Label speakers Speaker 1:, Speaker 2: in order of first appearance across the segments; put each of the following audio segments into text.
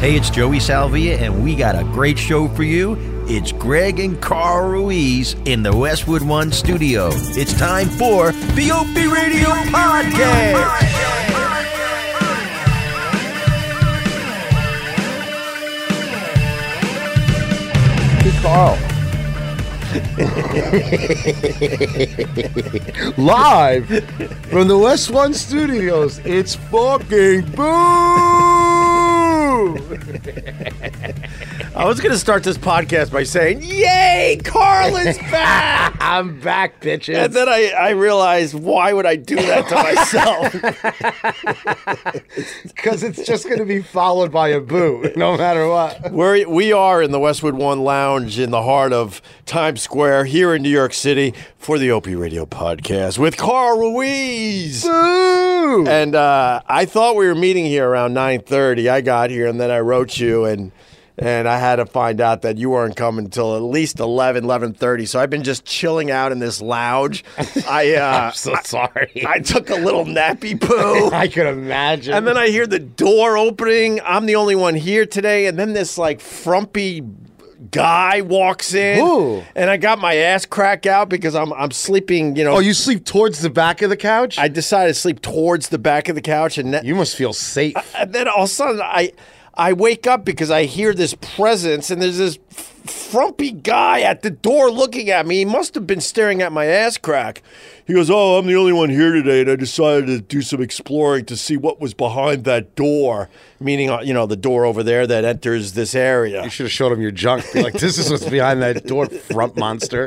Speaker 1: Hey, it's Joey Salvia, and we got a great show for you. It's Greg and Carl Ruiz in the Westwood One studio. It's time for BOP Radio Podcast.
Speaker 2: Hey, Carl. Live from the West One Studios, it's fucking boo!
Speaker 3: I was going to start this podcast by saying, Yay, Carl is back!
Speaker 2: I'm back,
Speaker 3: and
Speaker 2: bitches.
Speaker 3: then I, I realized, why would I do that to myself?
Speaker 2: Because it's just going to be followed by a boo, no matter what.
Speaker 3: We're, we are in the Westwood One Lounge in the heart of Times Square here in New York City for the Opie Radio podcast with Carl Ruiz.
Speaker 2: Boo!
Speaker 3: And uh, I thought we were meeting here around 9.30. I got here and then I wrote you and... And I had to find out that you weren't coming until at least 11, 11.30. So I've been just chilling out in this lounge. I uh,
Speaker 2: so sorry.
Speaker 3: I took a little nappy poo.
Speaker 2: I could imagine.
Speaker 3: And then I hear the door opening. I'm the only one here today. And then this like frumpy guy walks in.
Speaker 2: Who?
Speaker 3: And I got my ass crack out because I'm I'm sleeping, you know.
Speaker 2: oh, you sleep towards the back of the couch?
Speaker 3: I decided to sleep towards the back of the couch and, that-
Speaker 2: you must feel safe.
Speaker 3: and then all of a sudden I I wake up because I hear this presence and there's this f- frumpy guy at the door looking at me. He must have been staring at my ass crack. He goes, "Oh, I'm the only one here today, and I decided to do some exploring to see what was behind that door." Meaning, uh, you know, the door over there that enters this area.
Speaker 2: You should have showed him your junk. Be like, this is what's behind that door, front monster.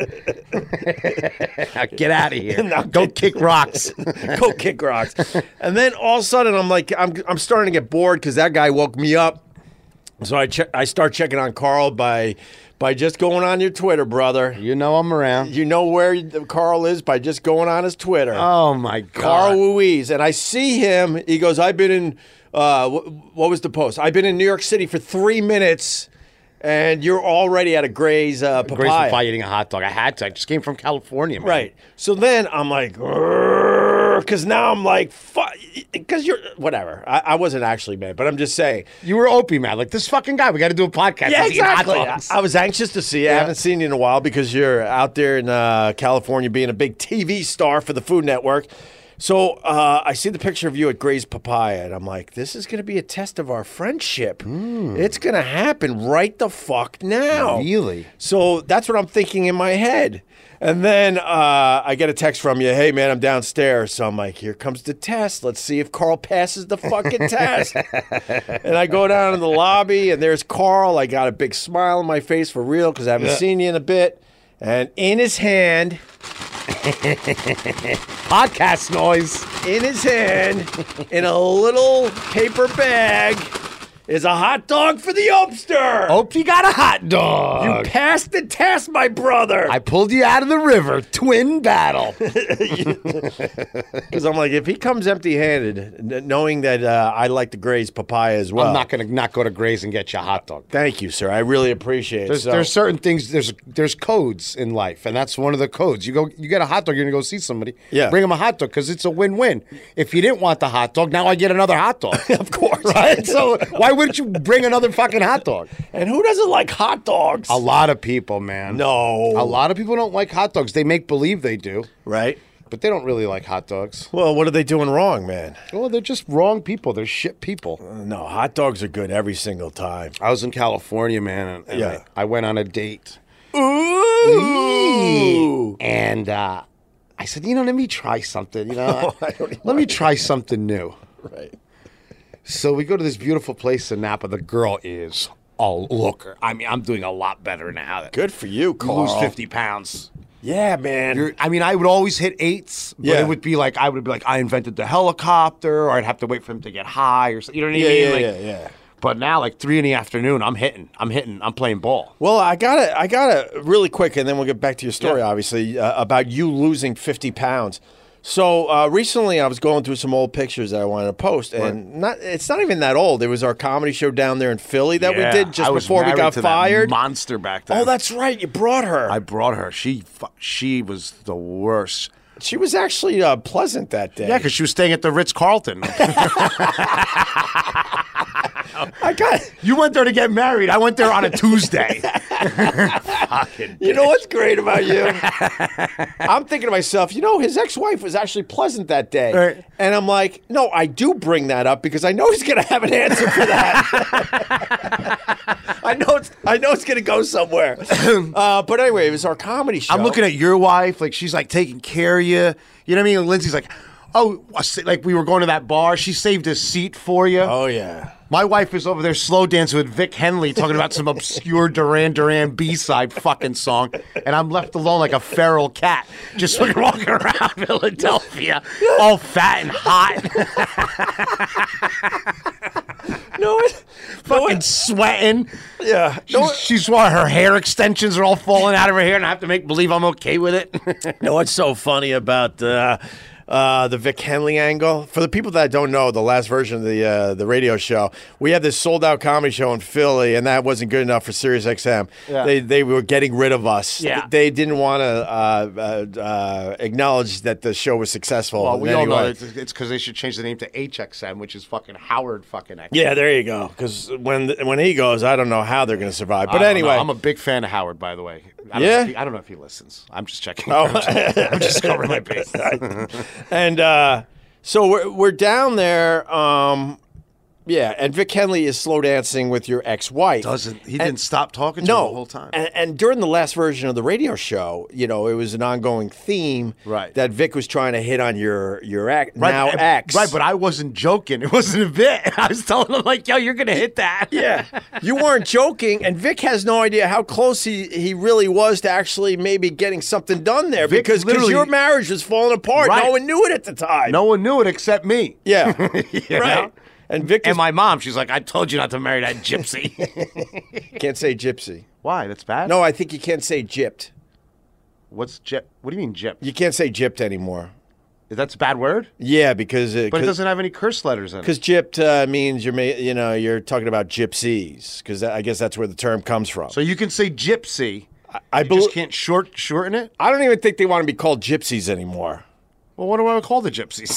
Speaker 2: Now get out of here. Go kick rocks.
Speaker 3: Go kick rocks. and then all of a sudden, I'm like, I'm I'm starting to get bored because that guy woke me up. So I check, I start checking on Carl by by just going on your Twitter, brother.
Speaker 2: You know I'm around.
Speaker 3: You know where Carl is by just going on his Twitter.
Speaker 2: Oh my god.
Speaker 3: Carl Ruiz. And I see him. He goes, I've been in, uh, wh- what was the post? I've been in New York City for three minutes, and you're already at a Gray's uh, papaya.
Speaker 2: Grace was by eating a hot dog. I had to. I just came from California. man.
Speaker 3: Right. So then I'm like, because now I'm like, because you're, whatever. I, I wasn't actually mad, but I'm just saying.
Speaker 2: You were opie mad. Like this fucking guy. We got to do a podcast. He's eating hot dogs.
Speaker 3: I, I was anxious to see you. I haven't seen you in a while because you're out there in uh, California being a big TV star for the Food Network. So uh, I see the picture of you at Gray's Papaya, and I'm like, this is going to be a test of our friendship. It's going to happen right the fuck now.
Speaker 2: Really?
Speaker 3: So that's what I'm thinking in my head. And then uh, I get a text from you, hey man, I'm downstairs. So I'm like, here comes the test. Let's see if Carl passes the fucking test. and I go down in the lobby, and there's Carl. I got a big smile on my face for real because I haven't seen you in a bit. And in his hand,
Speaker 2: podcast noise.
Speaker 3: in his hand, in a little paper bag, is a hot dog for the Opster.
Speaker 2: Opie got a hot Oh, dog.
Speaker 3: You passed the test, my brother.
Speaker 2: I pulled you out of the river. Twin battle.
Speaker 3: Because I'm like, if he comes empty-handed, n- knowing that uh, I like to graze papaya as well.
Speaker 2: I'm not gonna not go to Grace and get you a hot dog.
Speaker 3: Thank you, sir. I really appreciate it.
Speaker 2: There's,
Speaker 3: So-
Speaker 2: there's certain things there's there's codes in life and that's one of the codes. You go you get a hot dog you're going to go see somebody.
Speaker 3: Yeah.
Speaker 2: Bring them a hot dog cuz it's a win-win. If you didn't want the hot dog, now I get another hot dog.
Speaker 3: of course.
Speaker 2: right? So why wouldn't you bring another fucking hot dog?
Speaker 3: and who doesn't like hot dogs?
Speaker 2: A lot of people, man.
Speaker 3: no.
Speaker 2: A lot of people don't like hot dogs. They make believe they do,
Speaker 3: Right?
Speaker 2: but they don't really like hot dogs.
Speaker 3: Well, what are they doing wrong, man?
Speaker 2: Well, they're just wrong people. They're shit people.
Speaker 3: No, hot dogs are good every single time.
Speaker 2: I was in California, man, and, and
Speaker 3: Yeah.
Speaker 2: I, I went on a date.
Speaker 3: Ooh.
Speaker 2: And uh, I said, you know, let me try something. You know,
Speaker 3: I don't even
Speaker 2: let me try something new.
Speaker 3: Right.
Speaker 2: So we go to this beautiful place in Napa. The girl is a looker. I mean, I'm doing a lot better now.
Speaker 3: Good for you,
Speaker 2: You
Speaker 3: Carl.
Speaker 2: lose 50 pounds.
Speaker 3: Yeah, man.
Speaker 2: You're, I mean, I would always hit eights, but
Speaker 3: Yeah.
Speaker 2: it would be like I would be like I invented the helicopter, or I'd have to wait for him to get high, or something. You know what
Speaker 3: yeah,
Speaker 2: I mean?
Speaker 3: yeah,
Speaker 2: like,
Speaker 3: yeah, yeah.
Speaker 2: But now, like three in the afternoon, I'm hitting. I'm hitting. I'm playing ball.
Speaker 3: Well, I gotta, I gotta really quick, and then we'll get back to your story,
Speaker 2: Yeah.
Speaker 3: obviously, uh, about you losing 50 pounds. So uh, recently, I was going through some old pictures that I wanted to post, and not, it's not even that old. It was our comedy show down there in Philly that
Speaker 2: Yeah,
Speaker 3: we did just
Speaker 2: I was
Speaker 3: before we
Speaker 2: married
Speaker 3: got
Speaker 2: to that
Speaker 3: fired.
Speaker 2: monster back then.
Speaker 3: oh, that's right, you brought her.
Speaker 2: I brought her. She fu- she was the worst.
Speaker 3: she was actually uh, pleasant that day.
Speaker 2: Yeah, because she was staying at the Ritz Carlton.
Speaker 3: I got.
Speaker 2: You went there to get married. I went there on a Tuesday. Fucking
Speaker 3: You know what's great about you? I'm thinking to myself, you know, his ex-wife was actually pleasant that day,
Speaker 2: Right.
Speaker 3: and I'm like, no, I do bring that up because I know he's going to have an answer for that. I know, it's, I know it's going to go somewhere. Uh, but anyway, it was our comedy show.
Speaker 2: I'm looking at your wife, like she's like taking care of you. You know what I mean? And Lindsay's like, oh, I sa- like we were going to that bar. She saved a seat for you.
Speaker 3: Oh yeah.
Speaker 2: My wife is over there slow dancing with Vic Henley, talking about some obscure Duran Duran B side fucking song, and I'm left alone like a feral cat, just fucking walking around Philadelphia, all fat and hot,
Speaker 3: No, it, no,
Speaker 2: fucking
Speaker 3: it,
Speaker 2: sweating.
Speaker 3: yeah.
Speaker 2: She's,
Speaker 3: No,
Speaker 2: no, she's why her hair extensions are all falling out of her hair, and I have to make believe I'm okay with it.
Speaker 3: You know what's so funny about uh, uh, the Vic Henley angle? For the people that don't know, the last version of the uh, the radio show, we had this sold out comedy show in Philly, and that wasn't good enough for Sirius XM.
Speaker 2: Yeah.
Speaker 3: They they were getting rid of us.
Speaker 2: Yeah.
Speaker 3: Th- they didn't want to uh, uh, uh, acknowledge that the show was successful.
Speaker 2: well,
Speaker 3: in
Speaker 2: we
Speaker 3: any
Speaker 2: all know
Speaker 3: way.
Speaker 2: it's because they should change the name to HXM, which is fucking Howard fucking X.
Speaker 3: Yeah, there you go. Because when when he goes, I don't know how they're going to survive.
Speaker 2: I
Speaker 3: But
Speaker 2: don't
Speaker 3: anyway,
Speaker 2: know. I'm a big fan of Howard, by the way. I don't know
Speaker 3: Yeah? Oh.
Speaker 2: if he- I don't know if he listens. I'm just checking. I'm, just, I'm just covering my base.
Speaker 3: and uh, so we're we're down there. Um, yeah, and Vic Henley is slow dancing with your ex-wife.
Speaker 2: Doesn't he
Speaker 3: And-
Speaker 2: didn't stop talking to him
Speaker 3: no
Speaker 2: the whole time?
Speaker 3: And, and during the last version of the radio show, you know, it was an ongoing theme
Speaker 2: Right.
Speaker 3: that Vic was trying to hit on your your ex now
Speaker 2: and-
Speaker 3: ex.
Speaker 2: Right, but I wasn't joking. It wasn't a bit. I was telling him like, "Yo, you're gonna hit that."
Speaker 3: yeah, you weren't joking, and Vic has no idea how close he, he really was to actually maybe getting something done there
Speaker 2: Vic
Speaker 3: because 'cause
Speaker 2: literally-
Speaker 3: your marriage was falling apart.
Speaker 2: Right.
Speaker 3: No one knew it at the time.
Speaker 2: No one knew it except me.
Speaker 3: yeah,
Speaker 2: You
Speaker 3: right.
Speaker 2: know?
Speaker 3: And Vic
Speaker 2: And
Speaker 3: is,
Speaker 2: my mom, she's like, "I told you not to marry that gypsy."
Speaker 3: can't say gypsy.
Speaker 2: Why? That's bad.
Speaker 3: No, I think you can't say gypped.
Speaker 2: What's gyp? What do you mean gyp?
Speaker 3: You can't say gypped anymore.
Speaker 2: That's a bad word.
Speaker 3: Yeah, because it,
Speaker 2: But it
Speaker 3: cause-
Speaker 2: doesn't have any curse letters in it.
Speaker 3: Because gypped uh, means you're, ma- you know, you're talking about gypsies. Because I guess that's where the term comes from.
Speaker 2: So you can say gypsy.
Speaker 3: I
Speaker 2: You
Speaker 3: bel-
Speaker 2: just can't short shorten it.
Speaker 3: I don't even think they want to be called gypsies anymore.
Speaker 2: Well, what do I call the gypsies?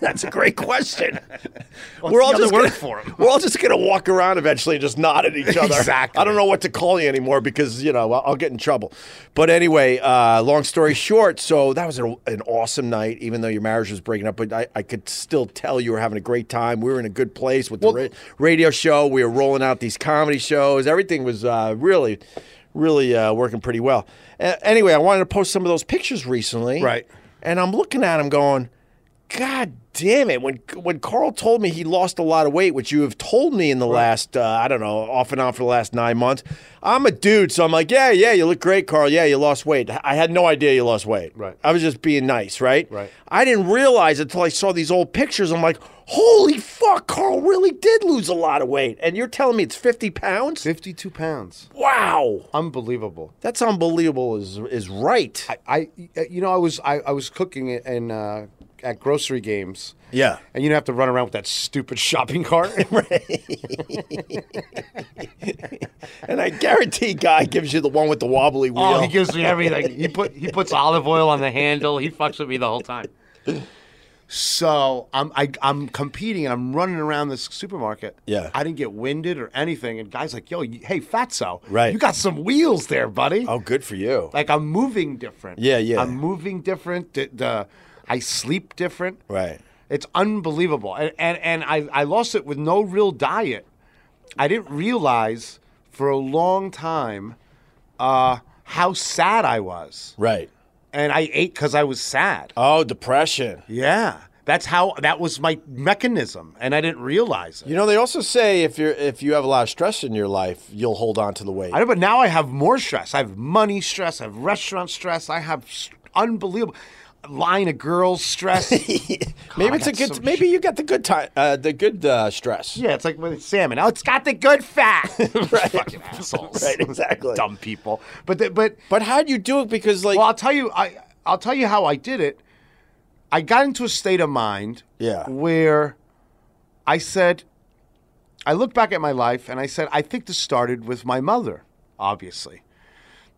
Speaker 3: that's a great question.
Speaker 2: the
Speaker 3: we're all
Speaker 2: other
Speaker 3: just
Speaker 2: word
Speaker 3: gonna,
Speaker 2: for 'em?
Speaker 3: We're all just gonna walk around eventually and just nod at each other.
Speaker 2: Exactly.
Speaker 3: I don't know what to call you anymore because you know I'll, I'll get in trouble. But anyway, uh, long story short, so that was an, an awesome night. Even though your marriage was breaking up, but I, I could still tell you were having a great time. We were in a good place with the ra- radio show. We were rolling out these comedy shows. Everything was uh, really. Really uh, working pretty well. A- anyway, I wanted to post some of those pictures recently.
Speaker 2: Right.
Speaker 3: And I'm looking at him going, God damn it. When when Carl told me he lost a lot of weight, which you have told me in the last, uh, I don't know, off and on for the last nine months, I'm a dude. So I'm like, yeah, yeah, you look great, Carl. Yeah, you lost weight. I had no idea you lost weight.
Speaker 2: Right.
Speaker 3: I was just being nice, right?
Speaker 2: Right.
Speaker 3: I didn't realize until I saw these old pictures. I'm like, holy fuck, Carl really did lose a lot of weight. And you're telling me it's 50 pounds?
Speaker 2: Fifty-two pounds.
Speaker 3: Wow.
Speaker 2: Unbelievable.
Speaker 3: That's unbelievable, is, is right.
Speaker 2: I, you know, I was I, I was cooking and uh, at grocery games.
Speaker 3: Yeah.
Speaker 2: And you don't have to run around with that stupid shopping cart.
Speaker 3: And I guarantee Guy gives you the one with the wobbly wheel.
Speaker 2: oh, he gives me everything. He put he puts olive oil on the handle. He fucks with me the whole time. So I'm I, I'm competing and I'm running around this supermarket.
Speaker 3: Yeah.
Speaker 2: I didn't get winded or anything. And guys like, yo, you, hey, Fatso,
Speaker 3: Right.
Speaker 2: You got some wheels there, buddy.
Speaker 3: Oh, good for you.
Speaker 2: Like I'm moving different.
Speaker 3: Yeah, yeah.
Speaker 2: I'm moving different. The, the I sleep different.
Speaker 3: Right.
Speaker 2: It's unbelievable. And and, and I, I lost it with no real diet. I didn't realize for a long time uh, how sad I was.
Speaker 3: Right.
Speaker 2: And I ate because I was sad.
Speaker 3: Oh, depression.
Speaker 2: Yeah. That's how that was my mechanism. And I didn't realize it.
Speaker 3: You know, they also say if you're if you have a lot of stress in your life, you'll hold on to the weight.
Speaker 2: I know, but now I have more stress. I have money stress. I have restaurant stress. I have s- unbelievable line of girls stress.
Speaker 3: maybe
Speaker 2: I
Speaker 3: it's a
Speaker 2: got
Speaker 3: good.
Speaker 2: some
Speaker 3: maybe
Speaker 2: shit.
Speaker 3: you got the good time, uh, the good uh, stress.
Speaker 2: Yeah, it's like with salmon. Oh, it's got the good fat. Fucking assholes.
Speaker 3: Right, exactly.
Speaker 2: Dumb people. But the, but
Speaker 3: But how do you do it? Because like,
Speaker 2: well, I'll tell you. I I'll tell you how I did it. I got into a state of mind.
Speaker 3: Yeah.
Speaker 2: Where I said, I look back at my life and I said, I think this started with my mother. Obviously,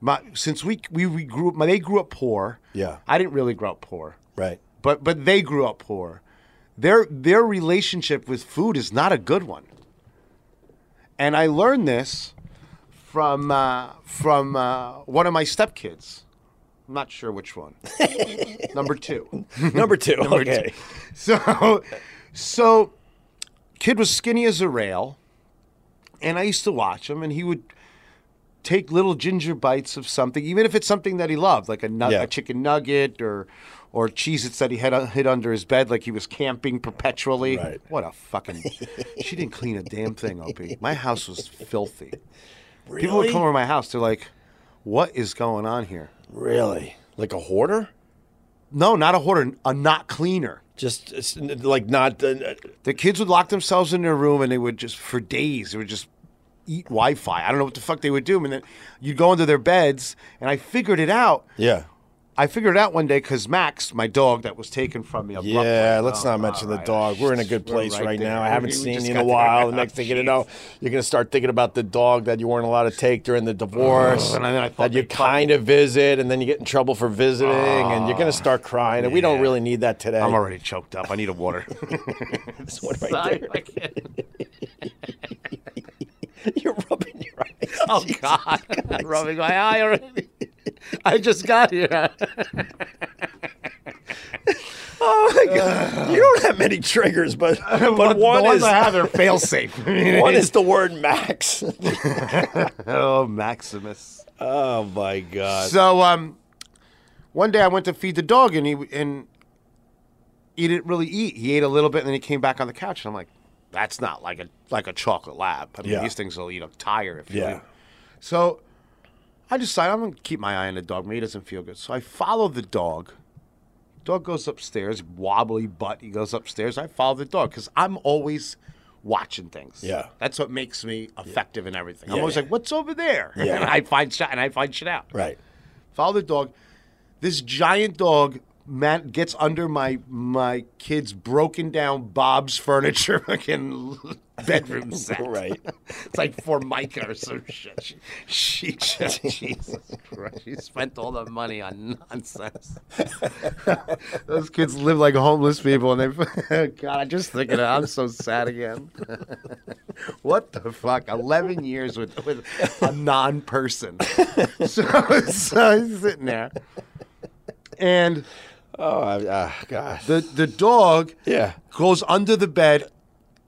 Speaker 2: my since we we, we grew up, they grew up poor.
Speaker 3: Yeah.
Speaker 2: I didn't really grow up poor
Speaker 3: right,
Speaker 2: but but they grew up poor. Their their relationship with food is not a good one. And I learned this from uh, from uh, one of my stepkids. I'm not sure which one. Number two.
Speaker 3: Number two. okay.
Speaker 2: So, so kid was skinny as a rail, and I used to watch him, and he would take little ginger bites of something, even if it's something that he loved, like a, nug-
Speaker 3: Yeah.
Speaker 2: a chicken nugget or or Cheez-Its that he had uh, hid under his bed, like he was camping perpetually.
Speaker 3: Right.
Speaker 2: What a fucking! she didn't clean a damn thing, OP. My house was filthy. People would
Speaker 3: Really?
Speaker 2: come over to my house. They're like, "What is going on here?"
Speaker 3: Really? Like a hoarder?
Speaker 2: No, not a hoarder, a not cleaner.
Speaker 3: Just it's n- like not. Uh,
Speaker 2: The kids would lock themselves in their room and they would just for days they would just eat Wi-Fi. I don't know what the fuck they would do. And then you'd go into their beds, and I figured it out.
Speaker 3: yeah.
Speaker 2: I figured it out one day because Max, my dog that was taken from me, abruptly-
Speaker 3: Yeah, let's
Speaker 2: Oh,
Speaker 3: not mention the
Speaker 2: alright.
Speaker 3: dog. We're in a good
Speaker 2: We're
Speaker 3: place right,
Speaker 2: there.
Speaker 3: now. I
Speaker 2: We-
Speaker 3: haven't
Speaker 2: we
Speaker 3: seen
Speaker 2: just
Speaker 3: you in
Speaker 2: got
Speaker 3: a
Speaker 2: to-
Speaker 3: while. The next thing you know, you're going to start thinking about the dog that you weren't allowed to take during the divorce,
Speaker 2: Oh, and then I thought
Speaker 3: that you
Speaker 2: they cut
Speaker 3: kind of visit, and then you get in trouble for visiting, and you're going to start crying. And we don't
Speaker 2: yeah.
Speaker 3: really need that today.
Speaker 2: Ah, I'm already choked up. I need a water.
Speaker 3: This one right there. You're rubbing your eyes.
Speaker 2: oh God, I'm rubbing my eye already. I just got here.
Speaker 3: Oh my God. You don't have many triggers, but but, one
Speaker 2: Ah. the ones
Speaker 3: is
Speaker 2: I have are fail safe.
Speaker 3: one is the word max.
Speaker 2: oh Maximus.
Speaker 3: oh my God.
Speaker 2: So um, one day I went to feed the dog and he and he didn't really eat. He ate a little bit and then he came back on the couch and I'm like, that's not like a like a chocolate lab. I mean,
Speaker 3: Yeah.
Speaker 2: these things will eat a tire if you
Speaker 3: Yeah.
Speaker 2: leave. So I decided I'm gonna keep my eye on the dog. Maybe he doesn't feel good. So I follow the dog. Dog goes upstairs, wobbly butt. He goes upstairs. I follow the dog because I'm always watching things.
Speaker 3: Yeah.
Speaker 2: that's what makes me effective in everything. I'm
Speaker 3: Yeah,
Speaker 2: always
Speaker 3: yeah.
Speaker 2: like, "What's over there?"
Speaker 3: Yeah.
Speaker 2: and I find shit and I find shit out
Speaker 3: Right.
Speaker 2: follow the dog. This giant dog man gets under my my kid's broken down Bob's furniture fucking bedroom set.
Speaker 3: Right.
Speaker 2: It's like Formica or some shit. She, she just Jesus Christ. She spent all the money on nonsense. Those kids live like homeless people and they God, I'm just thinking of, I'm so sad again. What the fuck? Eleven years with, with a non-person. so, so I'm sitting there, and
Speaker 3: Oh, I- ah, God.
Speaker 2: the the dog
Speaker 3: Yeah.
Speaker 2: goes under the bed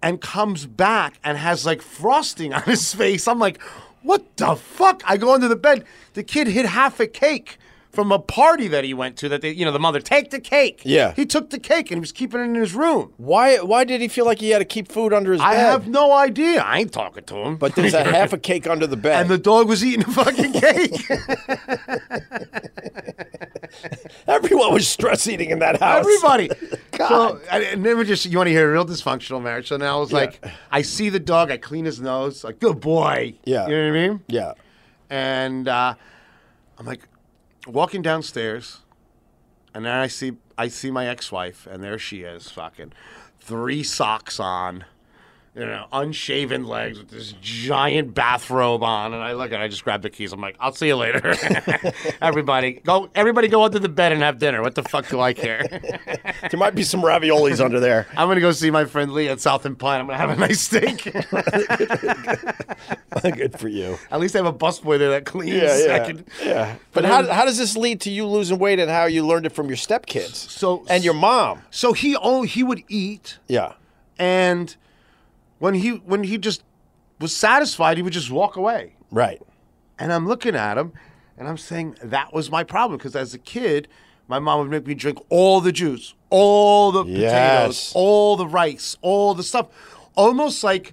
Speaker 2: and comes back and has like frosting on his face. I'm like, what the fuck? I go under the bed. The kid hid half a cake from a party that he went to. That they, you know, the mother take the cake.
Speaker 3: Yeah.
Speaker 2: he took the cake and he was keeping it in his room.
Speaker 3: Why? Why did he feel like he had to keep food under his
Speaker 2: I
Speaker 3: bed?
Speaker 2: have no idea. I ain't talking to him.
Speaker 3: But there's a half a cake under the bed.
Speaker 2: and the dog was eating a fucking cake.
Speaker 3: Everyone was stress eating in that house.
Speaker 2: Everybody. So I, and then we just you want to hear a real dysfunctional marriage. So now I was like, I see the dog, I clean his nose, like good boy.
Speaker 3: Yeah.
Speaker 2: You know what I mean?
Speaker 3: Yeah.
Speaker 2: And uh, I'm like walking downstairs, and then I see I see my ex-wife, and there she is, fucking three socks on. You know, unshaven legs with this giant bathrobe on, and I look at. I just grab the keys. I'm like, "I'll see you later." everybody, go. Everybody, go under the bed and have dinner. What the fuck do I care?
Speaker 3: There might be some raviolis under there.
Speaker 2: I'm gonna go see my friend Lee at South and Pine. I'm gonna have a nice steak.
Speaker 3: Good for you.
Speaker 2: at least I have a busboy there that cleans.
Speaker 3: Yeah,
Speaker 2: I
Speaker 3: yeah,
Speaker 2: can-
Speaker 3: yeah. But how, how does this lead to you losing weight and how you learned it from your stepkids?
Speaker 2: So-
Speaker 3: and your mom.
Speaker 2: So he only he would eat,
Speaker 3: Yeah.
Speaker 2: and when he when he just was satisfied, he would just walk away.
Speaker 3: Right.
Speaker 2: And I'm looking at him, and I'm saying that was my problem because as a kid, my mom would make me drink all the juice, all the
Speaker 3: Yes.
Speaker 2: potatoes, all the rice, all the stuff, almost like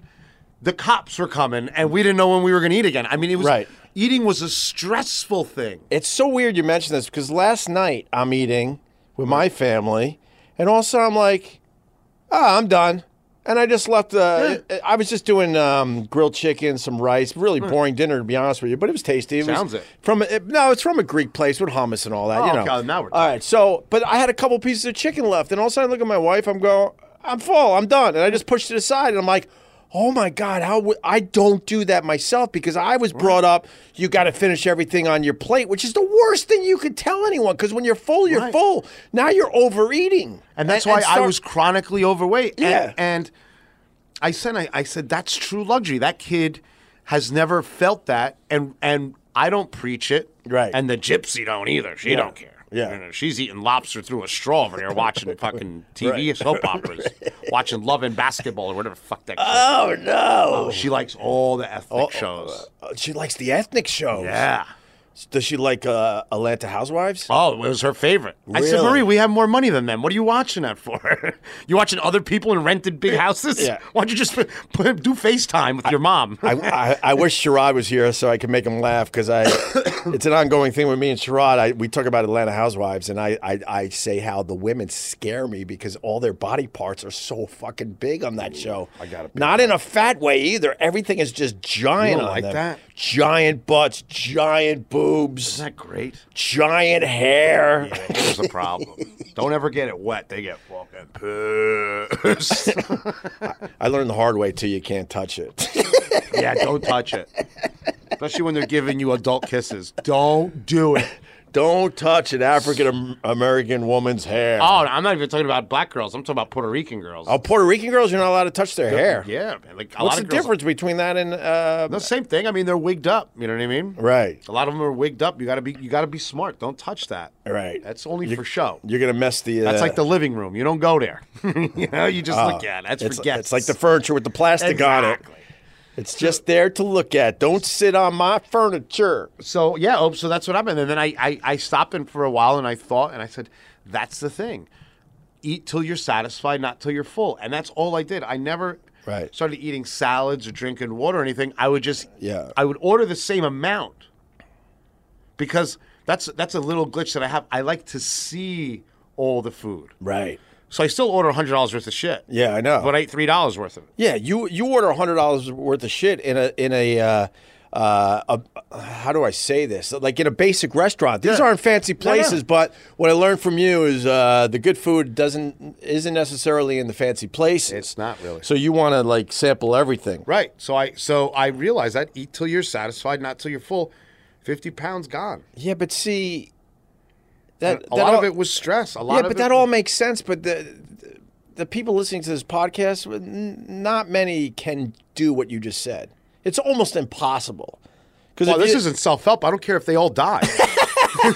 Speaker 2: the cops were coming and we didn't know when we were gonna eat again. I mean, it was
Speaker 3: Right.
Speaker 2: eating was a stressful thing.
Speaker 3: It's so weird you mentioned this because last night I'm eating with my family, and also I'm like, ah, I'm done. And I just left. Uh, I was just doing um, grilled chicken, some rice. Really boring dinner, to be honest with you, but it was tasty. It was
Speaker 2: Sounds it.
Speaker 3: From it, no, it's from a Greek place with hummus and all that. you
Speaker 2: Oh,
Speaker 3: know.
Speaker 2: okay, now we're
Speaker 3: all right. So, but I had a couple pieces of chicken left, and all of a sudden I look at my wife. I'm going, I'm full. I'm done. And I just pushed it aside, and I'm like. Oh my God! How w- I don't do that myself because I was brought up. You got to finish everything on your plate, which is the worst thing you could tell anyone. Because when you're full, you're
Speaker 2: Right.
Speaker 3: full. Now you're overeating,
Speaker 2: and that's why I
Speaker 3: start-
Speaker 2: was chronically overweight.
Speaker 3: Yeah.
Speaker 2: And, and I said, I, I said, that's true luxury. That kid has never felt that, and and I don't preach it.
Speaker 3: Right.
Speaker 2: And the gypsy don't either. She don't care.
Speaker 3: Yeah.
Speaker 2: You know, she's eating lobster through a straw over there, watching fucking TV
Speaker 3: Right.
Speaker 2: soap operas, watching Love and Basketball or whatever the fuck that. shit
Speaker 3: Oh no.
Speaker 2: She likes all the ethnic shows.
Speaker 3: Uh, She likes the ethnic shows.
Speaker 2: Oh. Yeah.
Speaker 3: Does she like uh, Atlanta Housewives?
Speaker 2: Oh, it was her favorite. I said,
Speaker 3: Really?
Speaker 2: Marie, we have more money than them. What are you watching that for? you watching other people in rented big houses?
Speaker 3: Yeah.
Speaker 2: Why don't you just put, put, do FaceTime with your mom?
Speaker 3: I, I, I wish Sherrod was here so I could make him laugh because I, it's an ongoing thing with me and Sherrod. I, we talk about Atlanta Housewives and I, I, I say how the women scare me because all their body parts are so fucking big on that show. I got it. Not in a fat way either. Everything is just giant.
Speaker 2: You don't
Speaker 3: on
Speaker 2: like
Speaker 3: them.
Speaker 2: that?
Speaker 3: Giant butts, giant boobs,
Speaker 2: Isn't that great?
Speaker 3: giant hair.
Speaker 2: There's a problem. Don't ever get it wet. They get fucking pissed.
Speaker 3: I learned the hard way too. You can't touch it.
Speaker 2: yeah, don't touch it. Especially when they're giving you adult kisses. Don't do it.
Speaker 3: don't touch an African Am- American woman's hair.
Speaker 2: Oh, I'm not even talking about black girls. I'm talking about Puerto Rican girls.
Speaker 3: Oh, Puerto Rican girls, you're not allowed to touch their hair.
Speaker 2: yeah, man. Like a lot
Speaker 3: What's the
Speaker 2: of girls,
Speaker 3: difference between that and uh,
Speaker 2: The same thing. I mean, they're wigged up. You know what I mean?
Speaker 3: right?
Speaker 2: A lot of them are wigged up. You gotta be. You gotta be smart. Don't touch that.
Speaker 3: Right.
Speaker 2: That's only for show.
Speaker 3: You're gonna mess the. Uh,
Speaker 2: That's like the living room. You don't go there. you know, you just look at it. That's
Speaker 3: Oh, it's,
Speaker 2: for guests.
Speaker 3: it's like the furniture with the plastic on it.
Speaker 2: exactly.
Speaker 3: It's just there to look at. Don't sit on my furniture.
Speaker 2: So yeah, oh, so that's what happened. And then I, I I stopped in for a while, and I thought, and I said, that's the thing. Eat till you're satisfied, not till you're full. And that's all I did. I never
Speaker 3: Right.
Speaker 2: started eating salads or drinking water or anything. I would just
Speaker 3: Yeah.
Speaker 2: I would order the same amount because that's that's a little glitch that I have. I like to see all the food.
Speaker 3: Right.
Speaker 2: So I still order hundred dollars worth of shit.
Speaker 3: Yeah, I know.
Speaker 2: But I ate three dollars worth of it.
Speaker 3: Yeah, you you order hundred dollars worth of shit in a in a. Uh, uh, a, how do I say this? Like in a basic restaurant. These
Speaker 2: Yeah.
Speaker 3: aren't fancy
Speaker 2: no.
Speaker 3: places, but what I learned from you is uh, the good food doesn't isn't necessarily in the fancy places.
Speaker 2: It's not really.
Speaker 3: So you want to like sample everything.
Speaker 2: Right. So I so I realized that eat till you're satisfied, not till you're full. Fifty pounds gone.
Speaker 3: Yeah, but see, that
Speaker 2: A
Speaker 3: that
Speaker 2: lot
Speaker 3: all,
Speaker 2: of it was stress. A lot
Speaker 3: Yeah,
Speaker 2: of
Speaker 3: but
Speaker 2: it-
Speaker 3: that all makes sense. But the the people listening to this podcast, n- not many can do what you just said. It's almost impossible. Because
Speaker 2: Well, this isn't self help. I don't care if they all die.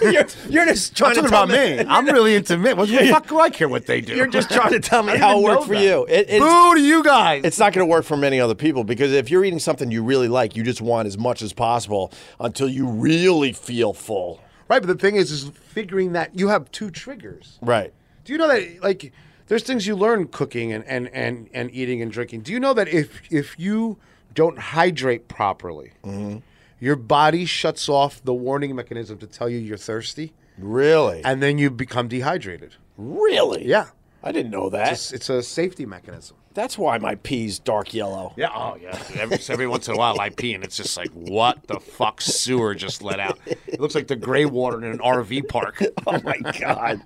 Speaker 3: you're, you're just trying
Speaker 2: I'm
Speaker 3: to
Speaker 2: talking
Speaker 3: tell
Speaker 2: about me. I'm really into me. What the fuck do I care what they do?
Speaker 3: You're just trying to tell
Speaker 2: I
Speaker 3: me
Speaker 2: didn't
Speaker 3: how it
Speaker 2: even
Speaker 3: worked
Speaker 2: know
Speaker 3: for
Speaker 2: that.
Speaker 3: you. It, it's,
Speaker 2: Boo to you guys.
Speaker 3: it's not going to work for many other people because if you're eating something you really like, you just want as much as possible until you really feel full.
Speaker 2: right, but the thing is, is figuring that you have two triggers.
Speaker 3: Right.
Speaker 2: Do you know that like there's things you learn cooking and and and, and eating and drinking. Do you know that if if you don't hydrate properly,
Speaker 3: Mm-hmm.
Speaker 2: your body shuts off the warning mechanism to tell you you're thirsty,
Speaker 3: Really.
Speaker 2: and then you become dehydrated.
Speaker 3: really.
Speaker 2: Yeah,
Speaker 3: I didn't know that.
Speaker 2: it's, it's a safety mechanism.
Speaker 3: That's why my pea's dark yellow.
Speaker 2: Yeah. Oh, yeah. Every, every once in a while, I pee, and it's just like, what the fuck sewer just let out? It looks like the gray water in an RV park.
Speaker 3: Oh my god.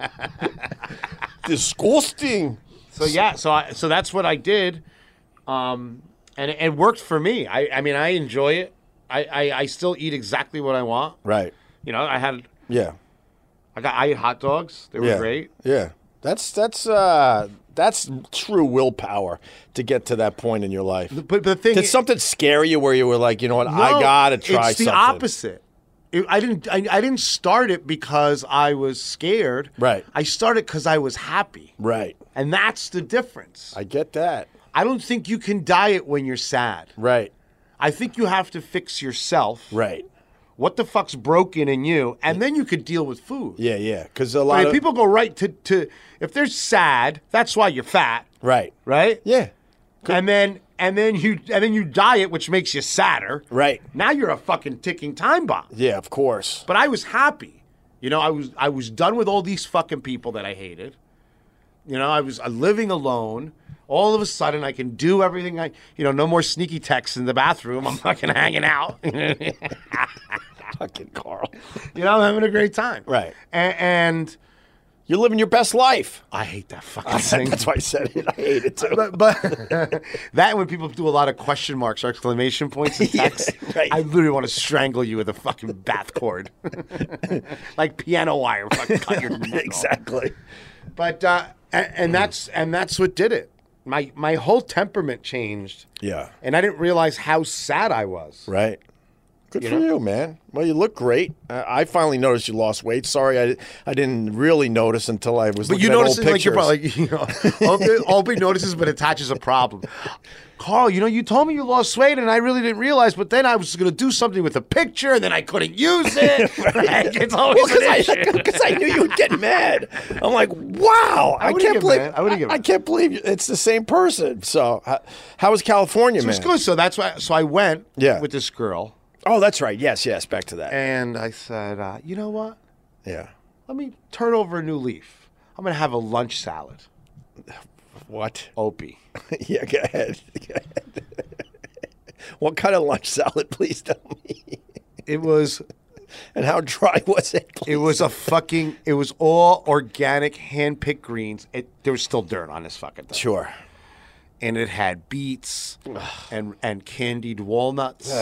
Speaker 3: Disgusting.
Speaker 2: So yeah, so I, so that's what I did, um, and it worked for me. I, I mean, I enjoy it. I, I, I still eat exactly what I want.
Speaker 3: Right.
Speaker 2: You know, I had
Speaker 3: Yeah.
Speaker 2: I got I ate hot dogs. They were
Speaker 3: Yeah.
Speaker 2: great.
Speaker 3: Yeah. That's that's uh that's true willpower to get to that point in your life.
Speaker 2: But the thing
Speaker 3: Did something scare you where you were like, you know what, I gotta try
Speaker 2: It's the
Speaker 3: something.
Speaker 2: opposite. It- I didn't I, I didn't start it because I was scared.
Speaker 3: Right.
Speaker 2: I started because I was happy.
Speaker 3: Right.
Speaker 2: And that's the difference.
Speaker 3: I get that.
Speaker 2: I don't think you can diet when you're sad.
Speaker 3: Right.
Speaker 2: I think you have to fix yourself.
Speaker 3: Right.
Speaker 2: What the fuck's broken in you? And then you could deal with food.
Speaker 3: Yeah, yeah. Cause a
Speaker 2: But
Speaker 3: lot
Speaker 2: if
Speaker 3: of
Speaker 2: people go right to, to if they're sad, that's why you're fat.
Speaker 3: Right.
Speaker 2: Right?
Speaker 3: Yeah.
Speaker 2: And then and then you and then you diet, which makes you sadder.
Speaker 3: Right.
Speaker 2: Now you're a fucking ticking time bomb.
Speaker 3: Yeah, of course.
Speaker 2: But I was happy. You know, I was I was done with all these fucking people that I hated. You know, I was uh, living alone. All of a sudden, I can do everything I, you know, no more sneaky texts in the bathroom. I'm fucking hanging out. you
Speaker 3: Fucking Carl.
Speaker 2: know, I'm having a great time.
Speaker 3: Right.
Speaker 2: A- And,
Speaker 3: You're living your best life.
Speaker 2: I hate that fucking thing.
Speaker 3: That's why I said it. I hate it too.
Speaker 2: But, but that when people do a lot of question marks or exclamation points in text,
Speaker 3: right.
Speaker 2: I literally want to strangle you with a fucking bath cord, like piano wire. Fucking cut your neck off.
Speaker 3: exactly.
Speaker 2: But uh, and, and that's and that's what did it. my my whole temperament changed,
Speaker 3: Yeah.
Speaker 2: and I didn't realize how sad I was.
Speaker 3: Right. Good for
Speaker 2: know?
Speaker 3: you, man. Well, you look great. I, I finally noticed you lost weight. Sorry, I, I didn't really notice until I was.
Speaker 2: But you
Speaker 3: looking at old
Speaker 2: notice it, like you're
Speaker 3: pictures.
Speaker 2: probably, like, you know, Opie- Opie notices but attaches a problem. Carl, you know, you told me you lost weight, and I really didn't realize. But then I was going to do something with a picture, and then I couldn't use it. Like, it's always
Speaker 3: Well,
Speaker 2: "Oh, an issue.
Speaker 3: because I, knew you would get mad. I'm like, wow, I,
Speaker 2: wouldn't
Speaker 3: can't
Speaker 2: get
Speaker 3: believe
Speaker 2: mad. I wouldn't get
Speaker 3: I
Speaker 2: mad.
Speaker 3: can't believe it's the same person. So, how, how was California,
Speaker 2: It was
Speaker 3: man?
Speaker 2: good, so that's why. So I went
Speaker 3: Yeah.
Speaker 2: with this girl,
Speaker 3: Oh, that's right. Yes, yes. Back to that.
Speaker 2: and I said, uh, you know what?
Speaker 3: yeah.
Speaker 2: Let me turn over a new leaf. I'm going to have a lunch salad.
Speaker 3: What?
Speaker 2: Opie.
Speaker 3: yeah. Go ahead. Go ahead. what kind of lunch salad? Please tell me.
Speaker 2: It was
Speaker 3: And how dry was it?
Speaker 2: It was a fucking. It was all organic, hand-picked greens. It, there was still dirt on this fucking thing,
Speaker 3: Sure.
Speaker 2: and it had beets and and candied walnuts.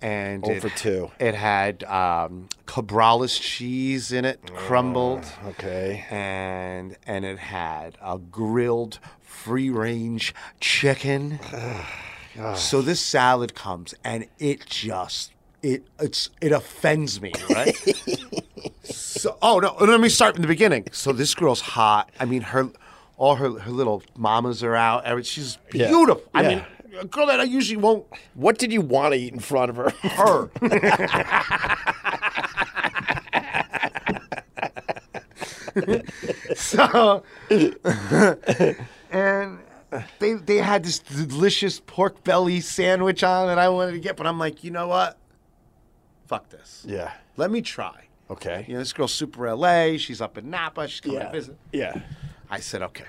Speaker 2: And it,
Speaker 3: for two.
Speaker 2: It had um, Cabrales cheese in it, crumbled,
Speaker 3: Okay.
Speaker 2: and and it had a grilled free-range chicken. so this salad comes, and it just it it's it offends me, right? So, oh no, let me start from the beginning. So this girl's hot. I mean, her, all her, her little mamas are out. Every- She's
Speaker 3: Yeah.
Speaker 2: beautiful. I
Speaker 3: Yeah.
Speaker 2: mean, a girl that I usually won't
Speaker 3: What did you want to eat in front of her?
Speaker 2: her. so, and they they had this delicious pork belly sandwich on that I wanted to get, but I'm like, you know what? Fuck this.
Speaker 3: yeah.
Speaker 2: Let me try.
Speaker 3: Okay.
Speaker 2: You know, this girl's super LA. She's up in Napa. She's coming to
Speaker 3: Yeah.
Speaker 2: visit.
Speaker 3: Yeah.
Speaker 2: I said, okay.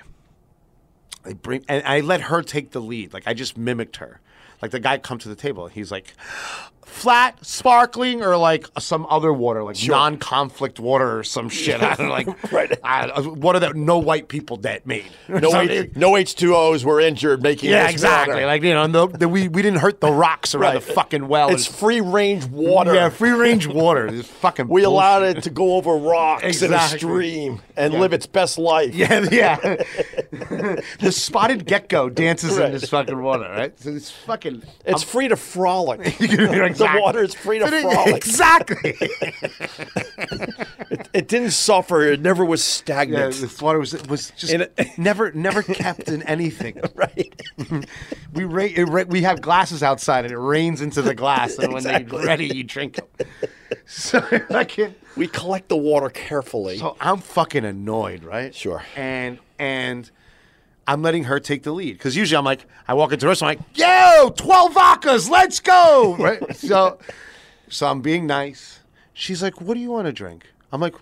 Speaker 2: I bring and I let her take the lead. Like I just mimicked her. Like the guy come to the table. He's like, flat, sparkling, or like some other water, like non-conflict water or some shit. I don't know, like
Speaker 3: Right.
Speaker 2: I don't know, water that no white people that made.
Speaker 3: No,
Speaker 2: Something-
Speaker 3: H, no H2Os were injured making
Speaker 2: yeah,
Speaker 3: this
Speaker 2: exactly.
Speaker 3: water.
Speaker 2: Like you know, no, the, we we didn't hurt the rocks around
Speaker 3: Right.
Speaker 2: the fucking well.
Speaker 3: It's free range water.
Speaker 2: Yeah, free range water. It's fucking.
Speaker 3: we
Speaker 2: bullshit.
Speaker 3: allowed it to go over rocks in a
Speaker 2: Exactly.
Speaker 3: stream and live its best life.
Speaker 2: Yeah, yeah. the spotted gecko dances
Speaker 3: Right.
Speaker 2: in this fucking water, right? So it's fucking.
Speaker 3: It's free to frolic. The
Speaker 2: Exactly.
Speaker 3: water is free to
Speaker 2: So they-
Speaker 3: frolic.
Speaker 2: Exactly.
Speaker 3: It didn't suffer. It never was
Speaker 2: yeah,
Speaker 3: stagnant.
Speaker 2: this water was was just
Speaker 3: In a-
Speaker 2: never never kept in anything.
Speaker 3: Right.
Speaker 2: We ra- it ra- we have glasses outside, and it rains into the glass, and when
Speaker 3: Exactly.
Speaker 2: they're ready, you drink them. So fucking.
Speaker 3: We collect the water carefully.
Speaker 2: So I'm fucking annoyed, right?
Speaker 3: Sure.
Speaker 2: And and I'm letting her take the lead because usually I'm like, I walk into her, so I'm like, yo, twelve vodkas, let's go, right? so so I'm being nice. She's like, what do you want to drink? I'm like,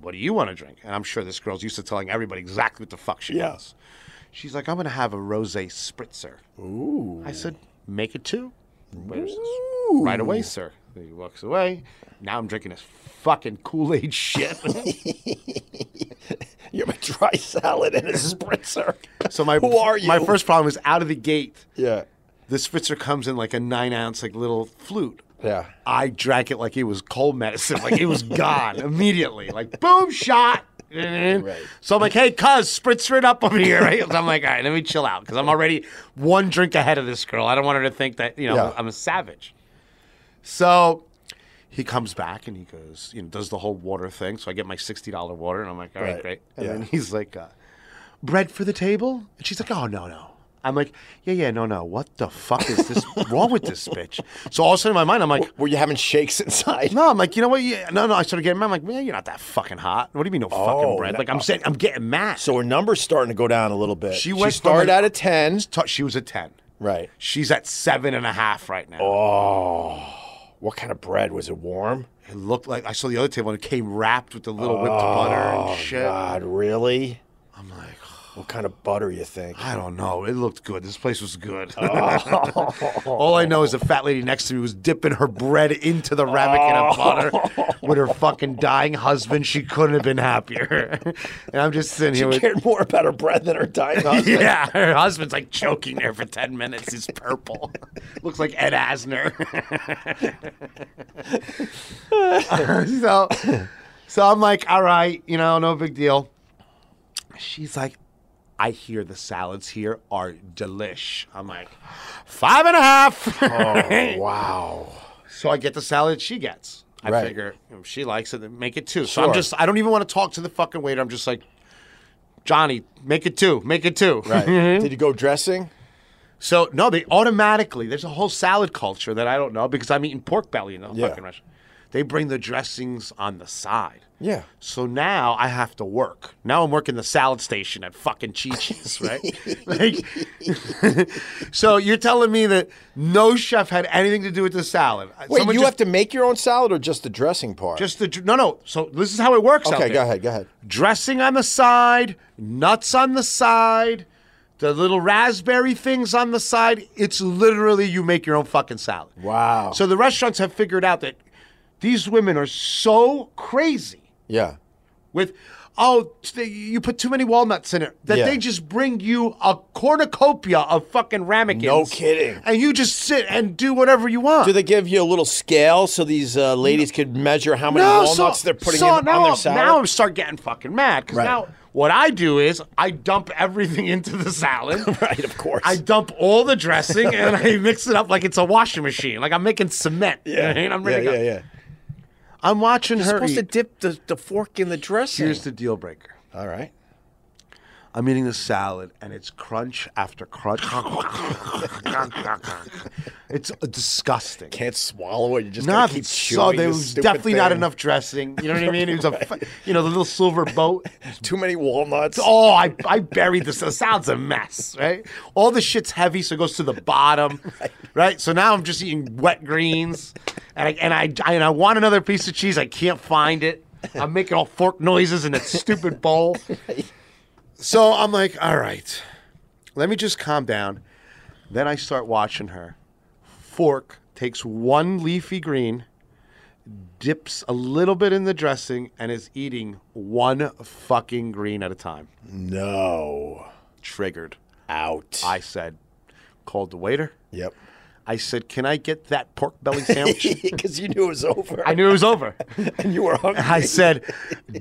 Speaker 2: what do you want to drink? And I'm sure this girl's used to telling everybody exactly what the fuck she
Speaker 3: Yeah.
Speaker 2: wants. She's like, I'm gonna have a rosé spritzer. Ooh. I said, make it two. Where's this? Right away, sir. He walks away. Now I'm drinking this fucking Kool Aid shit.
Speaker 3: you have a dry salad and a spritzer.
Speaker 2: So my
Speaker 3: Who are you?
Speaker 2: My first problem is out of the gate.
Speaker 3: Yeah.
Speaker 2: The Spitzer comes in like a nine ounce like little flute.
Speaker 3: Yeah.
Speaker 2: I drank it like it was cold medicine, like it was gone immediately. Like boom shot. So I'm like, hey, cuz, spritzer it up over here, right? So I'm like, all right, let me chill out because I'm already one drink ahead of this girl. I don't want her to think that you know
Speaker 3: Yeah.
Speaker 2: I'm a savage. So he comes back and he goes, you know, does the whole water thing. So I get my sixty dollar water, and I'm like, all right,
Speaker 3: Right.
Speaker 2: great. And
Speaker 3: Yeah.
Speaker 2: then he's like, uh, bread for the table? And she's like, oh, no, no. I'm like, yeah, yeah, no, no. What the fuck is this wrong with this bitch? So all of a sudden in my mind, I'm like,
Speaker 3: Were you having shakes inside?
Speaker 2: no, I'm like, you know what? Yeah, no, no. I started getting mad. I'm like, man, you're not that fucking hot. What do you mean, no
Speaker 3: Oh,
Speaker 2: fucking bread?
Speaker 3: that-
Speaker 2: Like, I'm saying, I'm getting mad. So
Speaker 3: So her number's starting to go down a little bit.
Speaker 2: She went from
Speaker 3: started
Speaker 2: an-
Speaker 3: out at 10.
Speaker 2: t- she was at 10.
Speaker 3: Right.
Speaker 2: She's at seven and a half right now.
Speaker 3: What kind of bread? Was it warm?
Speaker 2: It looked like I saw the other table and it came wrapped with the little whipped butter and shit.
Speaker 3: God, really?
Speaker 2: I'm like,
Speaker 3: What kind of butter you think?
Speaker 2: I don't know. It looked good. This place was good. Oh. All I know is the fat lady next to me was dipping her bread into the ramekin of butter with her fucking dying husband. She couldn't have been happier. and I'm just sitting here
Speaker 3: She
Speaker 2: with.
Speaker 3: cared more about her bread than her dying husband.
Speaker 2: Yeah, her husband's like choking there for 10 minutes. He's purple. Looks like Ed Asner. so, so I'm like, all right, you know, no big deal. She's like, I hear the salads here are delish. I'm like, five and a half.
Speaker 3: Wow.
Speaker 2: So I get the salad she gets. I
Speaker 3: Right.
Speaker 2: figure if she likes it, then make it two. So I'm
Speaker 3: Sure.
Speaker 2: just, I don't even want to talk to the fucking waiter. I'm just like, Johnny, make it two, make it two.
Speaker 3: Right.
Speaker 2: Mm-hmm.
Speaker 3: Did you go dressing?
Speaker 2: So no, they automatically. There's a whole salad culture that I don't know because I'm eating pork belly in the
Speaker 3: Yeah.
Speaker 2: fucking restaurant. They bring the dressings on the side.
Speaker 3: Yeah.
Speaker 2: So now I have to work. Now I'm working the salad station at fucking Chi-Chi's, right? like, so you're telling me that no chef had anything to do with the salad?
Speaker 3: Wait, you have to make your own salad or just the dressing part?
Speaker 2: just the dr- no, no. So this is how it works. out
Speaker 3: okay.
Speaker 2: there.
Speaker 3: Go ahead. Go ahead.
Speaker 2: Dressing on the side, nuts on the side, the little raspberry things on the side. It's literally you make your own fucking salad.
Speaker 3: Wow.
Speaker 2: So the restaurants have figured out that these women are so crazy
Speaker 3: yeah.
Speaker 2: with oh t- you put too many walnuts in it that
Speaker 3: Yeah.
Speaker 2: they just bring you a cornucopia of fucking ramekins.
Speaker 3: No kidding.
Speaker 2: And you just sit and do whatever you want.
Speaker 3: Do they give you a little scale so these uh, ladies could measure how many
Speaker 2: No, so-
Speaker 3: walnuts they're putting
Speaker 2: so
Speaker 3: in
Speaker 2: now,
Speaker 3: on
Speaker 2: I'm-
Speaker 3: their salad?
Speaker 2: Now I start getting fucking mad because
Speaker 3: Right.
Speaker 2: now what I do is I dump everything into the salad.
Speaker 3: Right, of course.
Speaker 2: I dump all the dressing and I mix it up like it's a washing machine. Like I'm making cement. Right? I'm
Speaker 3: yeah,
Speaker 2: ready. to
Speaker 3: yeah,
Speaker 2: go.
Speaker 3: yeah.
Speaker 2: I'm watching her.
Speaker 3: supposed to
Speaker 2: eat.
Speaker 3: dip the, the fork in the dressing.
Speaker 2: Here's the deal breaker.
Speaker 3: All right.
Speaker 2: I'm eating the salad and it's crunch after crunch. it's disgusting.
Speaker 3: Can't swallow it. You just
Speaker 2: Nah,
Speaker 3: gotta
Speaker 2: if
Speaker 3: keep
Speaker 2: it's so
Speaker 3: chewing.
Speaker 2: there
Speaker 3: this
Speaker 2: was
Speaker 3: stupid
Speaker 2: definitely not
Speaker 3: thing.
Speaker 2: enough dressing. You know what I mean? It was a, fu- you know, the little silver boat.
Speaker 3: Too many walnuts.
Speaker 2: Oh, I, I buried this. The sound's a mess, right? All the shit's heavy, so it goes to the bottom, right? So now I'm just eating wet greens, and I, and I and I want another piece of cheese. I can't find it. I'm making all fork noises in that stupid bowl. So I'm like, all right, let me just calm down. Then I start watching her. Fork takes one leafy green, dips a little bit in the dressing, and is eating one fucking green at a time
Speaker 3: No.
Speaker 2: triggered.
Speaker 3: Out.
Speaker 2: I said, called the waiter.
Speaker 3: yep.
Speaker 2: I said, can I get that pork belly sandwich?
Speaker 3: Because you knew it was over
Speaker 2: I knew it was over.
Speaker 3: and you were hungry.
Speaker 2: I said,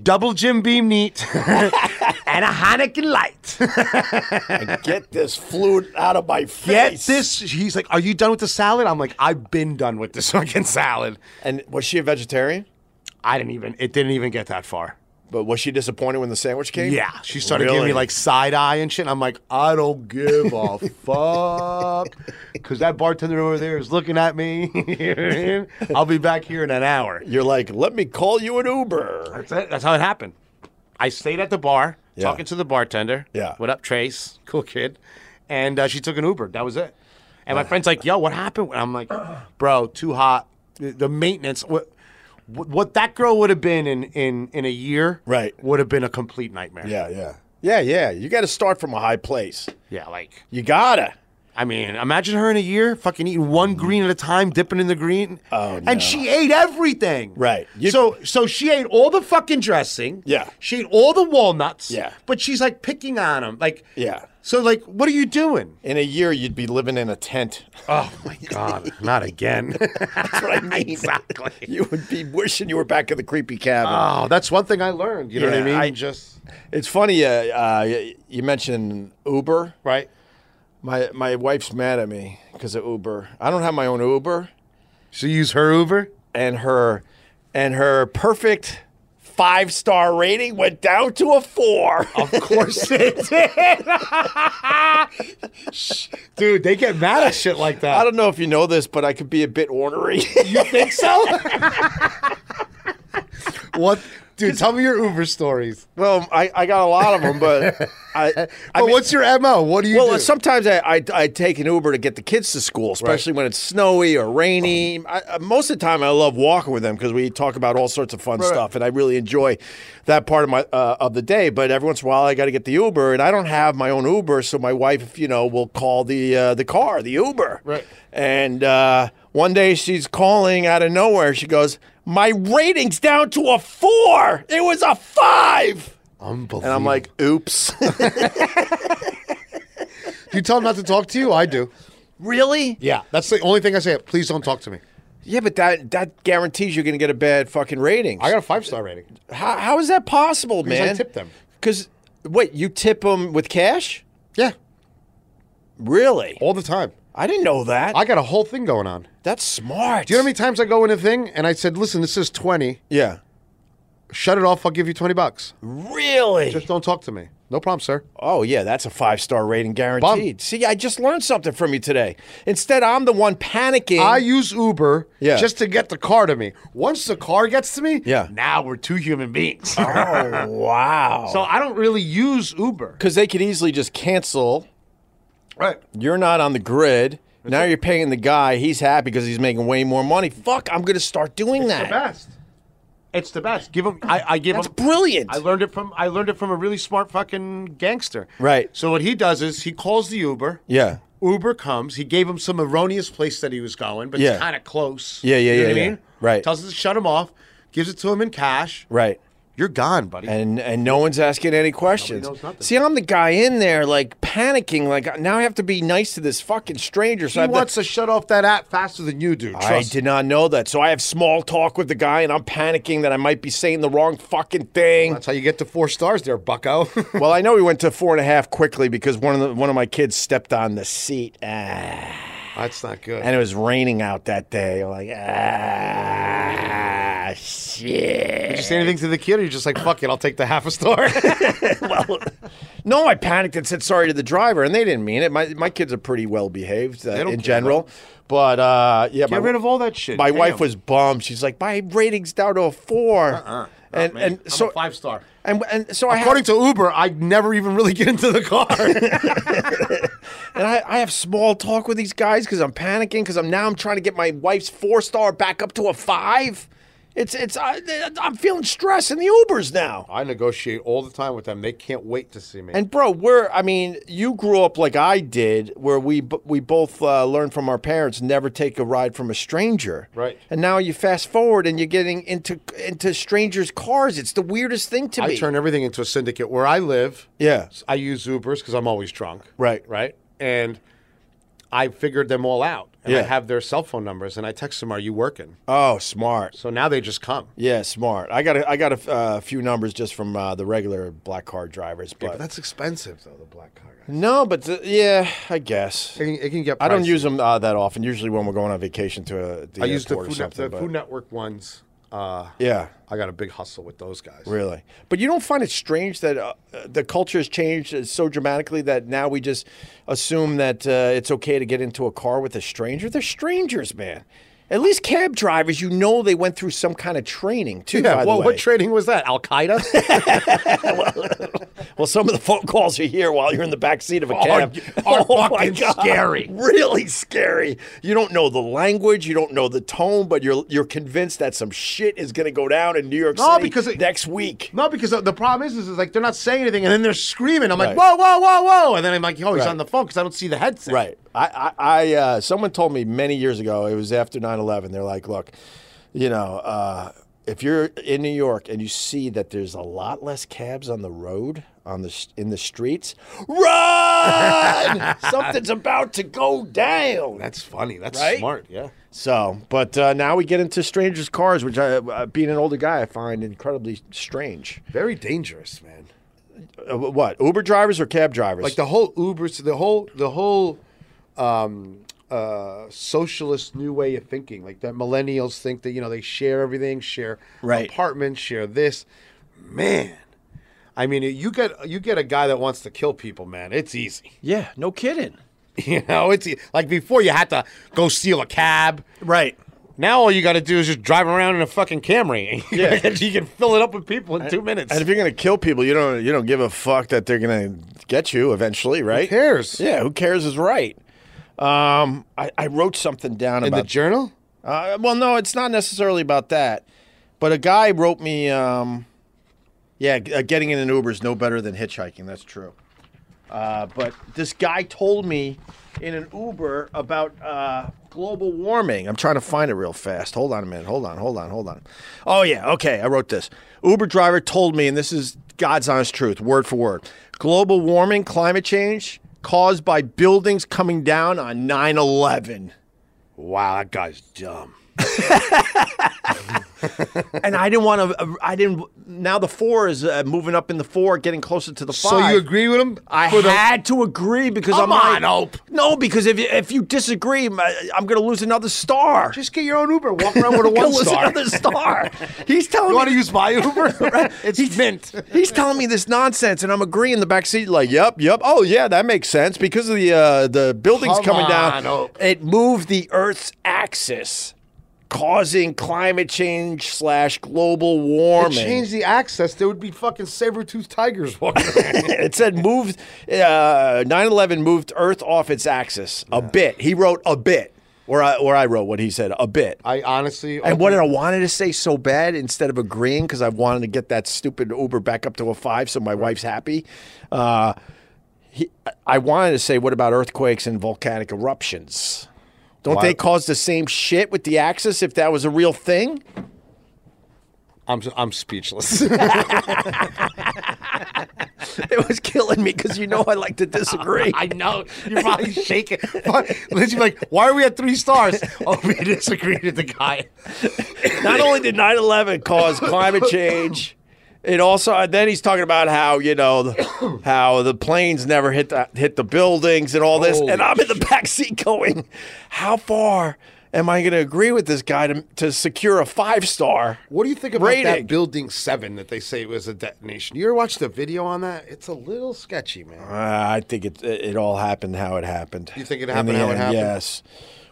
Speaker 2: double Jim Beam neat and a Heineken light.
Speaker 3: Get this fluid out of my face.
Speaker 2: Get this. He's like, are you done with the salad? I'm like, I've been done with this fucking salad.
Speaker 3: And was she a vegetarian?
Speaker 2: I didn't even, it didn't even get that far.
Speaker 3: But was she disappointed when the sandwich came?
Speaker 2: Yeah, she started giving me
Speaker 3: Really?
Speaker 2: like side eye and shit. And I'm like, I don't give a fuck, because that bartender over there is looking at me. I'll be back here in an hour.
Speaker 3: You're like, let me call you an Uber.
Speaker 2: That's it. That's how it happened. I stayed at the bar
Speaker 3: Yeah.
Speaker 2: talking to the bartender.
Speaker 3: Yeah.
Speaker 2: What up, Trace? Cool kid. And uh, she took an Uber. That was it. And
Speaker 3: Uh.
Speaker 2: my friend's like, "Yo, what happened?" And I'm like, "Bro, too hot. The- The maintenance. What, what what that girl would have been in in in a year,
Speaker 3: Right.
Speaker 2: Would have been a complete nightmare.
Speaker 3: Yeah, yeah. Yeah, yeah. You got to start from a high place.
Speaker 2: Yeah. Like,
Speaker 3: You gotta.
Speaker 2: I mean, imagine her in a year, fucking eating one green at a time, dipping in the green.
Speaker 3: Oh, no.
Speaker 2: And she ate everything.
Speaker 3: Right. You-
Speaker 2: so so she ate all the fucking dressing.
Speaker 3: Yeah.
Speaker 2: She ate all the walnuts.
Speaker 3: Yeah.
Speaker 2: But she's like picking on them. Like.
Speaker 3: Yeah.
Speaker 2: So like, what are you doing?
Speaker 3: In a year, you'd be living in a tent.
Speaker 2: Oh my god, not again.
Speaker 3: That's what I mean.
Speaker 2: exactly.
Speaker 3: You would be wishing you were back in the creepy cabin.
Speaker 2: Oh, that's one thing I learned. You know what I
Speaker 3: Yeah,
Speaker 2: mean?
Speaker 3: I-
Speaker 2: just
Speaker 3: Uh, it's funny. Uh, uh, y- you mentioned Uber.
Speaker 2: right.
Speaker 3: My my wife's mad at me because of Uber. I don't have my own Uber,
Speaker 2: So you use her Uber.
Speaker 3: and her and her perfect five star rating went down to a four.
Speaker 2: Of course it did. Shh. Dude, they get mad at shit like that.
Speaker 3: I don't know if you know this, but I could be a bit ornery.
Speaker 2: You think so? what, dude? Tell me your Uber stories.
Speaker 3: well, I, I got a lot of them, but I. I
Speaker 2: But
Speaker 3: mean-
Speaker 2: what's your mo? What do you
Speaker 3: Well, uh,
Speaker 2: do?
Speaker 3: sometimes I, I I take an Uber to get the kids to school, especially when it's snowy or
Speaker 2: Um,
Speaker 3: rainy. I, I- most of the time, I love walking with them because we talk about all sorts of fun stuff, and I really enjoy that part of my uh, of the day. But every once in a while, I got to get the Uber, and I don't have my own Uber, so my wife, you know, will call the uh, the car, the Uber,
Speaker 2: Right.
Speaker 3: And uh, one day, she's calling out of nowhere. She goes, "My rating's down to a four. It was a five.
Speaker 2: Unbelievable.
Speaker 3: And I'm like, "Oops,
Speaker 2: you tell them not to talk to you. I do.
Speaker 3: really?"
Speaker 2: Yeah, that's the only thing I say. Please don't talk to me.
Speaker 3: Yeah, but that that guarantees you're going to get a bad fucking rating.
Speaker 2: I got a five star rating.
Speaker 3: how, how is that possible,
Speaker 2: I
Speaker 3: man?
Speaker 2: tipped them.
Speaker 3: Because Wait, you tip them with cash?
Speaker 2: Yeah,
Speaker 3: Really?
Speaker 2: all the time.
Speaker 3: I didn't know that.
Speaker 2: Oh. I got a whole thing going on.
Speaker 3: That's smart.
Speaker 2: Do you know how many times I go in a thing and I said, "Listen, this is twenty.
Speaker 3: Yeah.
Speaker 2: Shut it off. I'll give you twenty bucks.
Speaker 3: Really?
Speaker 2: Just don't talk to me. No problem, sir."
Speaker 3: Oh yeah, that's a five star rating guaranteed. See, I just learned something from you today. Instead, I'm the one panicking.
Speaker 2: I use Uber
Speaker 3: Yeah.
Speaker 2: just to get the car to me. Once the car gets to me,
Speaker 3: Yeah.
Speaker 2: now we're two human beings.
Speaker 3: oh wow.
Speaker 2: so I don't really use Uber.
Speaker 3: because they could easily just cancel.
Speaker 2: Right.
Speaker 3: You're not on the grid. Now you're paying the guy. He's happy because he's making way more money. Fuck, I'm gonna start doing
Speaker 2: The
Speaker 3: that.
Speaker 2: best. It's the best. Give them. I, I give
Speaker 3: That's
Speaker 2: them.
Speaker 3: brilliant.
Speaker 2: I learned it from. I learned it from a really smart fucking gangster.
Speaker 3: Right.
Speaker 2: So what he does is he calls the Uber.
Speaker 3: yeah.
Speaker 2: Uber comes. He gave him some erroneous place that he was going, but
Speaker 3: Yeah.
Speaker 2: it's kind of close.
Speaker 3: Yeah,
Speaker 2: you know
Speaker 3: yeah, yeah,
Speaker 2: What
Speaker 3: yeah.
Speaker 2: I mean?
Speaker 3: Right.
Speaker 2: Tells him to shut him off. Gives it to him in cash.
Speaker 3: Right.
Speaker 2: You're gone, buddy.
Speaker 3: And and no one's asking any questions.
Speaker 2: knows nothing.
Speaker 3: See, I'm the guy in there like panicking. Like now I have to be nice to this fucking stranger. So
Speaker 2: he
Speaker 3: I have to-
Speaker 2: wants to shut off that app faster than you do. Trust
Speaker 3: I
Speaker 2: me.
Speaker 3: did not know that. So I have small talk with the guy and I'm panicking that I might be saying the wrong fucking thing.
Speaker 2: That's how you get to four stars there, bucko.
Speaker 3: well, I know we went to four and a half quickly because one of the, one of my kids stepped on the seat. Ah.
Speaker 2: That's not good.
Speaker 3: And it was raining out that day. Like, ah, shit.
Speaker 2: Did you say anything to the kid, or you're just like, fuck it, I'll take the half a star?
Speaker 3: well, no, I panicked and said sorry to the driver, and they didn't mean it. My my kids are pretty well behaved uh,
Speaker 2: don't
Speaker 3: in
Speaker 2: care
Speaker 3: general, but uh, yeah,
Speaker 2: Get rid of all that shit.
Speaker 3: My
Speaker 2: Damn. Uh-uh.
Speaker 3: wife was bummed. She's like, my rating's down to a 4
Speaker 2: Uh-huh. Not
Speaker 3: and
Speaker 2: me.
Speaker 3: and
Speaker 2: I'm a
Speaker 3: so
Speaker 2: five star.
Speaker 3: and and so I have,
Speaker 2: According to Uber, I never even really get into the car.
Speaker 3: and I, I have small talk with these guys because I'm panicking because I'm now I'm trying to get my wife's four star back up to a five. It's it's I, I'm feeling stress in the Ubers now.
Speaker 2: I negotiate all the time with them. They can't wait to see me.
Speaker 3: And bro, we're I mean, you grew up like I did, where we b- we both uh, learned from our parents never take a ride from a stranger.
Speaker 2: Right.
Speaker 3: And now you fast forward and you're getting into into strangers' cars. It's the weirdest thing to
Speaker 2: I
Speaker 3: me.
Speaker 2: turn everything into a syndicate. Where I live,
Speaker 3: Yeah.
Speaker 2: I use Ubers because I'm always drunk.
Speaker 3: Right.
Speaker 2: Right. And I figured them all out. And I
Speaker 3: Yeah.
Speaker 2: have their cell phone numbers, and I text them, "Are you working?"
Speaker 3: Oh, smart.
Speaker 2: So now they just come.
Speaker 3: Yeah, smart. I got a, I got a f- uh, few numbers just from uh, the regular black car drivers, but,
Speaker 2: But that's expensive, though. The black car. guy.
Speaker 3: no, but the, yeah, I guess.
Speaker 2: It can, it can get.
Speaker 3: I don't
Speaker 2: pricey.
Speaker 3: use them uh, that often. Usually when we're going on vacation to a the
Speaker 2: I used the
Speaker 3: airport or
Speaker 2: Food, Net-
Speaker 3: something.
Speaker 2: the
Speaker 3: but-
Speaker 2: Food Network ones. Uh,
Speaker 3: yeah.
Speaker 2: I got a big hustle with those guys.
Speaker 3: Really, but you don't find it strange that uh, uh, the culture has changed uh, so dramatically that now we just assume that uh, it's okay to get into a car with a stranger? They're strangers, man. At least cab drivers, you know, they went through some kind of training too.
Speaker 2: Yeah.
Speaker 3: by
Speaker 2: Well,
Speaker 3: the way.
Speaker 2: what training was that? Al Qaeda?
Speaker 3: well, some of the phone calls are here while you're in the back seat of a
Speaker 2: Are-
Speaker 3: cab. Oh,
Speaker 2: are
Speaker 3: my
Speaker 2: fucking scary.
Speaker 3: really scary. You don't know the language, you don't know the tone, but you're you're convinced that some shit is going to go down in New York
Speaker 2: No,
Speaker 3: City
Speaker 2: because it-
Speaker 3: next week.
Speaker 2: no, because the- the problem is, is, is like they're not saying anything, and then they're screaming. I'm like,
Speaker 3: Right.
Speaker 2: whoa, whoa, whoa, whoa, and then I'm like, oh, he's
Speaker 3: Right.
Speaker 2: on the phone because I don't see the headset.
Speaker 3: Right. I, I, I uh, someone told me many years ago, it was after 9 11. They're like, look, you know, uh, if you're in New York and you see that there's a lot less cabs on the road, on the s- in the streets, run! Something's about to go down.
Speaker 2: That's funny. That's
Speaker 3: Right?
Speaker 2: smart. Yeah.
Speaker 3: So, but uh, now we get into strangers' cars, which I, uh, being an older guy, I find incredibly strange.
Speaker 2: Very dangerous, man.
Speaker 3: Uh, what Uber drivers or cab drivers?
Speaker 2: Like the whole Uber, the whole, the whole. Um, uh, socialist new way of thinking, like that millennials think that you know they share everything, share
Speaker 3: Right.
Speaker 2: apartments, share this. Man, I mean, you get you get a guy that wants to kill people, man. It's easy.
Speaker 3: yeah, no kidding.
Speaker 2: You know, it's e, like before you had to go steal a cab.
Speaker 3: Right.
Speaker 2: Now all you got to do is just drive around in a fucking Camry.
Speaker 3: Yeah.
Speaker 2: and you can fill it up with people in two minutes.
Speaker 3: And if you're gonna kill people, you don't you don't give a fuck that they're gonna get you eventually, right?
Speaker 2: cares?
Speaker 3: Yeah, who cares is right. Um, I, I wrote something down
Speaker 2: in the
Speaker 3: about.
Speaker 2: journal,
Speaker 3: uh, well, no, it's not necessarily about that, but a guy wrote me. Um, yeah, g- uh, getting in an Uber is no better than hitchhiking. That's true. Uh, but this guy told me in an Uber about uh, global warming. I'm trying to find it real fast. Hold on a minute. Hold on. Hold on. Hold on. Oh, yeah. Okay. I wrote this. Uber driver told me, and this is God's honest truth, word for word global warming, climate change caused by buildings coming down on 9 11.
Speaker 2: wow, that guy's dumb.
Speaker 3: and I didn't want to. I didn't. Now the four is uh, moving up in the four, getting closer to the five.
Speaker 2: So you agree with him?
Speaker 3: I
Speaker 2: For the-
Speaker 3: had to agree because
Speaker 2: Come
Speaker 3: I'm
Speaker 2: on,
Speaker 3: like,
Speaker 2: Hope.
Speaker 3: No, because if you, if you disagree, my- I'm going to lose another star.
Speaker 2: Just get your own Uber. Walk around with a
Speaker 3: I'm gonna
Speaker 2: one
Speaker 3: lose
Speaker 2: star.
Speaker 3: another star. He's telling
Speaker 2: You want
Speaker 3: me
Speaker 2: to use my Uber? it's mint.
Speaker 3: He's telling me this nonsense, and I'm agreeing in the back seat, like, "Yep, yep. Oh, yeah, that makes sense because of the uh, the buildings
Speaker 2: Come
Speaker 3: coming down.
Speaker 2: on, Hope.
Speaker 3: It moved the Earth's axis, causing climate change slash global warming.
Speaker 2: Change the access. There would be fucking saber-toothed tigers walking around.
Speaker 3: it said moved uh, 9/11 moved Earth off its axis a bit. He wrote a bit, or I or I wrote what he said a bit.
Speaker 2: I honestly.
Speaker 3: and what did I wanted to say so bad instead of agreeing because I wanted to get that stupid Uber back up to a five so my wife's happy. Uh, he, I- I wanted to say, what about earthquakes and volcanic eruptions? Don't
Speaker 2: Why-
Speaker 3: they cause the same shit with the axis if that was a real thing?
Speaker 2: I'm I'm speechless.
Speaker 3: It was killing me because you know I like to disagree.
Speaker 2: I know. You're probably shaking. Lindsay's like, why are we at three stars? Oh, we disagreed with the guy.
Speaker 3: Not only did 9 11 cause climate change, it also, and then he's talking about how, you know, the- how the planes never hit the, hit the buildings and all this. and
Speaker 2: Holy
Speaker 3: I'm in the backseat going, how far am I going to agree with this guy to, to secure a five star?
Speaker 2: What do you think about
Speaker 3: Rating.
Speaker 2: that building seven that they say was a detonation? You ever watched the video on that? It's a little sketchy, man.
Speaker 3: Uh, I think it, it it all happened how it happened.
Speaker 2: You think it
Speaker 3: In
Speaker 2: happened
Speaker 3: the
Speaker 2: how it happened?
Speaker 3: Yes.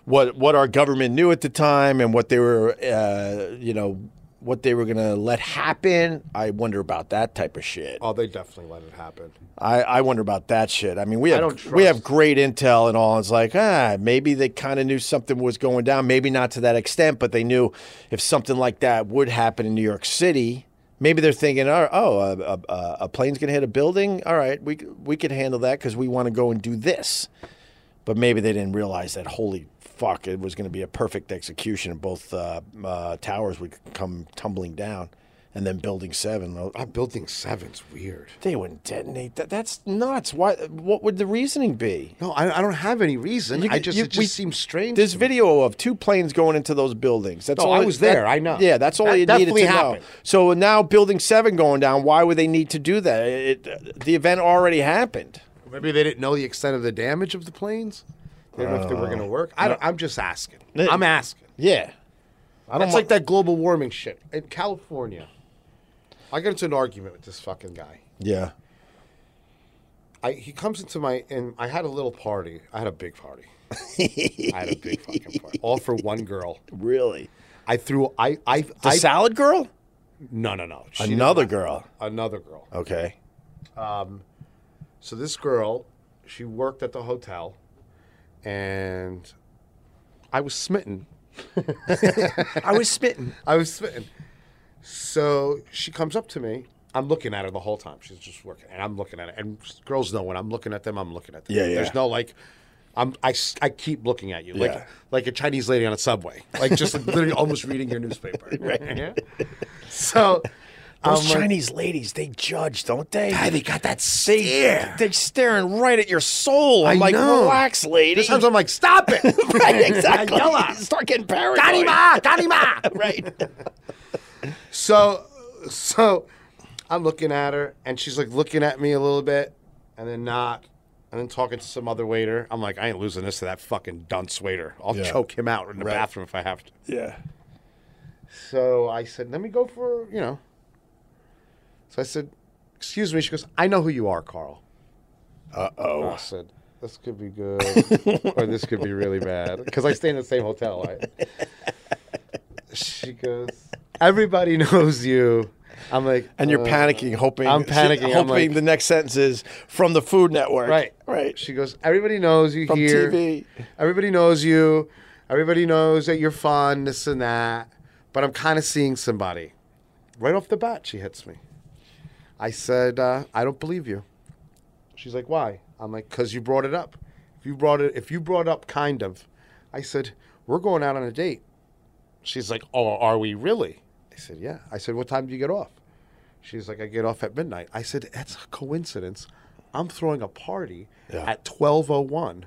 Speaker 3: What what our government knew at the time and what they were, uh, you know, what they were going to let happen. I wonder about that type of shit.
Speaker 2: Oh, they definitely let it happen.
Speaker 3: I, I wonder about that shit. I mean, we have
Speaker 2: don't
Speaker 3: we have
Speaker 2: trust-
Speaker 3: great intel and all. It's like ah, maybe they kind of knew something was going down. Maybe not to that extent, but they knew if something like that would happen in New York City. Maybe they're thinking, oh, oh a, a, a plane's gonna hit a building. All right, we c- we could handle that because we want to go and do this. But maybe they didn't realize that. Holy fuck! It was gonna be a perfect execution, and both uh, uh, towers would come tumbling down, and then Building Seven. uh,
Speaker 2: Ah, building seven's weird.
Speaker 3: they wouldn't detonate that. That's nuts. Why? What would the reasoning be?
Speaker 2: No, I, I don't have any reason. I just
Speaker 3: you-
Speaker 2: it just
Speaker 3: we-
Speaker 2: seems strange.
Speaker 3: There's
Speaker 2: to me.
Speaker 3: video of two planes going into those buildings. That's
Speaker 2: No,
Speaker 3: all.
Speaker 2: I
Speaker 3: it-
Speaker 2: was
Speaker 3: that-
Speaker 2: there. I know.
Speaker 3: Yeah, that's all
Speaker 2: That
Speaker 3: you needed
Speaker 2: definitely
Speaker 3: to know.
Speaker 2: happened.
Speaker 3: So now building seven going down. Why would they need to do that? It, the event already happened.
Speaker 2: Maybe they didn't know the extent of the damage of the planes. They didn't know if they were going to
Speaker 3: Uh,
Speaker 2: work. I don't, I'm just asking. I'm asking.
Speaker 3: Yeah.
Speaker 2: I
Speaker 3: don't
Speaker 2: That's
Speaker 3: wa-
Speaker 2: like that global warming shit in California. I got into an argument with this fucking guy.
Speaker 3: Yeah.
Speaker 2: I, he comes into my and I had a little party. I had a big party. I had a big fucking party, all for one girl.
Speaker 3: Really.
Speaker 2: I threw. I. I.
Speaker 3: The
Speaker 2: I
Speaker 3: salad girl.
Speaker 2: no, no, no. She didn't
Speaker 3: Another
Speaker 2: like-
Speaker 3: girl.
Speaker 2: Another girl.
Speaker 3: Okay.
Speaker 2: So this girl, she worked at the hotel, and I was smitten.
Speaker 3: I was spitting.
Speaker 2: I was smitten. So she comes up to me. I'm looking at her the whole time. She's just working, and I'm looking at her. And girls know when I'm looking at them, I'm looking at them.
Speaker 3: Yeah, yeah.
Speaker 2: There's no like, I'm I, s- I keep looking at you like
Speaker 3: Yeah.
Speaker 2: like a Chinese lady on a subway, like just literally almost reading your newspaper. Right. So
Speaker 3: Those
Speaker 2: I'm like-
Speaker 3: Chinese ladies, they judge, don't they?
Speaker 2: they got that
Speaker 3: They,
Speaker 2: stare.
Speaker 3: They're staring right at your soul. I'm
Speaker 2: I
Speaker 3: like,
Speaker 2: know.
Speaker 3: relax, lady.
Speaker 2: Sometimes I'm like, stop it.
Speaker 3: right, exactly. Start getting paranoid.
Speaker 2: Ganima, Ganima.
Speaker 3: Right.
Speaker 2: So, so I'm looking at her, and she's like looking at me a little bit, and then not, and then talking to some other waiter. I'm like, I ain't losing this to that fucking dunce waiter. I'll
Speaker 3: Yeah.
Speaker 2: choke him out in the
Speaker 3: Right.
Speaker 2: bathroom if I have to.
Speaker 3: Yeah.
Speaker 2: So I said, let me go for you know. So I said, excuse me. She goes, I know who you are, Carl. Uh oh. I said. This could be good, or this could be really bad. Because I stay in the same hotel, right? She goes, "Everybody knows you." I'm like,
Speaker 3: And you're
Speaker 2: "Uh,
Speaker 3: panicking, hoping.
Speaker 2: I'm panicking, I'm
Speaker 3: hoping
Speaker 2: like-
Speaker 3: the next sentence is from the Food Network.
Speaker 2: Right.
Speaker 3: Right.
Speaker 2: She goes, Everybody knows you
Speaker 3: From
Speaker 2: here.
Speaker 3: TV.
Speaker 2: Everybody knows you. Everybody knows that you're fun, this and that. But I'm kind of seeing somebody. Right off the bat, she hits me. I said, uh, I don't believe you. She's like, Why? I'm like, Because you brought it up. If you brought it, if you brought up kind of, I said, We're going out on a date. She's like, Oh, are we really? I said, Yeah. I said, What time do you get off? She's like, I get off at midnight. I said, That's a coincidence. I'm throwing a party at twelve oh one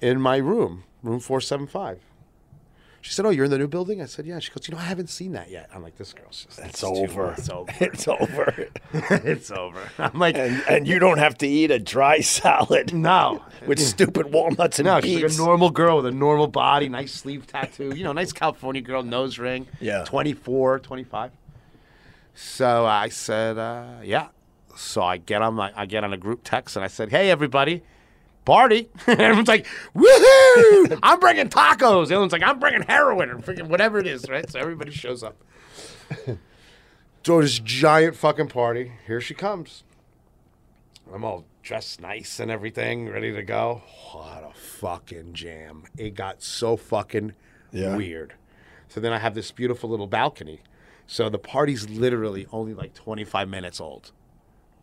Speaker 2: in my room, room four seven five. She said, "Oh, you're in the new building." I said, "Yeah." She goes, "You know, I haven't seen that yet." I'm like, "This girl's just
Speaker 3: It's
Speaker 2: too-
Speaker 3: over.
Speaker 2: It's over.
Speaker 3: It's over.
Speaker 2: it's over." I'm like,
Speaker 3: and and you don't have to eat a dry salad
Speaker 2: "No,
Speaker 3: with stupid walnuts and
Speaker 2: no." She's like
Speaker 3: beets.
Speaker 2: a normal girl with a normal body, nice sleeve tattoo. You know, nice California girl, nose ring.
Speaker 3: Yeah.
Speaker 2: 24, 25. So I said, uh, "Yeah." So I get on my, I get on a group text and I said, "Hey, everybody." Party! Everyone's like, "Woohoo! I'm bringing tacos." Everyone's like, "I'm bringing heroin or freaking whatever it is." Right? So everybody shows up. So this giant fucking party. Here she comes. I'm all dressed nice and everything, ready to go. What a fucking jam. It got so fucking
Speaker 3: Yeah.
Speaker 2: weird. So then I have this beautiful little balcony. So the party's literally only like 25 minutes old.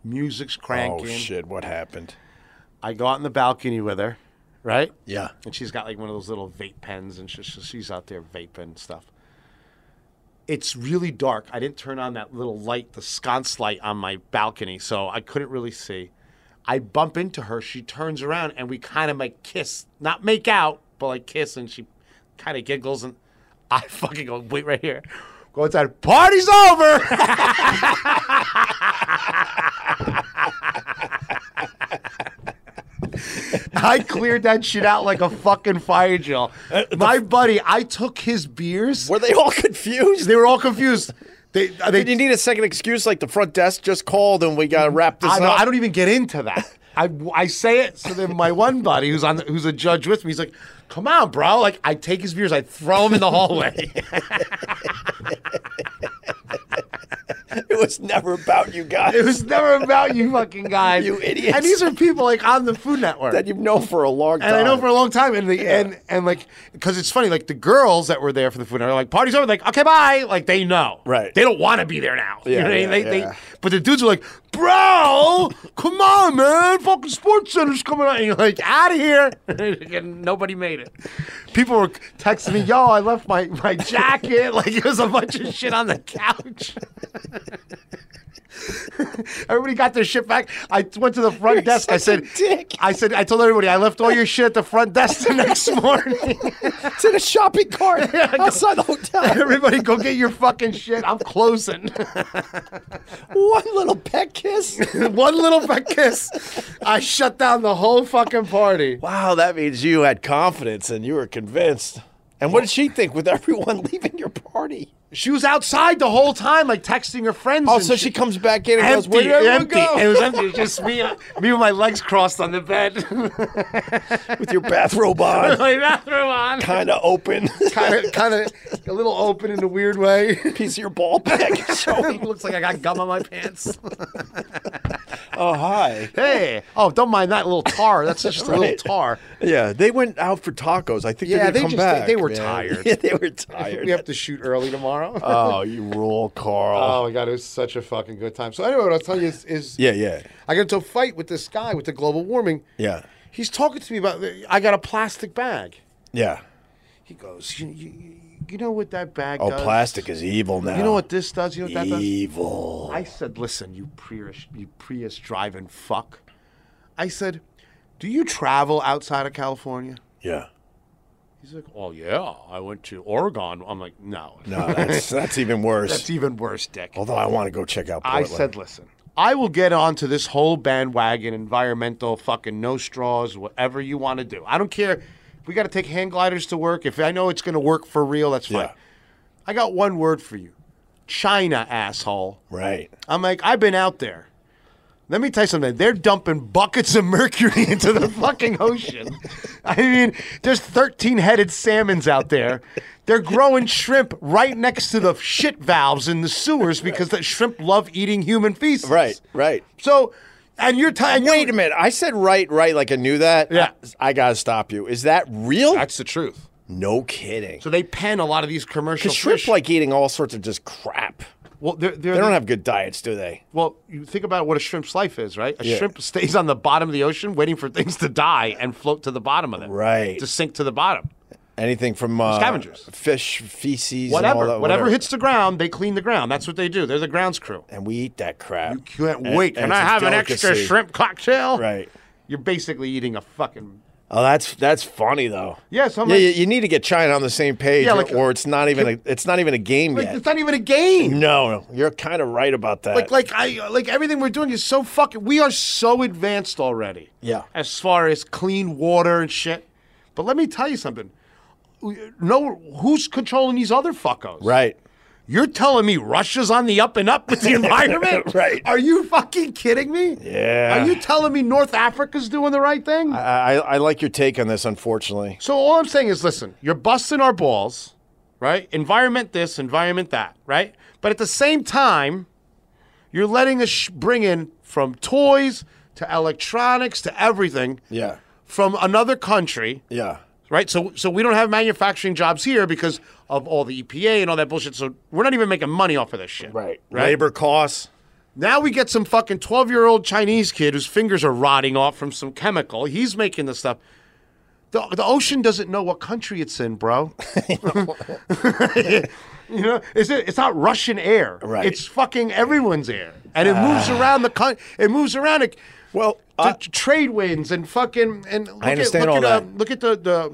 Speaker 2: Music's
Speaker 3: oh
Speaker 2: cranking.
Speaker 3: shit! What happened?
Speaker 2: I go out on the balcony with her, right?
Speaker 3: Yeah.
Speaker 2: And she's got like one of those little vape pens, and she, she- she's out there vaping stuff. It's really dark. I didn't turn on that little light, the sconce light on my balcony, so I couldn't really see. I bump into her. She turns around, and we kind of like kiss, not make out, but like kiss, and she kind of giggles, and I fucking go, wait right here. Go outside. Party's over. I cleared that shit out like a fucking fire drill. My buddy, I took his beers.
Speaker 3: Were they all confused?
Speaker 2: They were all confused. They, uh, they,
Speaker 3: Did you need a second excuse? Like the front desk just called and we got to wrap this
Speaker 2: Mm-hmm. I,
Speaker 3: up.
Speaker 2: don't- I don't even get into that. I, I say it so then my one buddy who's on who's a judge with me he's like, come on, bro. Like I take his beers, I throw him in the hallway.
Speaker 3: It was never about you guys
Speaker 2: it was never about you, fucking guys.
Speaker 3: You idiots.
Speaker 2: And these are people like on the Food Network.
Speaker 3: that you've known for a long time.
Speaker 2: and I know for a long time, and the and and like because it's funny, like the girls that were there for the food are like party's over, like okay, bye, like they know,
Speaker 3: Right.
Speaker 2: They don't want to be there now, you
Speaker 3: Yeah,
Speaker 2: know what I mean?
Speaker 3: yeah,
Speaker 2: They,
Speaker 3: yeah.
Speaker 2: they, but the dudes are like, bro, come on, man, fucking Sports Center's coming out, and you're like, out of here, and nobody made it. People were texting me, yo, I left my my jacket, like it was a bunch of shit on the couch. Everybody got their shit back. I went to the front desk. I
Speaker 3: such a
Speaker 2: said,
Speaker 3: dick.
Speaker 2: I said, I told everybody, I left all your shit at the front desk the next morning.
Speaker 3: it's in a shopping cart outside the hotel.
Speaker 2: everybody, go get your fucking shit. I'm closing.
Speaker 3: One little pet kiss.
Speaker 2: One little fuck kiss. I shut down the whole fucking party.
Speaker 3: Wow, that means you had confidence and you were convinced. And what did she think with everyone leaving your party?
Speaker 2: She was outside the whole time, like texting her friends.
Speaker 3: Oh,
Speaker 2: and
Speaker 3: so
Speaker 2: shit.
Speaker 3: she comes back in and goes,
Speaker 2: empty,
Speaker 3: "Where did everyone
Speaker 2: empty.
Speaker 3: go?"
Speaker 2: It was empty. It was just me, me with my legs crossed on the bed,
Speaker 3: with your bathrobe on,
Speaker 2: my bathroom on,
Speaker 3: kind of open,
Speaker 2: kind of, kind of a little open in a weird way.
Speaker 3: piece of your ball bag showing.
Speaker 2: Looks like I got gum on my pants.
Speaker 3: Oh, hi.
Speaker 2: Hey, oh, don't mind that little tar. That's just a little
Speaker 3: Right.
Speaker 2: tar.
Speaker 3: Yeah, they went out for tacos. I think
Speaker 2: Yeah,
Speaker 3: they're gonna
Speaker 2: they
Speaker 3: come
Speaker 2: just- they-
Speaker 3: back.
Speaker 2: they were
Speaker 3: man.
Speaker 2: tired.
Speaker 3: Yeah, they were tired.
Speaker 2: We have to shoot early tomorrow.
Speaker 3: Oh, you rule, Carl.
Speaker 2: Uh, oh my god, it was such a fucking good time. So anyway, what I'll tell you is, is
Speaker 3: yeah, yeah,
Speaker 2: I got into a fight with this guy with the global warming.
Speaker 3: yeah,
Speaker 2: He's talking to me about the- I got a plastic bag.
Speaker 3: yeah.
Speaker 2: He goes, you, you, you know what that bag
Speaker 3: Oh,
Speaker 2: does?
Speaker 3: plastic is evil now.
Speaker 2: You know what this does? You know what that does?
Speaker 3: Evil.
Speaker 2: I said, listen, you Prius, you Prius driving fuck. I said, do you travel outside of California?
Speaker 3: Yeah.
Speaker 2: He's like, oh yeah, I went to Oregon. I'm like, no,
Speaker 3: No, that's that's even worse.
Speaker 2: That's even worse, Dick.
Speaker 3: Although I want to go check out.
Speaker 2: I
Speaker 3: Portland.
Speaker 2: said, listen, I will get onto this whole bandwagon, environmental, fucking no straws, whatever you want to do. I don't care. If we got to take hand gliders to work, if I know it's going to work for real, that's fine.
Speaker 3: Yeah.
Speaker 2: I got one word for you China, asshole.
Speaker 3: right.
Speaker 2: I'm like, I've been out there. Let me tell you something. They're dumping buckets of mercury into the fucking ocean. I mean, there's 13 headed salmons out there. They're growing shrimp right next to the shit valves in the sewers because the shrimp love eating human feces.
Speaker 3: Right. Right.
Speaker 2: So, and you're telling
Speaker 3: Wait a minute. I said right, right, like I knew that.
Speaker 2: Yeah.
Speaker 3: I, I gotta stop you. Is that real?
Speaker 2: That's the truth.
Speaker 3: no kidding.
Speaker 2: So they pen a lot of these commercial
Speaker 3: Because shrimp
Speaker 2: fish.
Speaker 3: like eating all sorts of just crap.
Speaker 2: well, they're, they're,
Speaker 3: They don't have good diets, do they?
Speaker 2: Well, you think about what a shrimp's life is, right? A
Speaker 3: Yeah.
Speaker 2: shrimp stays on the bottom of the ocean waiting for things to die and float to the bottom of it.
Speaker 3: Right.
Speaker 2: To sink to the bottom.
Speaker 3: Anything from uh,
Speaker 2: Scavengers.
Speaker 3: fish feces,
Speaker 2: Whatever,
Speaker 3: and all that,
Speaker 2: whatever. hits the ground, they clean the ground. That's what they do. They're the grounds crew.
Speaker 3: and we eat that crap. You
Speaker 2: Can't wait. Can I have an extra shrimp cocktail?
Speaker 3: Right.
Speaker 2: You're basically eating a fucking
Speaker 3: Oh, that's that's funny though.
Speaker 2: Yeah, so I'm
Speaker 3: yeah,
Speaker 2: like-
Speaker 3: you, you need to get China on the same page,
Speaker 2: Yeah,
Speaker 3: or-
Speaker 2: like-
Speaker 3: or, it's not even a, it's not even a game
Speaker 2: Like,
Speaker 3: yet.
Speaker 2: it's not even a game.
Speaker 3: No, no, you're kind of right about that.
Speaker 2: Like, like I, like everything we're doing is so fucking. We are so advanced already.
Speaker 3: Yeah.
Speaker 2: As far as clean water and shit, but let me tell you something. No, who's controlling these other fuckos?
Speaker 3: right.
Speaker 2: You're telling me Russia's on the up and up with the environment?
Speaker 3: Right.
Speaker 2: Are you fucking kidding me?
Speaker 3: Yeah.
Speaker 2: Are you telling me North Africa's doing the right thing?
Speaker 3: I, I, I like your take on this. Unfortunately,
Speaker 2: So all I'm saying is, listen, you're busting our balls, right? Environment this, environment that, right? But at the same time, you're letting us sh- bring in from toys to electronics to everything
Speaker 3: yeah,
Speaker 2: from another country,
Speaker 3: yeah,
Speaker 2: right? So so we don't have manufacturing jobs here because of all the EPA and all that bullshit. So we're not even making money off of this shit, Right.
Speaker 3: Labor costs.
Speaker 2: Now we get some fucking 12 year old Chinese kid whose fingers are rotting off from some chemical. He's making this stuff. The, the ocean doesn't know what country it's in, bro. you know, it's, it's not Russian air.
Speaker 3: Right. Ah.
Speaker 2: It's fucking everyone's air. And it moves around the country. It moves around. It,
Speaker 3: Well,
Speaker 2: the
Speaker 3: I-
Speaker 2: trade winds and fucking. and look
Speaker 3: Uh, understand
Speaker 2: at, look
Speaker 3: all
Speaker 2: at, uh,
Speaker 3: that.
Speaker 2: look at the. the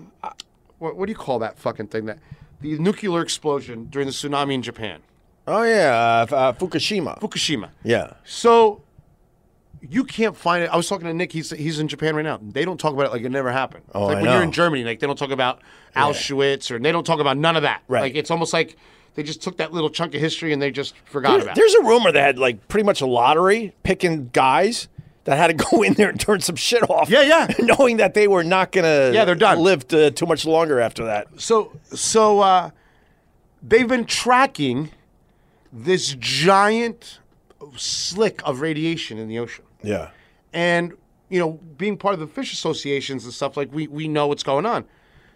Speaker 2: what, what do you call that fucking thing? That The nuclear explosion during the tsunami in Japan,
Speaker 3: oh yeah, uh, F- uh, Fukushima.
Speaker 2: Fukushima.
Speaker 3: yeah,
Speaker 2: So you can't find it. I was talking to Nick. He's he's in Japan right now. They don't talk about it like it never happened. It's
Speaker 3: Oh,
Speaker 2: like
Speaker 3: I
Speaker 2: when you're in
Speaker 3: know.
Speaker 2: Germany, like they don't talk about Auschwitz or they don't talk about none of that.
Speaker 3: Right.
Speaker 2: Like it's almost like they just took that little chunk of history and they just forgot
Speaker 3: There-
Speaker 2: about it.
Speaker 3: there's a rumor that had like pretty much a lottery picking guys that had to go in there and turn some shit off.
Speaker 2: Yeah, yeah.
Speaker 3: knowing that they were not gonna
Speaker 2: Yeah, they're done.
Speaker 3: live to, too much longer after that.
Speaker 2: So so uh, they've been tracking this giant slick of radiation in the ocean.
Speaker 3: Yeah,
Speaker 2: and you know being part of the fish associations and stuff like we we know what's going on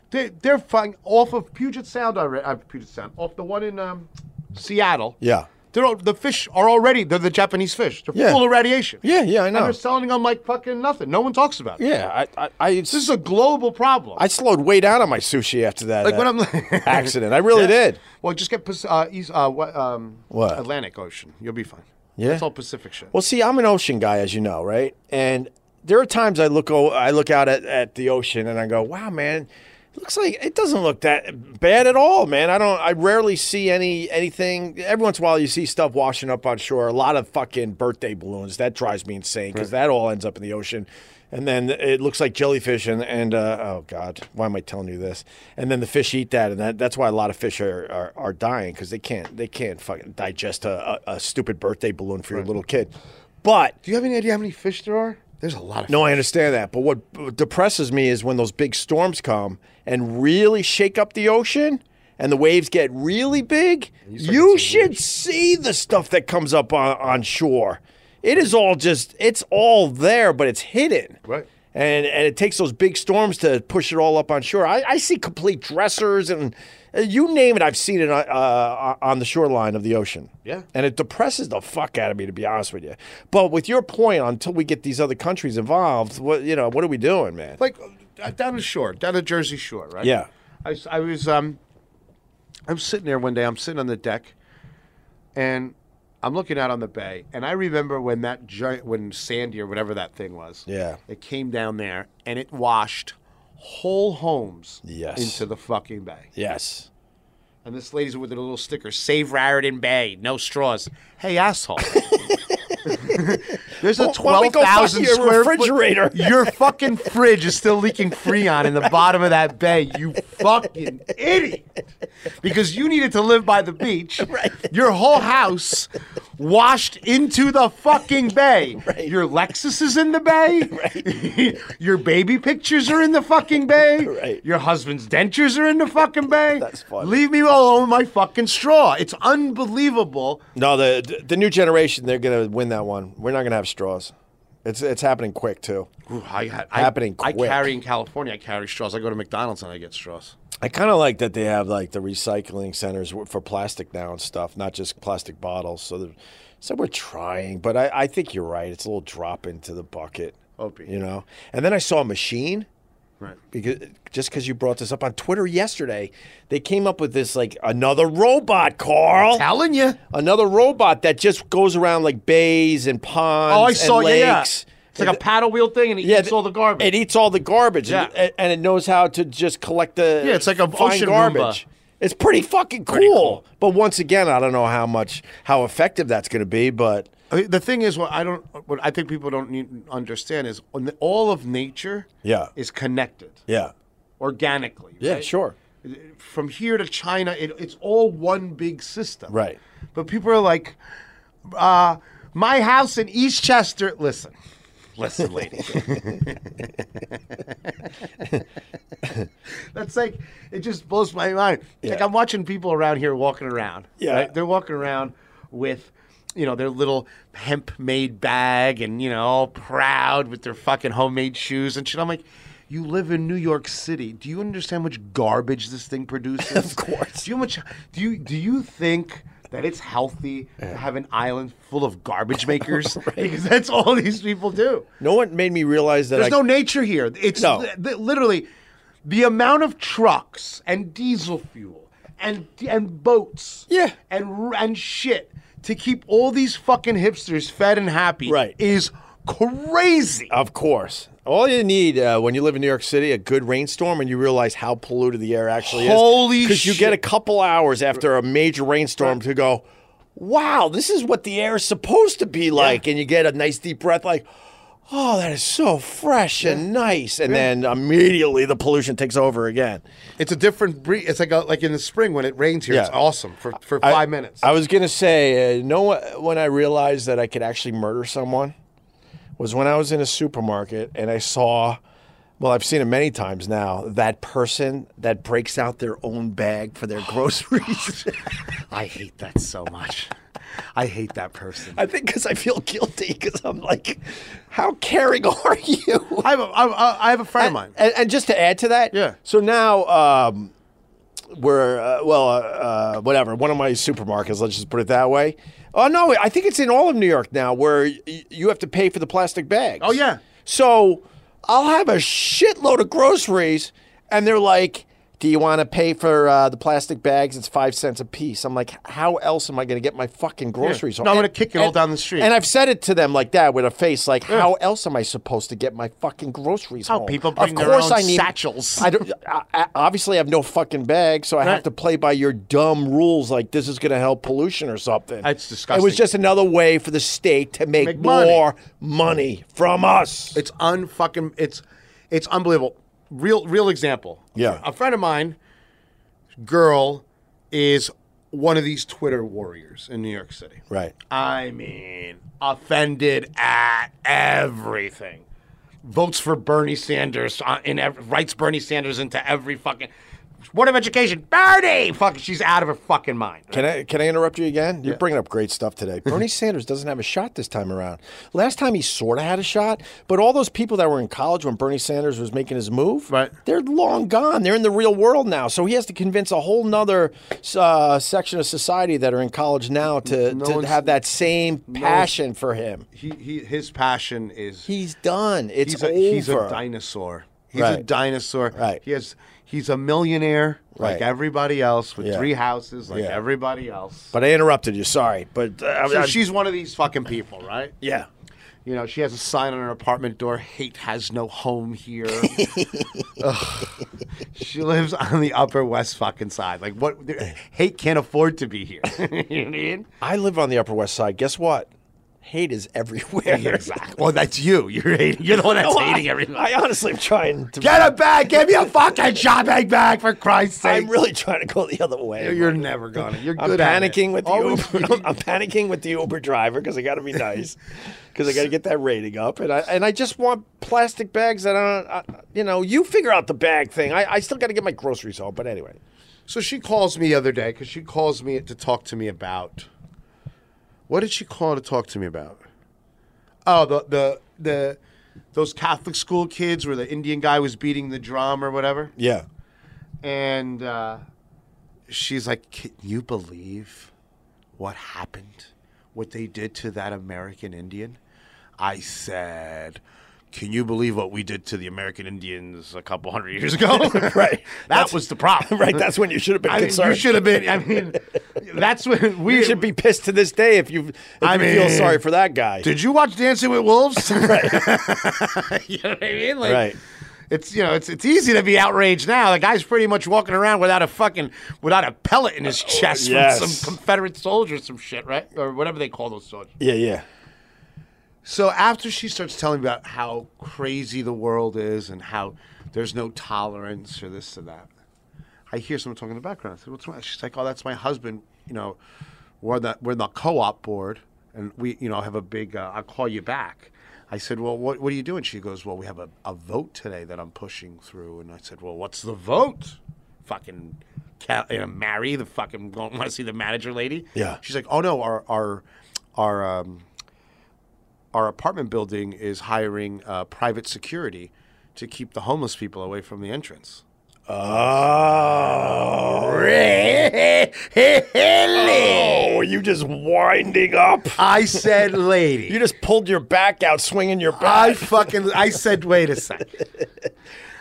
Speaker 2: they, they're flying off of puget sound already uh, puget sound off the one in um, seattle
Speaker 3: Yeah.
Speaker 2: they're all, the fish are already they're the japanese fish they're
Speaker 3: Yeah.
Speaker 2: full of radiation
Speaker 3: yeah, yeah. I
Speaker 2: and
Speaker 3: know.
Speaker 2: they're selling them like fucking nothing no one talks about it
Speaker 3: Yeah, I, I, I
Speaker 2: this is a global problem
Speaker 3: I slowed way down on my sushi after that.
Speaker 2: Like, when
Speaker 3: uh,
Speaker 2: I'm-
Speaker 3: accident, I really did.
Speaker 2: well just get Pac- uh, east, uh, what, um,
Speaker 3: What?
Speaker 2: atlantic ocean you'll be fine
Speaker 3: Yeah?
Speaker 2: it's all pacific shit
Speaker 3: Well, see, I'm an ocean guy, as you know, right? And there are times I look o- I look out at, at the ocean and I go, "Wow, man, it looks like it doesn't look that bad at all, man." I don't. I rarely see any anything. Every once in a while, you see stuff washing up on shore. A lot of fucking birthday balloons. That drives me insane because that all ends up in the ocean. And then it looks like jellyfish, and, and uh, oh god, why am I telling you this? And then the fish eat that, and that, that's why a lot of fish are, are, are dying because they can't they can't fucking digest a, a, a stupid birthday balloon for your little kid. But
Speaker 2: do you have any idea how many fish there are there's a lot of
Speaker 3: no, I understand that. But what b- depresses me is when those big storms come and really shake up the ocean and the waves get really big. You should see the stuff that comes up on, on shore. It is all just, it's all there, but it's hidden.
Speaker 2: Right.
Speaker 3: And, and it takes those big storms to push it all up on shore. I, I see complete dressers and uh, you name it, I've seen it on, uh, on the shoreline of the ocean.
Speaker 2: Yeah.
Speaker 3: And it depresses the fuck out of me, to be honest with you. But with your point, until we get these other countries involved, what you know, what are we doing, man?
Speaker 2: like uh, down the shore, down the Jersey Shore, right?
Speaker 3: Yeah.
Speaker 2: I, s- I was um, I'm sitting there one day. I'm sitting on the deck, and I'm looking out on the bay, and I remember when that giant, when Sandy or whatever that thing was,
Speaker 3: Yeah.
Speaker 2: it came down there and it washed whole homes
Speaker 3: Yes.
Speaker 2: into the fucking bay.
Speaker 3: yes.
Speaker 2: And this lady's with a little sticker, save Raritan Bay, no straws. Hey, asshole. There's a
Speaker 3: why don't we go fuck
Speaker 2: 12,000
Speaker 3: your
Speaker 2: square foot-
Speaker 3: refrigerator?
Speaker 2: Your fucking fridge is still leaking freon in the bottom of that bay, you fucking idiot. Because you needed to live by the beach. Right. Your whole house washed into the fucking bay.
Speaker 3: Right.
Speaker 2: Your Lexus is in the bay. Right. your baby pictures are in the fucking bay.
Speaker 3: Right.
Speaker 2: Your husband's dentures are in the fucking bay.
Speaker 3: That's funny.
Speaker 2: Leave me alone with my fucking straw. It's unbelievable.
Speaker 3: No, the the new generation, they're gonna win that one. We're not gonna have straws. It's it's happening quick too.
Speaker 2: Ooh, I, had-
Speaker 3: Happening
Speaker 2: I,
Speaker 3: quick.
Speaker 2: I carry in California. I carry straws. I go to McDonald's and I get straws.
Speaker 3: I kind of like that they have like the recycling centers w- for plastic now and stuff, not just plastic bottles. So, there- so we're trying, but I, I think you're right. It's a little drop into the bucket,
Speaker 2: Opie.
Speaker 3: you know. And then I saw a machine.
Speaker 2: Right.
Speaker 3: because just because you brought this up on Twitter yesterday, they came up with this like another robot, Carl.
Speaker 2: Telling you.
Speaker 3: Another robot that just goes around like bays and ponds
Speaker 2: Oh, I
Speaker 3: and
Speaker 2: saw- yeah, yeah.
Speaker 3: lakes
Speaker 2: It's like a paddle wheel thing, and it eats
Speaker 3: th-
Speaker 2: all the garbage.
Speaker 3: It eats all the garbage, and-
Speaker 2: Yeah.
Speaker 3: and, and it knows how to just collect the
Speaker 2: Yeah, it's like a
Speaker 3: fine
Speaker 2: ocean
Speaker 3: garbage. It's pretty fucking cool.
Speaker 2: cool.
Speaker 3: But once again, I don't know how much how effective that's going to be. But
Speaker 2: I mean, the thing is, what I don't, what I think people don't need understand is on- all of nature,
Speaker 3: Yeah.
Speaker 2: is connected
Speaker 3: yeah,
Speaker 2: organically.
Speaker 3: yeah,
Speaker 2: right?
Speaker 3: sure.
Speaker 2: From here to China, it, it's all one big system.
Speaker 3: Right.
Speaker 2: But people are like, uh, my house in Eastchester. Listen, listen, lady. That's like it just blows my mind. Like
Speaker 3: Yeah.
Speaker 2: I'm watching people around here walking around.
Speaker 3: Yeah.
Speaker 2: right? they're walking around with. You know, their little hemp made bag and, you know, all proud with their fucking homemade shoes and shit. I'm like, you live in New York City. Do you understand how much garbage this thing produces?
Speaker 3: Of course.
Speaker 2: Do you, know how much, do you, do you think that it's healthy to have an island full of garbage makers? Because that's all these people do.
Speaker 3: No one made me realize that.
Speaker 2: There's
Speaker 3: I,
Speaker 2: no nature here. It's
Speaker 3: No.
Speaker 2: li- li- literally the amount of trucks and diesel fuel and and boats
Speaker 3: Yeah.
Speaker 2: and r- and shit to keep all these fucking hipsters fed and happy
Speaker 3: Right.
Speaker 2: is crazy.
Speaker 3: Of course. All you need uh, when you live in New York City, a good rainstorm, and you realize how polluted the air actually
Speaker 2: Holy
Speaker 3: is. Because you get a
Speaker 2: shit.
Speaker 3: couple hours after a major rainstorm to go, wow, this is what the air is supposed to be like. And you get a nice deep breath, like, oh, that is so fresh and nice. And then immediately the pollution takes over again.
Speaker 2: It's a different breed. It's like a, like in the spring when it rains here.
Speaker 3: Yeah.
Speaker 2: It's awesome for for
Speaker 3: I-
Speaker 2: five minutes.
Speaker 3: I was gonna say, uh, you know what? When I realized that I could actually murder someone was when I was in a supermarket and I saw. Well, I've seen it many times now. That person that breaks out their own bag for
Speaker 2: Oh,
Speaker 3: their groceries.
Speaker 2: I hate that so much. I hate that person.
Speaker 3: I think because I feel guilty because I'm like, how caring are you?
Speaker 2: I have a, I, I have a friend of mine.
Speaker 3: And, and just to add to that,
Speaker 2: Yeah.
Speaker 3: So now um, we're uh, well, uh, uh, whatever. One of my supermarkets, let's just put it that way. Oh no, I think it's in all of New York now, where y- you have to pay for the plastic bags.
Speaker 2: Oh, yeah.
Speaker 3: So I'll have a shitload of groceries, and they're like. Do you want to pay for uh, the plastic bags? It's five cents a piece. I'm like, how else am I going to get my fucking groceries?
Speaker 2: No, I'm gonna kick it all down the street.
Speaker 3: And I've said it to them like that with a face, like, how else am I supposed to get my fucking groceries?
Speaker 2: Oh,
Speaker 3: home?
Speaker 2: people bring
Speaker 3: of
Speaker 2: their
Speaker 3: course
Speaker 2: own
Speaker 3: I need,
Speaker 2: satchels.
Speaker 3: I don't. I, I obviously have no fucking bag, so I have
Speaker 2: Right.
Speaker 3: to play by your dumb rules. Like this is going to help pollution or something.
Speaker 2: That's
Speaker 3: It was
Speaker 2: disgusting.
Speaker 3: just another way for the state to make,
Speaker 2: Make money.
Speaker 3: more money from us.
Speaker 2: It's unfucking. It's it's unbelievable. Real real example.
Speaker 3: Yeah.
Speaker 2: A friend of mine, girl, is one of these Twitter warriors in New York City.
Speaker 3: right.
Speaker 2: I mean, offended at everything. Votes for Bernie Sanders uh, in ev- writes Bernie Sanders into every fucking. What of education, Bernie? Fuck, she's out of her fucking mind.
Speaker 3: Can I can I interrupt you again? You're bringing up great stuff today. Bernie Sanders doesn't have a shot this time around. Last time he sort of had a shot, but all those people that were in college when Bernie Sanders was making his move,
Speaker 2: Right.
Speaker 3: they're long gone. They're in the real world now. So he has to convince a whole nother uh, section of society that are in college now to,
Speaker 2: No
Speaker 3: to
Speaker 2: one's-
Speaker 3: have that same passion for him.
Speaker 2: He, he his passion is
Speaker 3: He's done. It's
Speaker 2: he's a,
Speaker 3: over.
Speaker 2: he's a dinosaur. He's a
Speaker 3: Right.
Speaker 2: dinosaur.
Speaker 3: Right.
Speaker 2: He has he's a millionaire like
Speaker 3: Right.
Speaker 2: everybody else with
Speaker 3: Yeah.
Speaker 2: three houses like
Speaker 3: Yeah.
Speaker 2: everybody else.
Speaker 3: but I interrupted you. Sorry, but uh,
Speaker 2: So
Speaker 3: I-
Speaker 2: she's one of these fucking people, right?
Speaker 3: yeah.
Speaker 2: You know, she has a sign on her apartment door, hate has no home here. Ugh. She lives on the upper west fucking side. Like what hate can't afford to be here. you know what I mean?
Speaker 3: I live on the Upper West Side. Guess what? Hate is everywhere.
Speaker 2: Exactly. Well, that's you. You're hating. You're the one that's hating everything.
Speaker 3: I honestly am trying to.
Speaker 2: Get a bag. Give me a fucking shopping bag for Christ's sake.
Speaker 3: I'm really trying to go the other way.
Speaker 2: You're never gonna. You're
Speaker 3: I'm
Speaker 2: good at it.
Speaker 3: panicking with the
Speaker 2: Always-
Speaker 3: Uber. I'm panicking with the Uber driver because I got to be nice, because I got to get that rating up, and I and I just want plastic bags that I don't. I, you know, you figure out the bag thing. I, I still got to get my groceries home, but anyway.
Speaker 2: So she calls me the other day because she calls me to talk to me about. What did she call to talk to me about? Oh, the the the those Catholic school kids where the Indian guy was beating the drum or whatever,
Speaker 3: Yeah.
Speaker 2: and uh, she's like, "Can you believe what happened? What they did to that American Indian?" I said. Can you believe what we did to the American Indians a couple hundred years ago?
Speaker 3: Right.
Speaker 2: that was the problem.
Speaker 3: Right. That's when you should have been
Speaker 2: I mean, you
Speaker 3: concerned.
Speaker 2: should have been. I mean, that's when we
Speaker 3: You should be pissed to this day if you, if
Speaker 2: I
Speaker 3: you feel
Speaker 2: mean-
Speaker 3: sorry for that guy.
Speaker 2: Did you watch Dancing with Wolves? right. you know what I mean? Like,
Speaker 3: Right.
Speaker 2: It's you know it's it's easy to be outraged now. The guy's pretty much walking around without a fucking without a pellet in his chest
Speaker 3: yes.
Speaker 2: from some Confederate soldier, some shit, right, or whatever they call those soldiers.
Speaker 3: Yeah, yeah.
Speaker 2: So after she starts telling me about how crazy the world is and how there's no tolerance or this or that, I hear someone talking in the background. I said, "What's wrong?" She's like, "Oh, that's my husband. You know, we're the we're the co-op board, and we you know have a big. Uh, I'll call you back." I said, "Well, what what are you doing?" She goes, "Well, we have a, a vote today that I'm pushing through." And I said, "Well, what's the vote?" Fucking. Ca- you know, marry the fucking want to see the manager lady.
Speaker 3: Yeah.
Speaker 2: she's like, oh no, our our our um, our apartment building is hiring uh, private security to keep the homeless people away from the entrance.
Speaker 3: Oh, oh, you just winding up.
Speaker 2: I said,
Speaker 3: You
Speaker 2: lady.
Speaker 3: just pulled your back out, swinging your
Speaker 2: I
Speaker 3: back.
Speaker 2: fucking I said wait a second.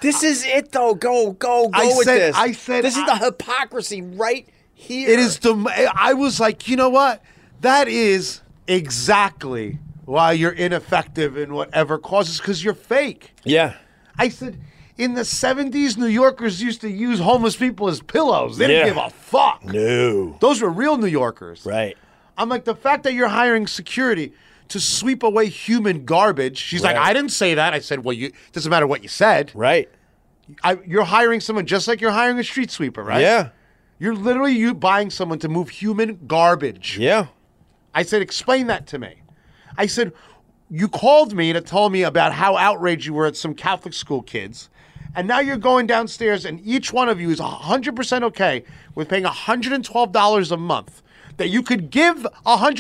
Speaker 3: this is it, though. Go, go, go
Speaker 2: I
Speaker 3: with
Speaker 2: said-
Speaker 3: this.
Speaker 2: I said
Speaker 3: this is
Speaker 2: I-
Speaker 3: the hypocrisy right here.
Speaker 2: It is the I was like, you know what? That is exactly why you're ineffective in whatever causes because you're fake.
Speaker 3: Yeah.
Speaker 2: I said in the 70s New Yorkers used to use homeless people as pillows. They didn't
Speaker 3: Yeah.
Speaker 2: give a fuck.
Speaker 3: No.
Speaker 2: Those were real New Yorkers.
Speaker 3: Right.
Speaker 2: I'm like, the fact that you're hiring security to sweep away human garbage. She's like,
Speaker 3: Right.
Speaker 2: I didn't say that. I said, well, you doesn't matter what you said.
Speaker 3: Right.
Speaker 2: I, you're hiring someone just like you're hiring a street sweeper, right?
Speaker 3: Yeah.
Speaker 2: You're literally you buying someone to move human garbage.
Speaker 3: Yeah.
Speaker 2: I said, explain that to me. I said, you called me to tell me about how outraged you were at some Catholic school kids. And now you're going downstairs, and each one of you is 100% okay with paying $112 a month. That you could give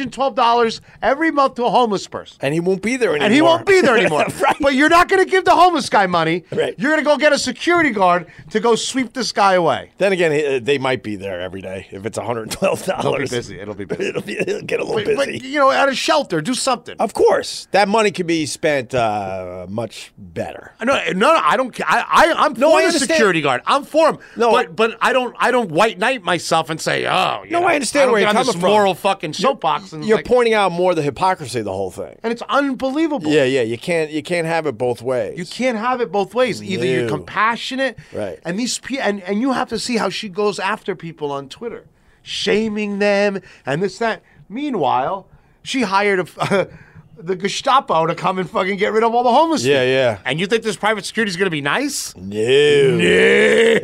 Speaker 2: $112 every month to a homeless person.
Speaker 3: And he won't be there anymore.
Speaker 2: And he won't be there anymore.
Speaker 3: right.
Speaker 2: But you're not going to give the homeless guy money.
Speaker 3: Right.
Speaker 2: You're going to go get a security guard to go sweep this guy away.
Speaker 3: Then again, he- uh, they might be there every day if it's one hundred twelve
Speaker 2: It'll be
Speaker 3: dollars.
Speaker 2: busy. It'll be busy.
Speaker 3: It'll, be, it'll get a little
Speaker 2: But,
Speaker 3: busy.
Speaker 2: you know, at a shelter, do something.
Speaker 3: of course, that money could be spent uh, much better.
Speaker 2: No, no, no, I don't. ca- I, I I'm
Speaker 3: No,
Speaker 2: for
Speaker 3: I
Speaker 2: the
Speaker 3: understand.
Speaker 2: security guard. I'm for him.
Speaker 3: No, I-
Speaker 2: but but I don't. I don't white knight myself and say, oh, you
Speaker 3: No,
Speaker 2: know,
Speaker 3: I understand
Speaker 2: don't
Speaker 3: where
Speaker 2: get
Speaker 3: you're
Speaker 2: on
Speaker 3: coming
Speaker 2: this
Speaker 3: from.
Speaker 2: Moral fucking soapbox. and
Speaker 3: You're
Speaker 2: like-
Speaker 3: pointing out more the hypocrisy of the whole thing.
Speaker 2: and it's unbelievable.
Speaker 3: Yeah, yeah. You can't you can't have it both ways.
Speaker 2: You can't have it both ways. Either you're
Speaker 3: No.
Speaker 2: compassionate,
Speaker 3: Right.
Speaker 2: And these pe- and and you have to see how she goes after people on Twitter, shaming them and this that. Meanwhile, she hired a. f- The Gestapo to come and fucking get rid of all the homeless.
Speaker 3: Yeah,
Speaker 2: people.
Speaker 3: yeah.
Speaker 2: And you think this private security is going to be nice?
Speaker 3: No,
Speaker 2: Yeah.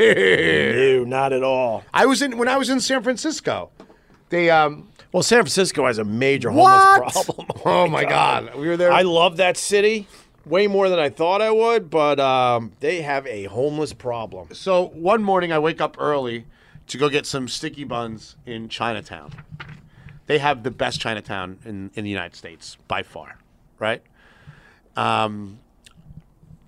Speaker 3: no, not at all.
Speaker 2: I was in when I was in San Francisco. They um
Speaker 3: Well, San Francisco has a major homeless
Speaker 2: what?
Speaker 3: problem.
Speaker 2: Oh my god. We were there.
Speaker 3: I love that city way more than I thought I would, but um, they have a homeless problem.
Speaker 2: so one morning I wake up early to go get some sticky buns in Chinatown. They have the best Chinatown in, in the United States by far, right? Um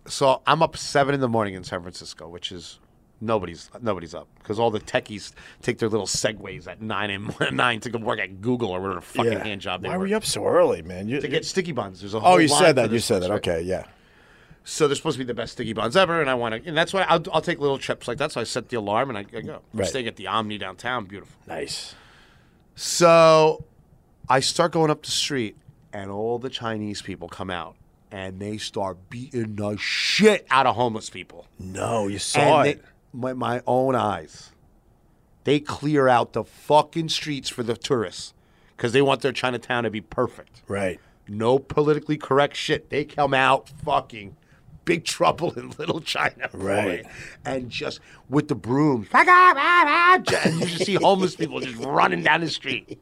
Speaker 2: so I'm up 7 in the morning in San Francisco, which is nobody's nobody's up because all the techies take their little segways at 9 and 9 to go work at Google or whatever fucking hand job they
Speaker 3: Why
Speaker 2: work.
Speaker 3: were you up so early, man? You,
Speaker 2: to get sticky buns. There's a whole
Speaker 3: oh, you
Speaker 2: line
Speaker 3: said
Speaker 2: for
Speaker 3: that. You
Speaker 2: this.
Speaker 3: said that.
Speaker 2: That's right.
Speaker 3: Okay, yeah.
Speaker 2: So they're supposed to be the best sticky buns ever, and I want to, and that's why I'll, I'll take little trips like that. So I set the alarm and I, I go. I'm
Speaker 3: Right.
Speaker 2: staying at the Omni downtown, beautiful.
Speaker 3: Nice.
Speaker 2: So I start going up the street, and all the Chinese people come out, and they start beating the shit out of homeless people.
Speaker 3: No, you
Speaker 2: and
Speaker 3: saw
Speaker 2: they-
Speaker 3: it.
Speaker 2: my, my own eyes. They clear out the fucking streets for the tourists because they want their Chinatown to be perfect.
Speaker 3: right.
Speaker 2: no politically correct shit. They come out fucking big trouble in Little China, boy.
Speaker 3: Right.
Speaker 2: And just with the brooms, and you just see homeless people just running down the street,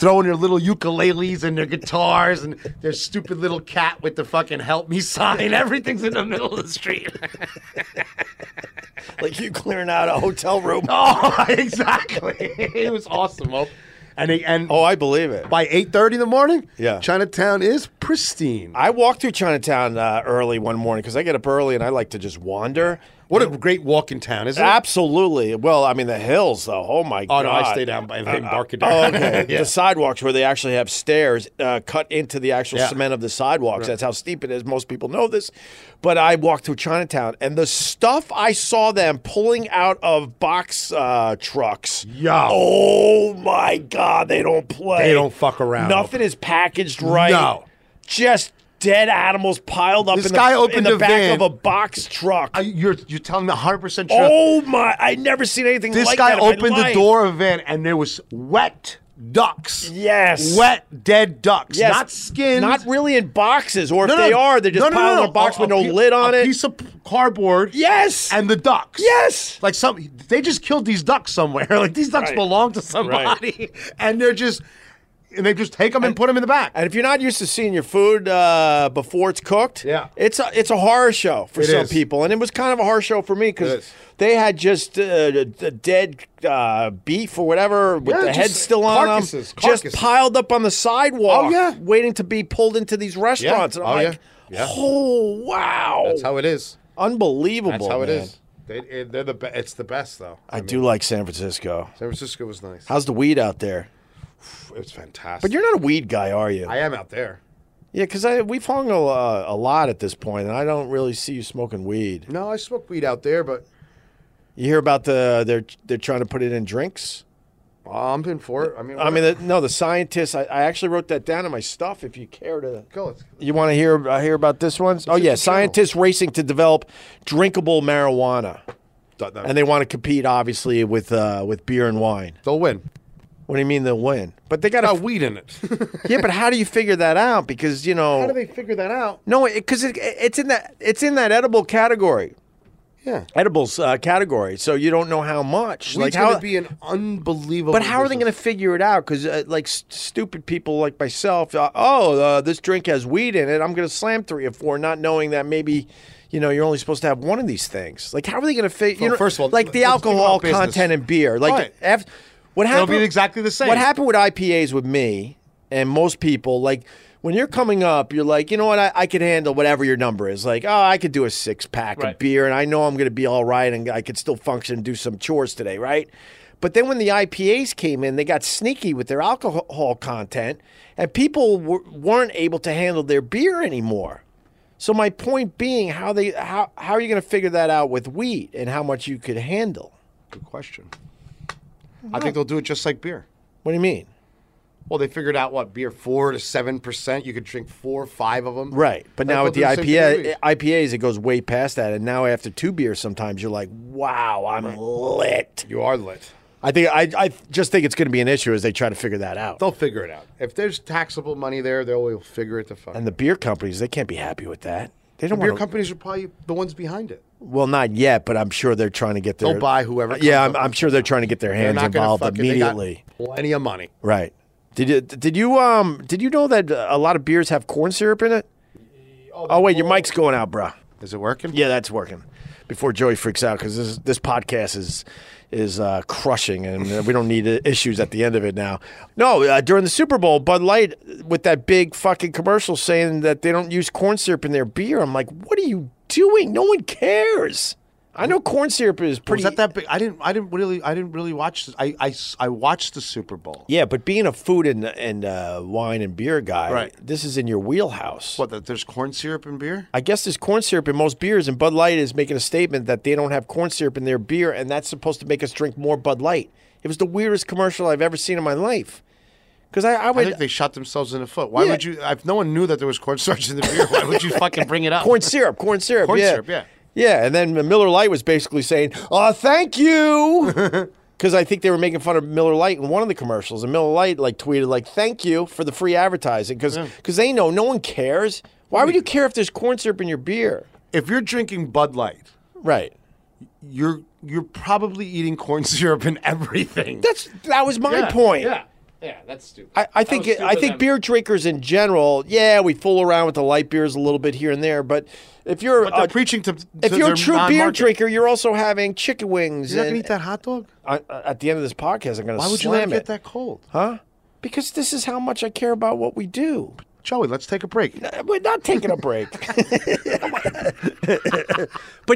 Speaker 2: throwing their little ukuleles and their guitars and their stupid little cat with the fucking "Help Me" sign. Everything's in the middle of the street.
Speaker 3: Like you clearing out a hotel room.
Speaker 2: oh, exactly. It was awesome. Mo. And they, and
Speaker 3: Oh, I believe it.
Speaker 2: by eight thirty in the morning,
Speaker 3: Yeah.
Speaker 2: Chinatown is pristine.
Speaker 3: I walked through Chinatown uh, early one morning because I get up early and I like to just wander.
Speaker 2: What a great walk in town, isn't it?
Speaker 3: Absolutely. Well, I mean the hills though. Oh my
Speaker 2: Oh
Speaker 3: god.
Speaker 2: no, I stay down by the Embarcadero.
Speaker 3: Oh, okay.
Speaker 2: Yeah.
Speaker 3: The sidewalks where they actually have stairs uh, cut into the actual
Speaker 2: Yeah.
Speaker 3: cement of the sidewalks. That's how steep it is. Most people know this. But I walked through Chinatown and the stuff I saw them pulling out of box uh, trucks.
Speaker 2: Yeah.
Speaker 3: Oh my God. They don't play.
Speaker 2: They don't fuck around.
Speaker 3: Nothing is packaged right.
Speaker 2: No.
Speaker 3: Just dead animals piled up
Speaker 2: This
Speaker 3: in the,
Speaker 2: guy
Speaker 3: in
Speaker 2: opened
Speaker 3: the
Speaker 2: a
Speaker 3: back
Speaker 2: van.
Speaker 3: of a box truck.
Speaker 2: Uh, you're you're telling me 100 percent true.
Speaker 3: Oh my! I never seen anything
Speaker 2: this
Speaker 3: like
Speaker 2: guy
Speaker 3: that in my
Speaker 2: opened the
Speaker 3: life.
Speaker 2: door of van and there was wet ducks.
Speaker 3: Yes.
Speaker 2: Wet dead ducks.
Speaker 3: Yes.
Speaker 2: Not skinned.
Speaker 3: Not really in boxes, or
Speaker 2: No,
Speaker 3: if
Speaker 2: no.
Speaker 3: they are, they're just
Speaker 2: No, no,
Speaker 3: piled
Speaker 2: no,
Speaker 3: in a box
Speaker 2: a
Speaker 3: with no
Speaker 2: pi-
Speaker 3: lid on
Speaker 2: a
Speaker 3: it.
Speaker 2: Piece of p- cardboard.
Speaker 3: yes.
Speaker 2: And the ducks.
Speaker 3: yes.
Speaker 2: Like some, they just killed these ducks somewhere. Like these ducks
Speaker 3: Right.
Speaker 2: belong to somebody, and they're just, and they just take them and put them in the back.
Speaker 3: And if you're not used to seeing your food uh, before it's cooked,
Speaker 2: Yeah.
Speaker 3: it's a it's a horror show for
Speaker 2: It
Speaker 3: some
Speaker 2: is.
Speaker 3: people, and it was kind of a horror show for me
Speaker 2: It
Speaker 3: because
Speaker 2: is.
Speaker 3: they had just uh, the dead uh, beef or whatever with
Speaker 2: Yeah,
Speaker 3: the
Speaker 2: just
Speaker 3: head still on 'em,
Speaker 2: carcasses,
Speaker 3: just
Speaker 2: carcasses.
Speaker 3: piled up on the sidewalk,
Speaker 2: Oh, yeah.
Speaker 3: waiting to be pulled into these restaurants. And I'm
Speaker 2: Oh, yeah.
Speaker 3: like,
Speaker 2: Yeah.
Speaker 3: oh wow,
Speaker 2: That's how it is.
Speaker 3: unbelievable.
Speaker 2: That's how it
Speaker 3: man.
Speaker 2: is. They, it- they're the be- It's the best though.
Speaker 3: I do like San Francisco.
Speaker 2: San Francisco was nice.
Speaker 3: How's the weed out there?
Speaker 2: It's fantastic.
Speaker 3: But you're not a weed guy, are you?
Speaker 2: I am out there.
Speaker 3: yeah, because we've hung a, uh, a lot at this point, and I don't really see you smoking weed.
Speaker 2: No, I smoke weed out there, but
Speaker 3: You hear about the they're they're trying to put it in drinks.
Speaker 2: I'm in for it. I mean,
Speaker 3: I mean, the, no, the scientists. I, I actually wrote that down in my stuff. If you care to,
Speaker 2: go. Let's,
Speaker 3: you want to hear uh, hear about this one? Oh
Speaker 2: in
Speaker 3: yeah,
Speaker 2: the journal?
Speaker 3: scientists racing to develop drinkable marijuana, and
Speaker 2: and
Speaker 3: they want to compete obviously with uh, with beer and wine.
Speaker 2: they'll win.
Speaker 3: What do you mean they'll win? But they got
Speaker 2: Got
Speaker 3: to
Speaker 2: weed in it.
Speaker 3: Oh, yeah. But how do you figure that out? Because you know
Speaker 2: How do they figure that out?
Speaker 3: No, because it, it's in that it's in that edible category,
Speaker 2: Yeah.
Speaker 3: edibles uh, category. So you don't know how much.
Speaker 2: Weed's
Speaker 3: like how,
Speaker 2: gonna be an unbelievable.
Speaker 3: but how are they going to
Speaker 2: business.
Speaker 3: figure it out? Because uh, like st- stupid people like myself, uh, oh, uh, this drink has weed in it. I'm going to slam three or four, not knowing that maybe. You know, you're only supposed to have one of these things. Like, how are they going to figure?
Speaker 2: Well,
Speaker 3: you know,
Speaker 2: first of all,
Speaker 3: like the
Speaker 2: let's think about
Speaker 3: alcohol
Speaker 2: business.
Speaker 3: content in beer. Like,
Speaker 2: Right.
Speaker 3: af- what
Speaker 2: It'll
Speaker 3: happened?
Speaker 2: be exactly the same.
Speaker 3: What happened with IPAs with me and most people, like when you're coming up, you're like, you know what, I, I could handle whatever your number is. Like, oh, I could do a six pack of
Speaker 2: Right.
Speaker 3: beer and I know I'm going to be all right and I could still function and do some chores today, right? But then when the IPAs came in, they got sneaky with their alcohol content and people were, weren't able to handle their beer anymore. So my point being, how they how, how are you going to figure that out with wheat and how much you could handle?
Speaker 2: Good question. I think they'll do it just like beer.
Speaker 3: What do you mean?
Speaker 2: Well, they figured out what beer four to seven percent. You could drink four, or five of them.
Speaker 3: Right, but now
Speaker 2: They'll
Speaker 3: with the
Speaker 2: do same thing with
Speaker 3: IPA,
Speaker 2: weed.
Speaker 3: IPAs, it goes way past that, and now after two beers, sometimes you're like, "Wow, I'm lit."
Speaker 2: you are lit.
Speaker 3: I think I, I just think it's going to be an issue as they try to figure that out.
Speaker 2: They'll figure it out. If there's taxable money there, they'll figure it the fuck.
Speaker 3: And the beer companies, they can't be happy with that. They don't
Speaker 2: beer
Speaker 3: want.
Speaker 2: companies are probably the ones behind it.
Speaker 3: well, not yet, but I'm sure they're trying to get their.
Speaker 2: They'll buy whoever comes
Speaker 3: Yeah,
Speaker 2: up
Speaker 3: I'm,
Speaker 2: with
Speaker 3: I'm sure they're trying to get their
Speaker 2: They're
Speaker 3: hands
Speaker 2: not gonna
Speaker 3: involved
Speaker 2: fuck it. They got
Speaker 3: immediately.
Speaker 2: Plenty of money.
Speaker 3: Right. Did you did you um did you know that uh, a lot of beers have corn syrup in it? Oh wait, your mic's going out, bruh.
Speaker 2: Is it working?
Speaker 3: Yeah, that's working. Before Joey freaks out, because this this podcast is is uh, crushing, and uh, we don't need uh, issues at the end of it now. No, uh, during the Super Bowl, Bud Light with that big fucking commercial saying that they don't use corn syrup in their beer. I'm like, what are you doing? No one cares. I know corn syrup is pretty.
Speaker 2: Was that that big? I didn't. I didn't really. I didn't really watch. this. I. I. s- I watched the Super Bowl.
Speaker 3: Yeah, but being a food and and uh, wine and beer guy,
Speaker 2: Right.
Speaker 3: this is in your wheelhouse.
Speaker 2: What? That there's corn syrup in beer.
Speaker 3: I guess there's corn syrup in most beers, and Bud Light is making a statement that they don't have corn syrup in their beer, and that's supposed to make us drink more Bud Light. It was the weirdest commercial I've ever seen in my life. Because I, I
Speaker 2: I
Speaker 3: would
Speaker 2: think they shot themselves in the foot. Why
Speaker 3: Yeah.
Speaker 2: would you? If no one knew that there was cornstarch in the beer, why would you fucking bring it up?
Speaker 3: corn syrup, corn syrup,
Speaker 2: Corn
Speaker 3: yeah.
Speaker 2: syrup, yeah.
Speaker 3: yeah. And then Miller Light was basically saying, "Oh, thank you," because I think they were making fun of Miller Light in one of the commercials, and Miller Light like tweeted like, "Thank you for the free advertising," because they know no one cares. Why would you care if there's corn syrup in your beer?
Speaker 2: If you're drinking Bud Light,
Speaker 3: Right.
Speaker 2: you're you're probably eating corn syrup in everything.
Speaker 3: That's that was my point.
Speaker 2: Yeah, that's stupid.
Speaker 3: I, I think
Speaker 2: That was
Speaker 3: I
Speaker 2: stupid
Speaker 3: think
Speaker 2: of them.
Speaker 3: beer drinkers in general, yeah, we fool around with the light beers a little bit here and there, but if you're
Speaker 2: but they're
Speaker 3: a,
Speaker 2: preaching to.
Speaker 3: Uh, if
Speaker 2: to
Speaker 3: you're
Speaker 2: their
Speaker 3: a true beer
Speaker 2: non-market.
Speaker 3: drinker, you're also having chicken wings.
Speaker 2: you're not
Speaker 3: and-
Speaker 2: gonna eat that hot dog.
Speaker 3: I, I- at the end of this podcast, I'm going to
Speaker 2: Why would you let
Speaker 3: slam
Speaker 2: it get
Speaker 3: it,
Speaker 2: that cold?
Speaker 3: huh? Because this is how much I care about what we do. Uh,
Speaker 2: Joey, let's take a break.
Speaker 3: We're not taking a break. but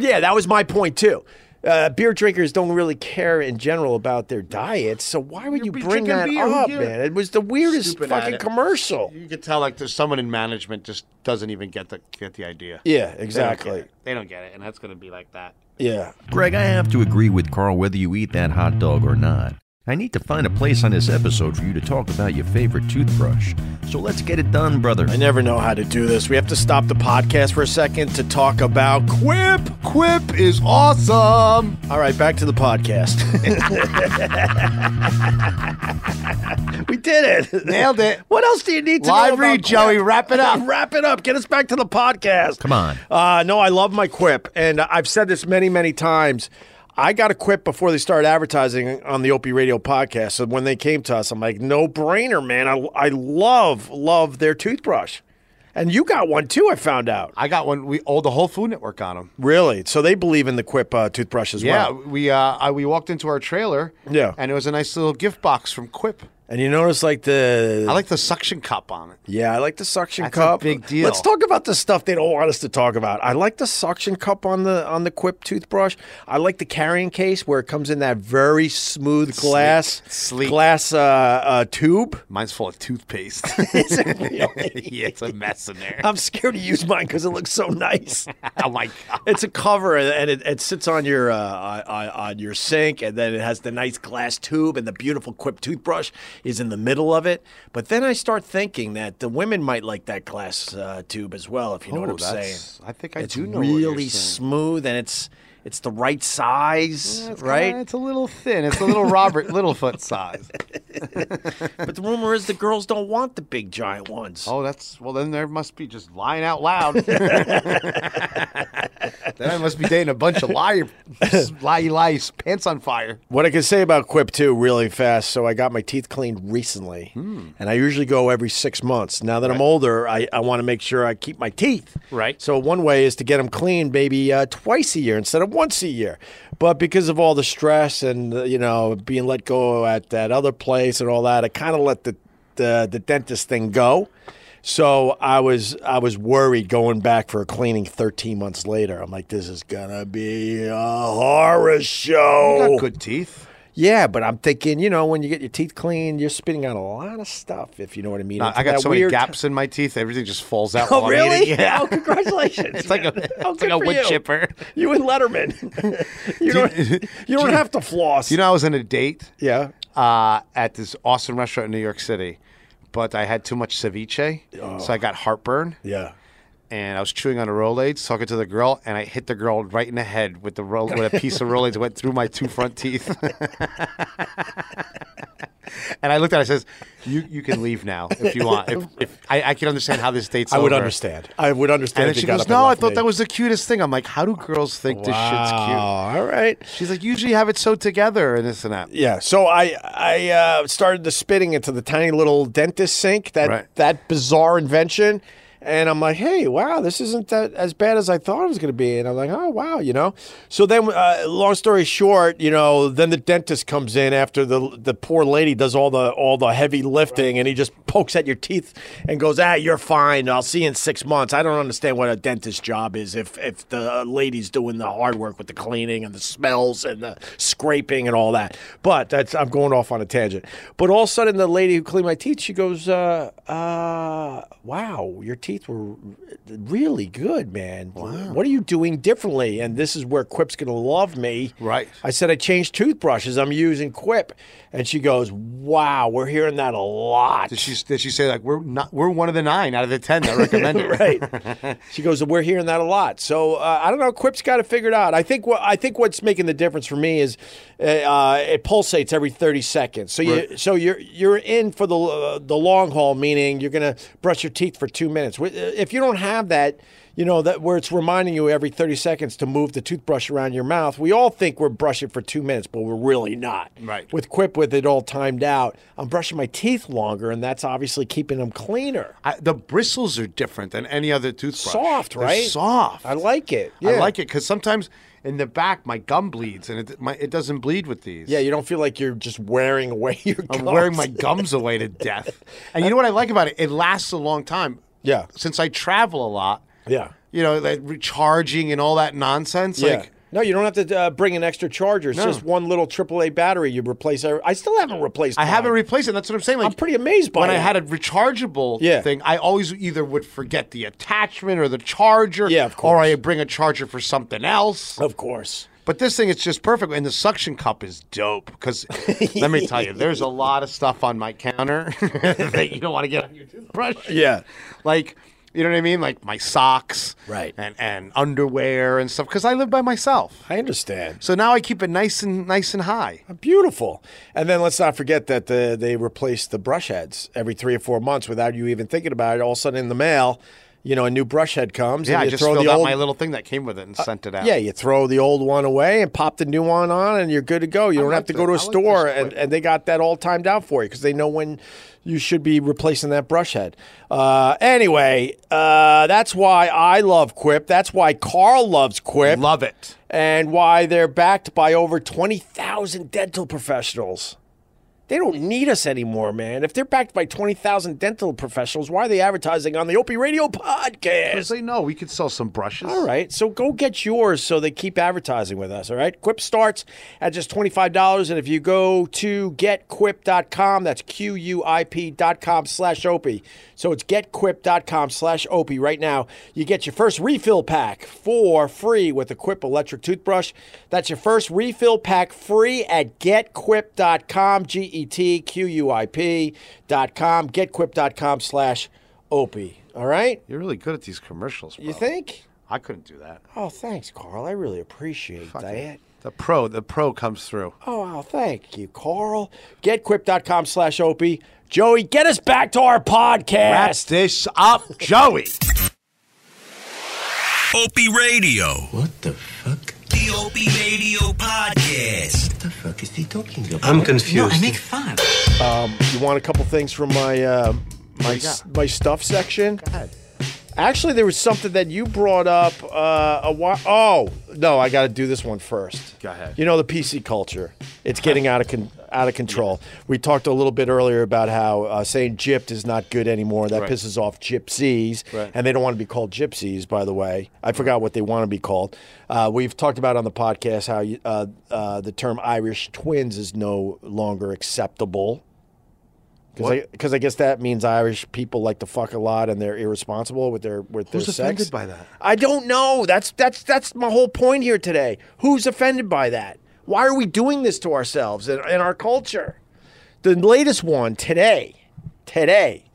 Speaker 3: yeah, that was my point too. Uh, beer drinkers don't really care in general about their diets, so why would you
Speaker 2: You're be
Speaker 3: bring
Speaker 2: drinking
Speaker 3: that
Speaker 2: beer, who
Speaker 3: up,
Speaker 2: cares?
Speaker 3: man? It was the weirdest
Speaker 2: Stupid
Speaker 3: fucking
Speaker 2: addict.
Speaker 3: commercial.
Speaker 2: You could tell like there's someone in management just doesn't even get the get the idea. They
Speaker 3: Yeah,
Speaker 2: don't get
Speaker 3: exactly.
Speaker 2: it. They don't get it, and that's gonna be like that.
Speaker 3: Yeah.
Speaker 1: Greg, I have to agree with Carl whether you eat that hot dog or not. I need to find a place on this episode for you to talk about your favorite toothbrush. So let's get it done, brother.
Speaker 3: I never know how to do this. We have to stop the podcast for a second to talk about Quip.
Speaker 2: Quip is awesome.
Speaker 3: All right, back to the podcast. we did it.
Speaker 2: Nailed it.
Speaker 3: What else do you need to know
Speaker 2: Live
Speaker 3: about
Speaker 2: read,
Speaker 3: Quip?
Speaker 2: Joey. Wrap it up.
Speaker 3: Wrap it up. Get us back to the podcast.
Speaker 1: Come on.
Speaker 3: Uh, no, I love my quip, and I've said this many, many times. I got a quip before they started advertising on the Opie Radio podcast. So when they came to us, I'm like, no brainer, man. I, I love, love their toothbrush. And you got one too, I found out.
Speaker 2: I got one. We owe the whole Food Network on them.
Speaker 3: Really? So they believe in the quip uh, toothbrush as
Speaker 2: Yeah,
Speaker 3: well.
Speaker 2: we uh, I, we walked into our trailer.
Speaker 3: Yeah.
Speaker 2: and it was a nice little gift box from Quip.
Speaker 3: And you notice like the
Speaker 2: I like the suction cup on it.
Speaker 3: Yeah, I like the suction
Speaker 2: That's a
Speaker 3: cup.
Speaker 2: big deal.
Speaker 3: Let's talk about the stuff they don't want us to talk about. I like the suction cup on the on the Quip toothbrush. I like the carrying case where it comes in that very smooth glass
Speaker 2: Sleek.
Speaker 3: glass uh, uh, tube.
Speaker 2: Mine's full of toothpaste.
Speaker 3: Is it really?
Speaker 2: yeah, it's a mess in there.
Speaker 3: I'm scared to use mine because it looks so nice.
Speaker 2: oh my god.
Speaker 3: It's a cover and it, it sits on your uh, on- on on your sink, and then it has the nice glass tube, and the beautiful Quip toothbrush is in the middle of it. But then I start thinking that the women might like that glass uh, tube as well, if you know what
Speaker 2: Oh,
Speaker 3: I'm saying.
Speaker 2: that's- I think I
Speaker 3: it's
Speaker 2: do know.
Speaker 3: really
Speaker 2: what you're saying.
Speaker 3: smooth, and it's it's the right size,
Speaker 2: It's kinda-
Speaker 3: right?
Speaker 2: it's a little thin. It's a little Robert Littlefoot size.
Speaker 3: but the rumor is the girls don't want the big giant ones.
Speaker 2: Oh, that's well. Then there must be just lying out loud. then I must be dating a bunch of liar, lie lies, pants on fire.
Speaker 3: What I can say about Quip too, really fast. So I got my teeth cleaned recently,
Speaker 2: Hmm.
Speaker 3: and I usually go every six months. Now that I'm older, I, I want to make sure I keep my teeth.
Speaker 2: Right.
Speaker 3: So one way is to get them cleaned maybe uh, twice a year instead of once a year. But because of all the stress and uh, you know being let go at that other place and all that, I kind of let the, the the dentist thing go. So I was I was worried going back for a cleaning 13 months later. I'm like, this is gonna be a horror show.
Speaker 2: You got good teeth.
Speaker 3: Yeah, but I'm thinking, you know, when you get your teeth cleaned, you're spitting out a lot of stuff, if you know what I mean.
Speaker 2: I
Speaker 3: It's
Speaker 2: I got
Speaker 3: that
Speaker 2: so many
Speaker 3: weird-
Speaker 2: gaps in my teeth. Everything just falls out.
Speaker 3: Oh,
Speaker 2: while I'm
Speaker 3: really?
Speaker 2: eating. Yeah.
Speaker 3: Oh, congratulations.
Speaker 2: It's like a,
Speaker 3: Oh,
Speaker 2: it's like
Speaker 3: good
Speaker 2: a
Speaker 3: for
Speaker 2: wood
Speaker 3: you.
Speaker 2: chipper.
Speaker 3: You and Letterman. you don't, you don't have to floss.
Speaker 2: You know, I was on a date
Speaker 3: yeah.
Speaker 2: uh, at this awesome restaurant in New York City, but I had too much ceviche,
Speaker 3: Oh.
Speaker 2: so I got heartburn.
Speaker 3: Yeah.
Speaker 2: and I was chewing on a Rolaids, talking to the girl, and I hit the girl right in the head with the roll with a piece of Rolaids went through my two front teeth. and I looked at her, I says, "You you can leave now if you want. If, if I, I can understand how this date's
Speaker 3: I would
Speaker 2: over."
Speaker 3: understand. I would understand.
Speaker 2: And
Speaker 3: if
Speaker 2: then
Speaker 3: you
Speaker 2: she
Speaker 3: got
Speaker 2: goes,
Speaker 3: up and
Speaker 2: "No, I
Speaker 3: left
Speaker 2: thought
Speaker 3: me.
Speaker 2: that was the cutest thing." I'm like, "How do girls think this shit's cute?"
Speaker 3: Wow, All right.
Speaker 2: She's like, "Usually have it so together and this and that."
Speaker 3: Yeah, so I I uh, started the spitting into the tiny little dentist sink that
Speaker 2: Right.
Speaker 3: that bizarre invention, and I'm like, hey, wow, this isn't that as bad as I thought it was going to be, and I'm like, oh wow, you know. So then, uh, long story short, you know, then the dentist comes in after the the poor lady does all the all the heavy lifting, and he just pokes at your teeth and goes, ah, you're fine. I'll see you in six months. I don't understand what a dentist's job is if if the lady's doing the hard work with the cleaning and the smells and the scraping and all that. But that's I'm going off on a tangent. But all of a sudden, the lady who cleaned my teeth, she goes, uh, uh, "Wow, your teeth were really good, man. What are you doing differently?" And this is where Quip's gonna love me,
Speaker 2: Right.
Speaker 3: I said I changed toothbrushes. I'm using Quip, and she goes, "Wow, we're hearing that a lot."
Speaker 2: Did she did she say like, "We're not we're one of the nine out of the ten that recommend it."
Speaker 3: right. She goes, "We're hearing that a lot." So uh, I don't know. Quip's got it figured out. I think what I think what's making the difference for me is uh, uh, it pulsates every thirty seconds. So you so you're you're in for the uh, the long haul, meaning you're gonna brush your teeth for two minutes. Wh- uh, If you don't have that. You know that where it's reminding you every 30 seconds to move the toothbrush around your mouth. We all think we're brushing for 2 minutes, but we're really not.
Speaker 2: Right.
Speaker 3: With Quip with it all timed out, I'm brushing my teeth longer and that's obviously keeping them cleaner.
Speaker 2: I, the bristles are different than any other toothbrush.
Speaker 3: Soft,
Speaker 2: They're
Speaker 3: right?
Speaker 2: Soft.
Speaker 3: I like it. Yeah.
Speaker 2: I like it because sometimes in the back, my gum bleeds, and it my, it doesn't bleed with these.
Speaker 3: Yeah, you don't feel like you're just wearing away your.
Speaker 2: I'm
Speaker 3: gums.
Speaker 2: wearing my gums away to death. And you know what I like about it? It lasts a long time.
Speaker 3: Yeah.
Speaker 2: Since I travel a lot,
Speaker 3: Yeah.
Speaker 2: you know, like recharging and all that nonsense.
Speaker 3: Yeah.
Speaker 2: Like,
Speaker 3: no, you don't have to uh, bring an extra charger. It's
Speaker 2: No.
Speaker 3: just one little AAA battery. You replace. I, I still haven't replaced.
Speaker 2: I haven't
Speaker 3: mine.
Speaker 2: replaced it. That's what I'm saying. Like,
Speaker 3: I'm pretty amazed by
Speaker 2: when I
Speaker 3: it.
Speaker 2: had a rechargeable
Speaker 3: Yeah.
Speaker 2: thing, I always either would forget the attachment or the charger,
Speaker 3: Yeah, of
Speaker 2: or
Speaker 3: course.
Speaker 2: I bring a charger for something else.
Speaker 3: of course.
Speaker 2: But this thing, it's just perfect. And the suction cup is dope because let me tell you, there's a lot of stuff on my counter that you don't want to get on your toothbrush.
Speaker 3: Yeah.
Speaker 2: Like, you know what I mean? Like my socks,
Speaker 3: Right.
Speaker 2: and and underwear and stuff because I live by myself.
Speaker 3: I understand.
Speaker 2: So now I keep it nice and nice and high.
Speaker 3: Beautiful. And then let's not forget that the, they replace the brush heads every three or four months without you even thinking about it. All of a sudden in the mail, you know, a new brush head comes.
Speaker 2: Yeah,
Speaker 3: and
Speaker 2: I
Speaker 3: you
Speaker 2: just
Speaker 3: throw
Speaker 2: filled
Speaker 3: the
Speaker 2: out
Speaker 3: old,
Speaker 2: my little thing that came with it and sent it out.
Speaker 3: Yeah, you throw the old one away and pop the new one on, and you're good to go. You don't have
Speaker 2: like
Speaker 3: to
Speaker 2: the-
Speaker 3: go to
Speaker 2: I
Speaker 3: a
Speaker 2: like this
Speaker 3: store, and,
Speaker 2: quick.
Speaker 3: and they got that all timed out for you because they know when you should be replacing that brush head. Uh, anyway, uh, that's why I love Quip. That's why Carl loves Quip,
Speaker 2: love it.
Speaker 3: and why they're backed by over twenty thousand dental professionals. They don't need us anymore, man. If they're backed by twenty thousand dental professionals, why are they advertising on the Opie Radio podcast?
Speaker 2: Because they know we could sell some brushes.
Speaker 3: All right. So go get yours so they keep advertising with us. All right. Quip starts at just $25. And if you go to getquip.com, that's Q U I P.com slash Opie. So it's getquip.com slash Opie right now. You get your first refill pack for free with the Quip electric toothbrush. That's your first refill pack free at getquip.com, G E T Q U I P.com, getquip.com slash Opie. All right.
Speaker 2: You're really good at these commercials. Bro.
Speaker 3: You think?
Speaker 2: I couldn't do that.
Speaker 3: Oh, thanks, Carl. I really appreciate that.
Speaker 2: The pro, the pro comes through.
Speaker 3: Oh, wow, thank you, Carl. Getquip.com slash Opie. Joey, get us back to our podcast.
Speaker 2: this up, Joey.
Speaker 1: Opie Radio,
Speaker 4: What the fuck?
Speaker 1: the Opie Radio Podcast.
Speaker 4: What the fuck is he talking about?
Speaker 5: I'm confused.
Speaker 6: No, I make fun.
Speaker 3: You want a couple things from my uh, my
Speaker 2: you got?
Speaker 3: my stuff section? Actually, there was something that you brought up uh, a while. Oh no, I got to do this one first.
Speaker 2: Go ahead.
Speaker 3: You know the PC culture; it's getting out of con- out of control. We talked a little bit earlier about how uh, saying "gypped" is not good anymore. That
Speaker 2: Right.
Speaker 3: pisses off gypsies,
Speaker 2: Right.
Speaker 3: and they don't want to be called gypsies. By the way, I forgot what they want to be called. Uh, we've talked about on the podcast how you, uh, uh, the term "Irish twins" is no longer acceptable. Because I, 'cause I guess that means Irish people like to fuck a lot and they're irresponsible with their with
Speaker 2: Who's
Speaker 3: their sex.
Speaker 2: offended by that?
Speaker 3: I don't know. That's that's that's my whole point here today. Who's offended by that? Why are we doing this to ourselves and, and our culture? The latest one today, today.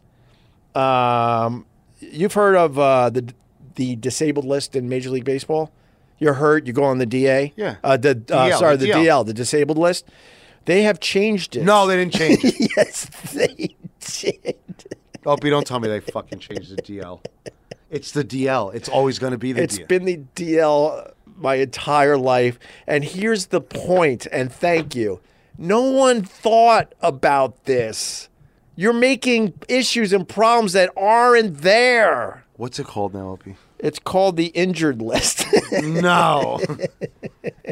Speaker 3: Um, you've heard of uh, the the disabled list in Major League Baseball. You're hurt. You go on the DA.
Speaker 2: Yeah.
Speaker 3: Uh, the uh,
Speaker 2: DL,
Speaker 3: sorry,
Speaker 2: the
Speaker 3: the
Speaker 2: DL.
Speaker 3: DL, the disabled list. They have changed it.
Speaker 2: No, they didn't change it.
Speaker 3: Yes, they did.
Speaker 2: Opie, don't tell me they fucking changed the DL. It's the DL. It's always going to be the
Speaker 3: It's
Speaker 2: DL.
Speaker 3: been the DL my entire life. And here's the point, and thank you. No one thought about this. You're making issues and problems that aren't there.
Speaker 2: What's it called now, Opie?
Speaker 3: It's called the injured list.
Speaker 2: No.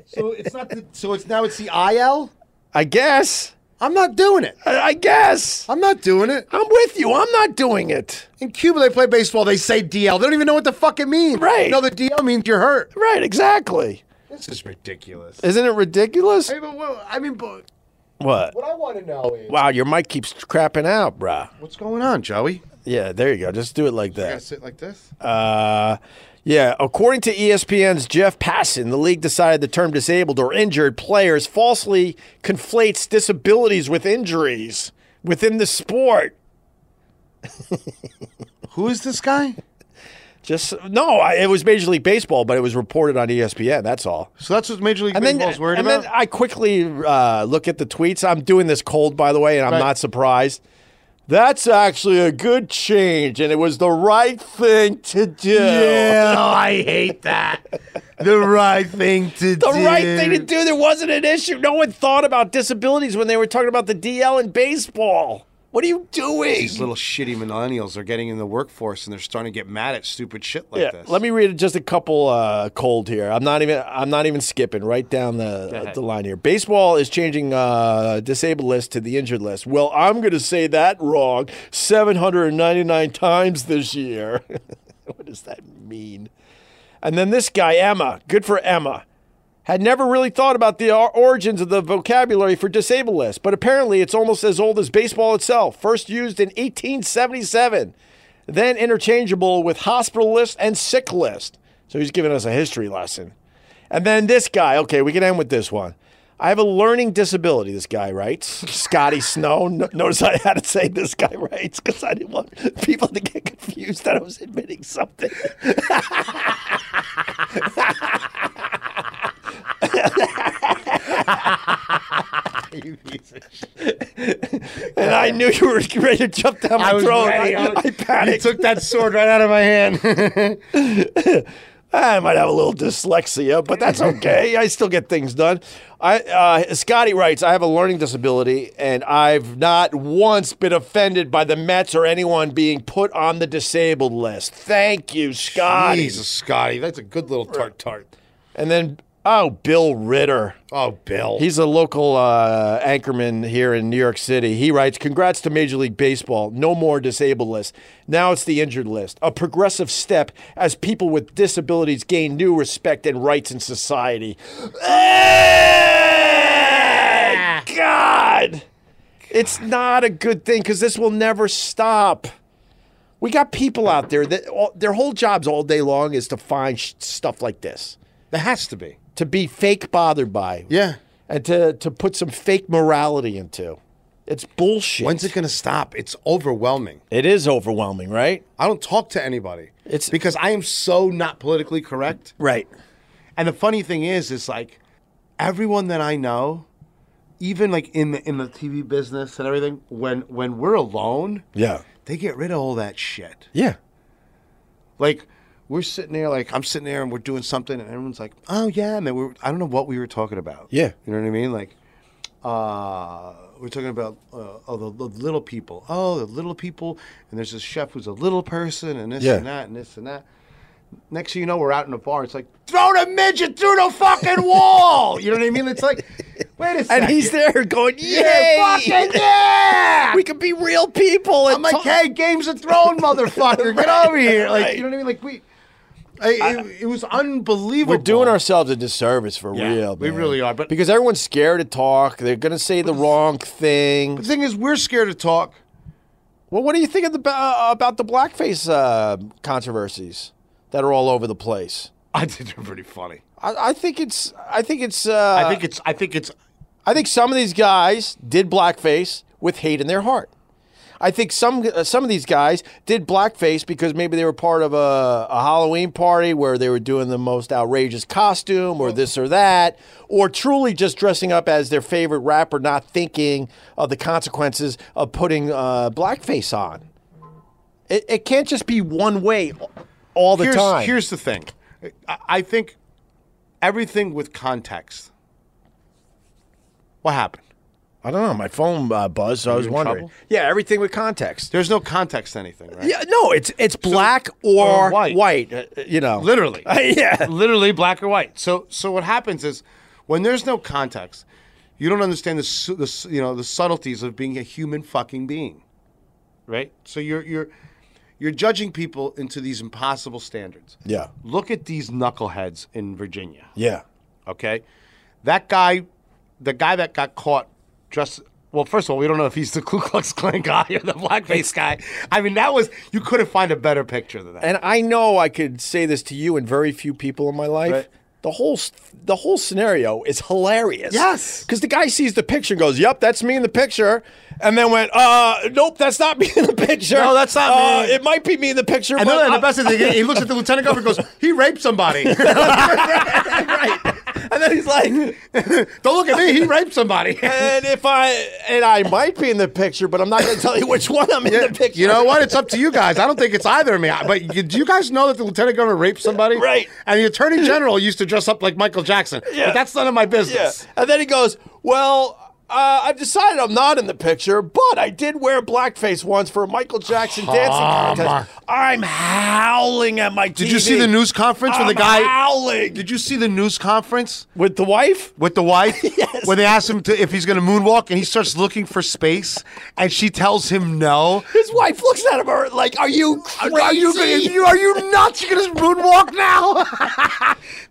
Speaker 2: so it's not. The, so it's now it's the IL.
Speaker 3: I guess.
Speaker 2: I'm not doing it.
Speaker 3: I I guess.
Speaker 2: I'm not doing it.
Speaker 3: I'm with you. I'm not doing it.
Speaker 2: In Cuba, they play baseball. They say DL. They don't even know what the fuck it means.
Speaker 3: Right.
Speaker 2: No, the DL means you're hurt.
Speaker 3: Right, exactly.
Speaker 2: This is ridiculous.
Speaker 3: Isn't it ridiculous?
Speaker 2: Hey, but what- I mean, but
Speaker 3: What?
Speaker 2: what I want to know is
Speaker 3: Wow, your mic keeps crapping out, bruh.
Speaker 2: what's going on, Joey?
Speaker 3: Yeah, there you go. Just do it like that.
Speaker 2: I sit like this.
Speaker 3: Uh, yeah, according to E ESPN's Jeff Passan, the league decided the term disabled or injured players falsely conflates disabilities with injuries within the sport.
Speaker 2: Who is this guy?
Speaker 3: Just no, I, it was Major League Baseball, but it was reported on E ESPN. That's all.
Speaker 2: So that's what Major League
Speaker 3: And then,
Speaker 2: Baseball's worried
Speaker 3: and
Speaker 2: about.
Speaker 3: then I quickly uh, look at the tweets. I'm doing this cold, by the way, and I'm
Speaker 2: Right.
Speaker 3: not surprised. That's actually a good change, and it was the right thing to do.
Speaker 2: yeah, Oh, I hate that. The right thing to
Speaker 3: the
Speaker 2: do.
Speaker 3: right thing to do. There wasn't an issue. No one thought about disabilities when they were talking about the DL in baseball. What are you doing?
Speaker 2: These little shitty millennials are getting in the workforce and they're starting to get mad at stupid shit like
Speaker 3: yeah,
Speaker 2: this.
Speaker 3: let me read just a couple uh, cold here. I'm not even I'm not even skipping right down the
Speaker 2: ahead.
Speaker 3: the line here. Baseball is changing uh, disabled list to the injured list. Well, I'm going to say that wrong 799 times this year. what does that mean? And then this guy Emma, good for Emma. Had never really thought about the or- origins of the vocabulary for disabled list, but apparently it's almost as old as baseball itself, first used in 1877, then interchangeable with hospital list and sick list. So he's giving us a history lesson. And then this guy, okay, we can end with this one. I have a learning disability, this guy writes. Scotty Snow. No- notice I had to say this guy writes because I didn't want people to get confused that I was admitting something. And I knew you were ready to jump down my
Speaker 2: I was
Speaker 3: throat.
Speaker 2: ready.
Speaker 3: I,
Speaker 2: I was-
Speaker 3: I
Speaker 2: You
Speaker 3: panicked.
Speaker 2: took that sword right out of my hand.
Speaker 3: I might have a little dyslexia, but that's okay. I still get things done. I uh, Scotty writes, I have a learning disability, and I've not once been offended by the Mets or anyone being put on the disabled list. Thank you, Scotty.
Speaker 2: Jesus, Scotty, that's a good little tart tart.
Speaker 3: And then, oh, Bill Ritter.
Speaker 2: Oh, Bill.
Speaker 3: He's a local uh, anchorman here in New York City. He writes, Congrats to Major League Baseball. No more disabled list. Now it's the injured list. A progressive step as people with disabilities gain new respect and rights in society. Eh, God! It's not a good thing because this will never stop. We got people out there that all, their whole jobs all day long is to find sh- stuff like this,
Speaker 2: there has to be.
Speaker 3: to be fake bothered by
Speaker 2: Yeah.
Speaker 3: and to to put some fake morality into. It's bullshit.
Speaker 2: When's it going to stop? It's overwhelming.
Speaker 3: it is overwhelming, right?
Speaker 2: I don't talk to anybody.
Speaker 3: It's-
Speaker 2: because I am so not politically correct.
Speaker 3: Right.
Speaker 2: And the funny thing is, is like everyone that I know, even like in the in the TV business and everything, when when we're alone,
Speaker 3: Yeah.
Speaker 2: they get rid of all that shit.
Speaker 3: Yeah.
Speaker 2: Like we're sitting there, like I'm sitting there and we're doing something, and everyone's like, "Oh yeah," and then we're I don't know what we were talking about.
Speaker 3: Yeah.
Speaker 2: you know what I mean? Like, uh, we're talking about uh, oh the, the little people. Oh, the little people, and there's this chef who's a little person, and this
Speaker 3: Yeah.
Speaker 2: and that, and this and that. Next thing you know, we're out in a bar. It's like throw the midget through the fucking wall. You know what I mean? It's like, wait a second.
Speaker 3: And he's there going,
Speaker 2: yeah,
Speaker 3: "Yay!
Speaker 2: fucking yeah.
Speaker 3: We can be real people." And
Speaker 2: I'm like,
Speaker 3: talk-
Speaker 2: hey, Game's of Thrones, motherfucker, get over here! Like, you know what I mean? Like, we, I, it, it was unbelievable.
Speaker 3: we're doing ourselves a disservice for
Speaker 2: Yeah,
Speaker 3: real.
Speaker 2: we
Speaker 3: man.
Speaker 2: really are, but-
Speaker 3: because everyone's scared to talk, they're gonna say the wrong
Speaker 2: The
Speaker 3: thing.
Speaker 2: thing is, we're scared to talk.
Speaker 3: Well, what do you think of the, uh, about the blackface uh, controversies that are all over the place?
Speaker 2: I think they're pretty funny.
Speaker 3: I, I think it's. I think it's. Uh,
Speaker 2: I think it's. I think it's.
Speaker 3: I think some of these guys did blackface with hate in their heart. I think some uh, some of these guys did blackface because maybe they were part of a, a Halloween party where they were doing the most outrageous costume or this or that, or truly just dressing up as their favorite rapper, not thinking of the consequences of putting uh, blackface on. It, it can't just be one way all the
Speaker 2: Here's,
Speaker 3: time.
Speaker 2: here's the thing. I, I think everything with context. What happened?
Speaker 3: I don't know. My phone uh, buzzed, so I was
Speaker 2: in
Speaker 3: wondering.
Speaker 2: trouble?
Speaker 3: Yeah, everything with context.
Speaker 2: There's no context to anything, right?
Speaker 3: Yeah, no, it's it's black or,
Speaker 2: or
Speaker 3: white.
Speaker 2: white.
Speaker 3: uh, you know,
Speaker 2: Literally.
Speaker 3: yeah,
Speaker 2: literally black or white. So so what happens is when there's no context, you don't understand the, su- the su- you know the subtleties of being a human fucking being, right? So you're you're you're judging people into these impossible standards.
Speaker 3: yeah,
Speaker 2: Look at these knuckleheads in Virginia.
Speaker 3: yeah,
Speaker 2: Okay, that guy, the guy that got caught dressed. Well, first of all, we don't know if he's the Ku Klux Klan guy or the blackface guy. I mean, that was you couldn't find a better picture than that.
Speaker 3: and I know I could say this to you and very few people in my life.
Speaker 2: Right.
Speaker 3: The whole s- the whole scenario is hilarious.
Speaker 2: Yes.
Speaker 3: because the guy sees the picture and goes, "Yep, that's me in the picture," and then went, "Uh, nope, that's not me in the picture.
Speaker 2: No, that's not
Speaker 3: uh,
Speaker 2: me."
Speaker 3: It might be me in the picture."
Speaker 2: And
Speaker 3: but
Speaker 2: then and the
Speaker 3: I-
Speaker 2: best thing is, he looks at the lieutenant governor and goes, "He raped somebody." right.
Speaker 3: and then he's like,
Speaker 2: Don't look at me. He raped somebody.
Speaker 3: "And if I and I might be in the picture, but I'm not going to tell you which one I'm in the picture."
Speaker 2: You know what? It's up to you guys. I don't think it's either of me. I- But you, do you guys know that the lieutenant governor raped somebody?
Speaker 3: Right.
Speaker 2: And the attorney general used to dress up like Michael Jackson.
Speaker 3: Yeah.
Speaker 2: But that's none of my
Speaker 3: Yeah.
Speaker 2: business.
Speaker 3: And then he goes, Well, Uh, I've decided I'm not in the picture, but I did wear blackface once for a Michael Jackson dancing
Speaker 2: Hummer.
Speaker 3: contest. I'm howling at my
Speaker 2: Did you see the news conference
Speaker 3: I'm
Speaker 2: with the guy?
Speaker 3: howling
Speaker 2: Did you see the news conference
Speaker 3: with the wife?
Speaker 2: with the wife? yes. When they asked him to, if he's going to moonwalk, and he starts looking for space, and she tells him no.
Speaker 3: His wife looks at him her like, "Are you crazy?
Speaker 2: Are you, gonna- you- are you nuts? You're going to moonwalk now?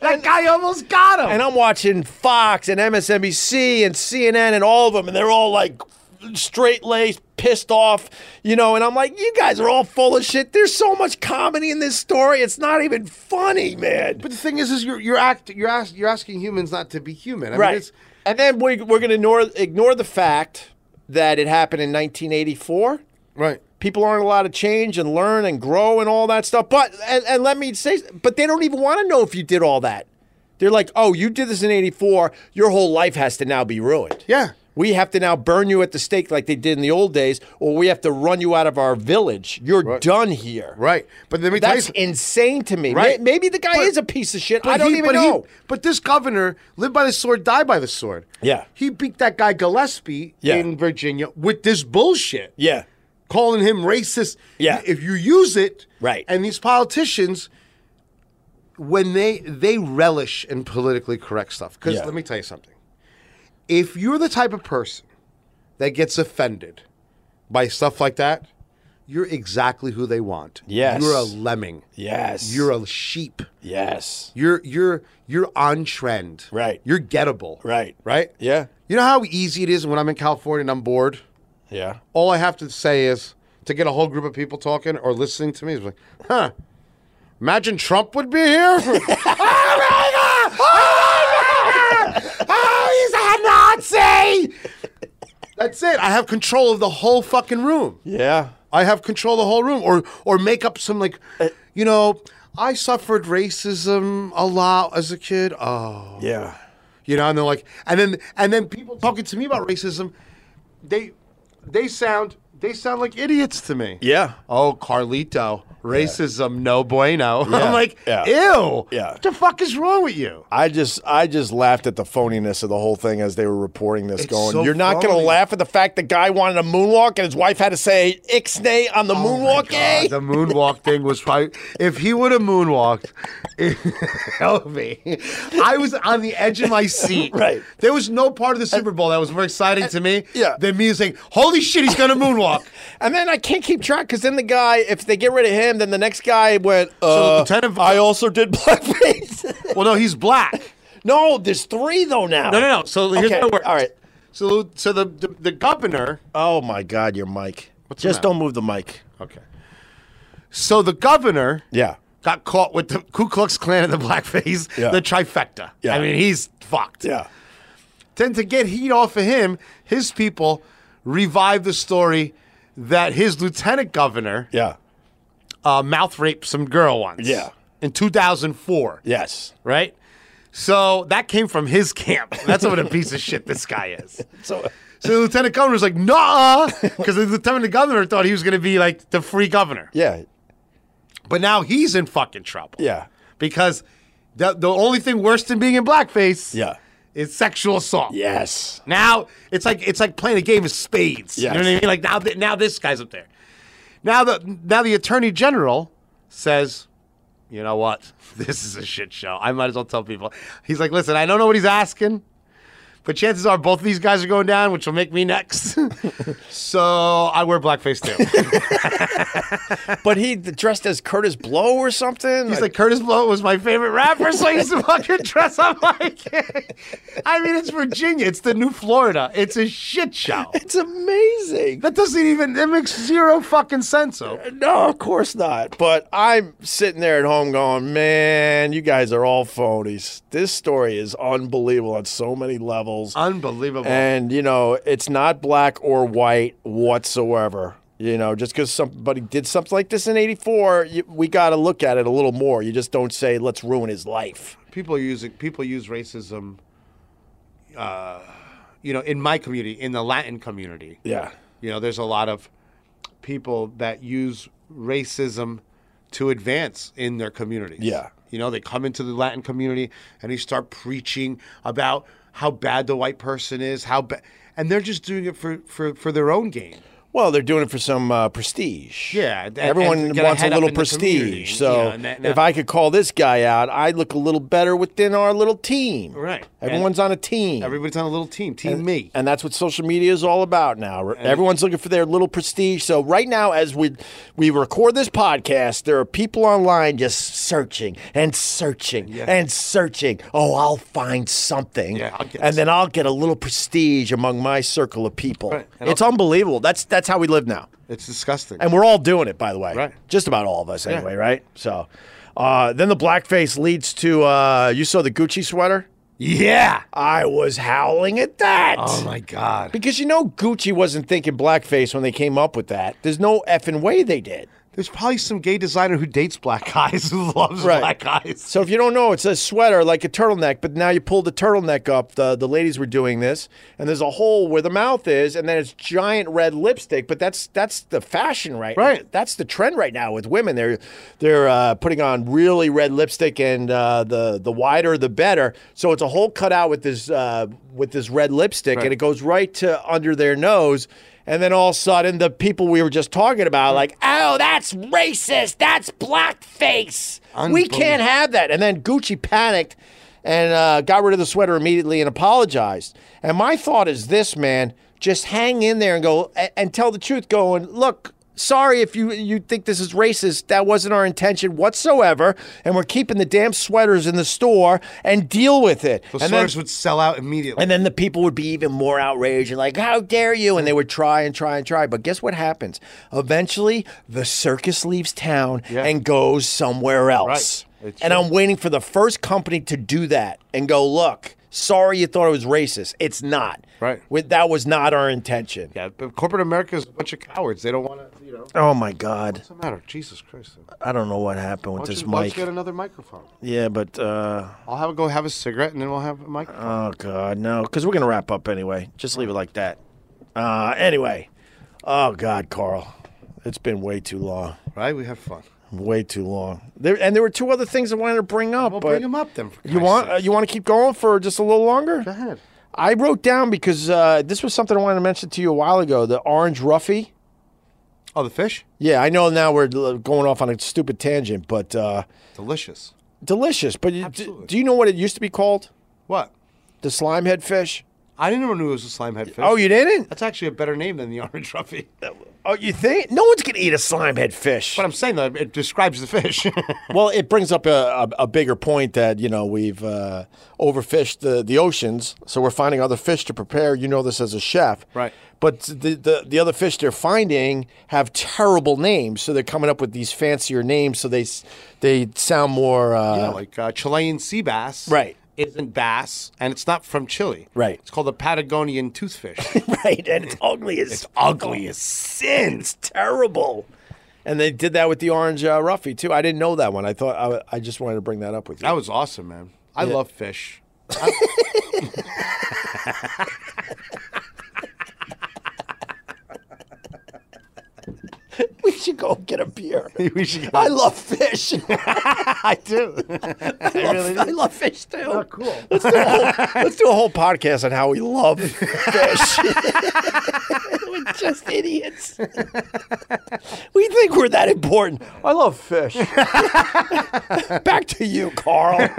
Speaker 2: that guy almost got him.
Speaker 3: and I'm watching Fox and MSNBC and CNN and all of them, and they're all like straight laced, pissed off, you know. And I'm like, you guys are all full of shit. There's so much comedy in this story. It's not even funny, man.
Speaker 2: But the thing is, is you're you're act you're ask, you're asking humans not to be human. I mean,
Speaker 3: right.
Speaker 2: it's,
Speaker 3: And then we, we're going to ignore, ignore the fact that it happened in 1984.
Speaker 2: right.
Speaker 3: People aren't allowed to change and learn and grow and all that stuff. But and, and let me say, but they don't even want to know if you did all that. They're like, oh, you did this in '84. Your whole life has to now be ruined.
Speaker 2: Yeah.
Speaker 3: We have to now burn you at the stake like they did in the old days, or we have to run you out of our village. You're done here.
Speaker 2: Right. But let me tell you
Speaker 3: That's
Speaker 2: something.
Speaker 3: insane to me. May-
Speaker 2: Right.
Speaker 3: Maybe the guy
Speaker 2: But-
Speaker 3: is a piece of shit.
Speaker 2: But
Speaker 3: I don't
Speaker 2: he-
Speaker 3: even
Speaker 2: but he-
Speaker 3: know.
Speaker 2: but this governor lived by the sword, died by the sword.
Speaker 3: Yeah.
Speaker 2: He beat that guy Gillespie
Speaker 3: Yeah.
Speaker 2: in Virginia with this bullshit.
Speaker 3: yeah.
Speaker 2: Calling him racist.
Speaker 3: Yeah.
Speaker 2: If you use it.
Speaker 3: Right.
Speaker 2: And these politicians, when they they relish in politically correct stuff. Because
Speaker 3: Yeah.
Speaker 2: let me tell you something. If you're the type of person that gets offended by stuff like that, you're exactly who they want.
Speaker 3: Yes.
Speaker 2: You're a lemming.
Speaker 3: Yes.
Speaker 2: You're a sheep.
Speaker 3: Yes.
Speaker 2: You're you're you're on trend.
Speaker 3: Right.
Speaker 2: You're gettable.
Speaker 3: Right.
Speaker 2: Right?
Speaker 3: Yeah.
Speaker 2: You know how easy it is when I'm in California and I'm bored?
Speaker 3: Yeah.
Speaker 2: All I have to say is to get a whole group of people talking or listening to me is like, huh. Imagine Trump would be here. oh my god! Oh my god! Oh, he's a Nazi! That's it. I have control of the whole fucking room.
Speaker 3: Yeah.
Speaker 2: I have control of the whole room, or or make up some like,
Speaker 3: Uh,
Speaker 2: you know, I suffered racism a lot as a kid. Oh,
Speaker 3: Yeah.
Speaker 2: you know, and they're like, and then and then people talking to me about racism, they they sound they sound like idiots to me.
Speaker 3: Yeah.
Speaker 2: Oh, Carlito, racism, no bueno.
Speaker 3: Yeah.
Speaker 2: I'm like,
Speaker 3: Yeah.
Speaker 2: ew.
Speaker 3: Yeah.
Speaker 2: What the fuck is wrong with you?
Speaker 3: I just I just laughed at the phoniness of the whole thing as they were reporting this, going,
Speaker 2: so
Speaker 3: "You're not going to
Speaker 2: phony."
Speaker 3: laugh at the fact the guy wanted a moonwalk and his wife had to say ixnay on the
Speaker 2: Oh my
Speaker 3: moonwalk." eh?"
Speaker 2: God, the moonwalk thing was probably if he would have moonwalked, help me. I was on the edge of my seat.
Speaker 3: Right.
Speaker 2: There was no part of the Super Bowl that was more exciting to me
Speaker 3: yeah.
Speaker 2: than me saying, "Holy shit, he's gonna moonwalk."
Speaker 3: And then I can't keep track because then the guy, if they get rid of him, then the next guy went.
Speaker 2: the
Speaker 3: Uh,
Speaker 2: lieutenant-
Speaker 3: I also did blackface.
Speaker 2: well, no, he's black.
Speaker 3: no, there's three though now.
Speaker 2: No, no, no. So here's
Speaker 3: Okay,
Speaker 2: how it works.
Speaker 3: all right.
Speaker 2: So so the the, the governor.
Speaker 3: Oh my God, your mic.
Speaker 2: What's the
Speaker 3: just
Speaker 2: matter?
Speaker 3: don't move the mic.
Speaker 2: Okay. So the governor.
Speaker 3: Yeah.
Speaker 2: Got caught with the Ku Klux Klan and the blackface,
Speaker 3: Yeah.
Speaker 2: the trifecta.
Speaker 3: Yeah.
Speaker 2: I mean, he's fucked.
Speaker 3: Yeah.
Speaker 2: Then to get heat off of him, his people revived the story that his lieutenant governor
Speaker 3: Yeah.
Speaker 2: uh, mouth raped some girl once.
Speaker 3: Yeah.
Speaker 2: In 2004.
Speaker 3: Yes.
Speaker 2: Right? So that came from his camp. That's what a piece of shit this guy is.
Speaker 3: So.
Speaker 2: So the lieutenant governor was like, nah, because the lieutenant governor thought he was going to be like the free governor.
Speaker 3: Yeah.
Speaker 2: But now he's in fucking trouble.
Speaker 3: Yeah.
Speaker 2: Because the, the only thing worse than being in blackface
Speaker 3: Yeah.
Speaker 2: is sexual assault.
Speaker 3: Yes.
Speaker 2: Now it's like it's like playing a game of spades. You know what I
Speaker 3: Yes.
Speaker 2: mean? Like now, th- now this guy's up there. Now the now the attorney general says, you know what? This is a shit show. I might as well tell people. He's like, listen, I don't know what he's asking, but chances are both of these guys are going down, which will make me next. so I wear blackface too.
Speaker 3: But he dressed as Curtis Blow or something.
Speaker 2: He's like, Curtis Blow was my favorite rapper, so I used to fucking dress up like. it." I mean, it's Virginia. It's the new Florida. It's a shit show.
Speaker 3: It's amazing.
Speaker 2: That doesn't even. That makes zero fucking sense. though.
Speaker 3: No, of course not. But I'm sitting there at home going, man, you guys are all phonies. This story is unbelievable on so many levels.
Speaker 2: Unbelievable.
Speaker 3: And, you know, it's not black or white whatsoever. You know, just because somebody did something like this in 84, you, we got to look at it a little more. You just don't say, let's ruin his life.
Speaker 2: people use it- people use racism. Uh, you know, in my community, in the Latin community,
Speaker 3: Yeah.
Speaker 2: you know, there's a lot of people that use racism to advance in their communities.
Speaker 3: Yeah.
Speaker 2: You know, they come into the Latin community and they start preaching about how bad the white person is, how bad. and they're just doing it for for for their own gain.
Speaker 3: Well, they're doing it for some uh, prestige.
Speaker 2: Yeah, and-
Speaker 3: everyone
Speaker 2: and get a
Speaker 3: wants a
Speaker 2: head up
Speaker 3: little
Speaker 2: in the community,
Speaker 3: prestige. So
Speaker 2: you know, and that-
Speaker 3: if
Speaker 2: now-
Speaker 3: I could call this guy out, I look a little better within our little team.
Speaker 2: Right.
Speaker 3: Everyone's on a team.
Speaker 2: Everybody's on a little team, team me.
Speaker 3: And that's what social media is all about now. Everyone's looking for their little prestige. So right now, as we we record this podcast, there are people online just searching and searching and searching. Oh, I'll find something,
Speaker 2: Yeah, I'll get
Speaker 3: and then I'll get a little prestige among my circle of people.
Speaker 2: Right. And
Speaker 3: It's unbelievable. That's that's how we live now,
Speaker 2: It's disgusting.
Speaker 3: and we're all doing it. By the way,
Speaker 2: Right.
Speaker 3: Just about all of us, anyway, right? So uh, then the blackface leads to uh, you saw the Gucci sweater.
Speaker 2: yeah.
Speaker 3: I was howling at that.
Speaker 2: Oh my god.
Speaker 3: Because you know Gucci wasn't thinking blackface when they came up with that. There's no effing way they did.
Speaker 2: There's probably some gay designer who dates black guys who loves
Speaker 3: Right.
Speaker 2: black guys.
Speaker 3: So if you don't know, it's a sweater like a turtleneck, but now you pull the turtleneck up. The the ladies were doing this, and there's a hole where the mouth is, and then it's giant red lipstick. But that's that's the fashion, right?
Speaker 2: Right.
Speaker 3: That's the trend right now with women. They're they're uh, putting on really red lipstick, and uh, the the wider the better. So it's a hole cut out with this uh, with this red lipstick, and it goes right to under their nose. And then all of a sudden, the people we were just talking about, like, oh, that's racist, that's blackface. We can't have that. And then Gucci panicked and uh, got rid of the sweater immediately and apologized. And my thought is this, man, just hang in there and go and, and tell the truth. Going, look, sorry if you you think this is racist. That wasn't our intention whatsoever. And we're keeping the damn sweaters in the store and deal with it.
Speaker 2: The
Speaker 3: and then-
Speaker 2: stores would sell out immediately.
Speaker 3: and then the people would be even more outraged and like, how dare you? And they would try and try and try. But guess what happens? Eventually, the circus leaves town
Speaker 2: Yeah.
Speaker 3: and goes somewhere else.
Speaker 2: Right. It's
Speaker 3: And I'm waiting for the first company to do that and go, look, sorry you thought it was racist. It's not.
Speaker 2: Right.
Speaker 3: With, that was not our intention.
Speaker 2: yeah, but corporate America is a bunch of cowards. They don't want to, you know. What's
Speaker 3: Oh my God.
Speaker 2: the matter? Jesus Christ. Why
Speaker 3: I don't know what happened with
Speaker 2: don't
Speaker 3: this
Speaker 2: you- why don't you
Speaker 3: mic.
Speaker 2: get another microphone?
Speaker 3: Yeah, but uh,
Speaker 2: I'll have a go have a cigarette and then we'll have a microphone.
Speaker 3: oh God, no. Because we're going to wrap up anyway. Just leave it like that. Uh, anyway. Oh God, Carl. It's been way too long.
Speaker 2: right? We have fun.
Speaker 3: way too long. There and there were two other things I wanted to bring up.
Speaker 2: Well,
Speaker 3: but
Speaker 2: bring them up then. for
Speaker 3: You
Speaker 2: Christ's
Speaker 3: want
Speaker 2: sake.
Speaker 3: uh, you want to keep going for just a little longer? Go
Speaker 2: ahead.
Speaker 3: I wrote down because uh, this was something I wanted to mention to you a while ago. The orange ruffy.
Speaker 2: oh, the fish?
Speaker 3: Yeah, I know now we're l- going off on a stupid tangent, but uh,
Speaker 2: Delicious.
Speaker 3: delicious. But you- d-
Speaker 2: Absolutely.
Speaker 3: do you know what it used to be called?
Speaker 2: What?
Speaker 3: The slimehead fish.
Speaker 2: I didn't even know it was a slimehead fish.
Speaker 3: Oh, you didn't?
Speaker 2: That's actually a better name than the orange ruffy.
Speaker 3: Oh, you think? No one's gonna eat a slimehead fish.
Speaker 2: But I'm saying though, it describes the fish.
Speaker 3: Well, it brings up a, a, a bigger point that you know we've uh, overfished the, the oceans, so we're finding other fish to prepare. You know this as a chef,
Speaker 2: Right.
Speaker 3: But the, the the other fish they're finding have terrible names, so they're coming up with these fancier names, so they s- they sound more uh,
Speaker 2: Yeah, like uh, Chilean sea bass.
Speaker 3: Right.
Speaker 2: Isn't bass, and it's not from Chile.
Speaker 3: Right.
Speaker 2: It's called the Patagonian toothfish.
Speaker 3: right, and it's ugly as it's ugly as sin. It's terrible. And they did that with the orange uh, ruffy too. I didn't know that one. I thought I, I just wanted to bring that up with you.
Speaker 2: that was awesome, man. I love fish.
Speaker 3: We should go get a beer.
Speaker 2: We should-
Speaker 3: I love fish.
Speaker 2: I do. I really
Speaker 3: I
Speaker 2: do.
Speaker 3: love fish too. cool. Let's do, a whole, let's do a whole podcast on how we love fish. we're just idiots. we think we're that important. I love fish. Back to you, Carl.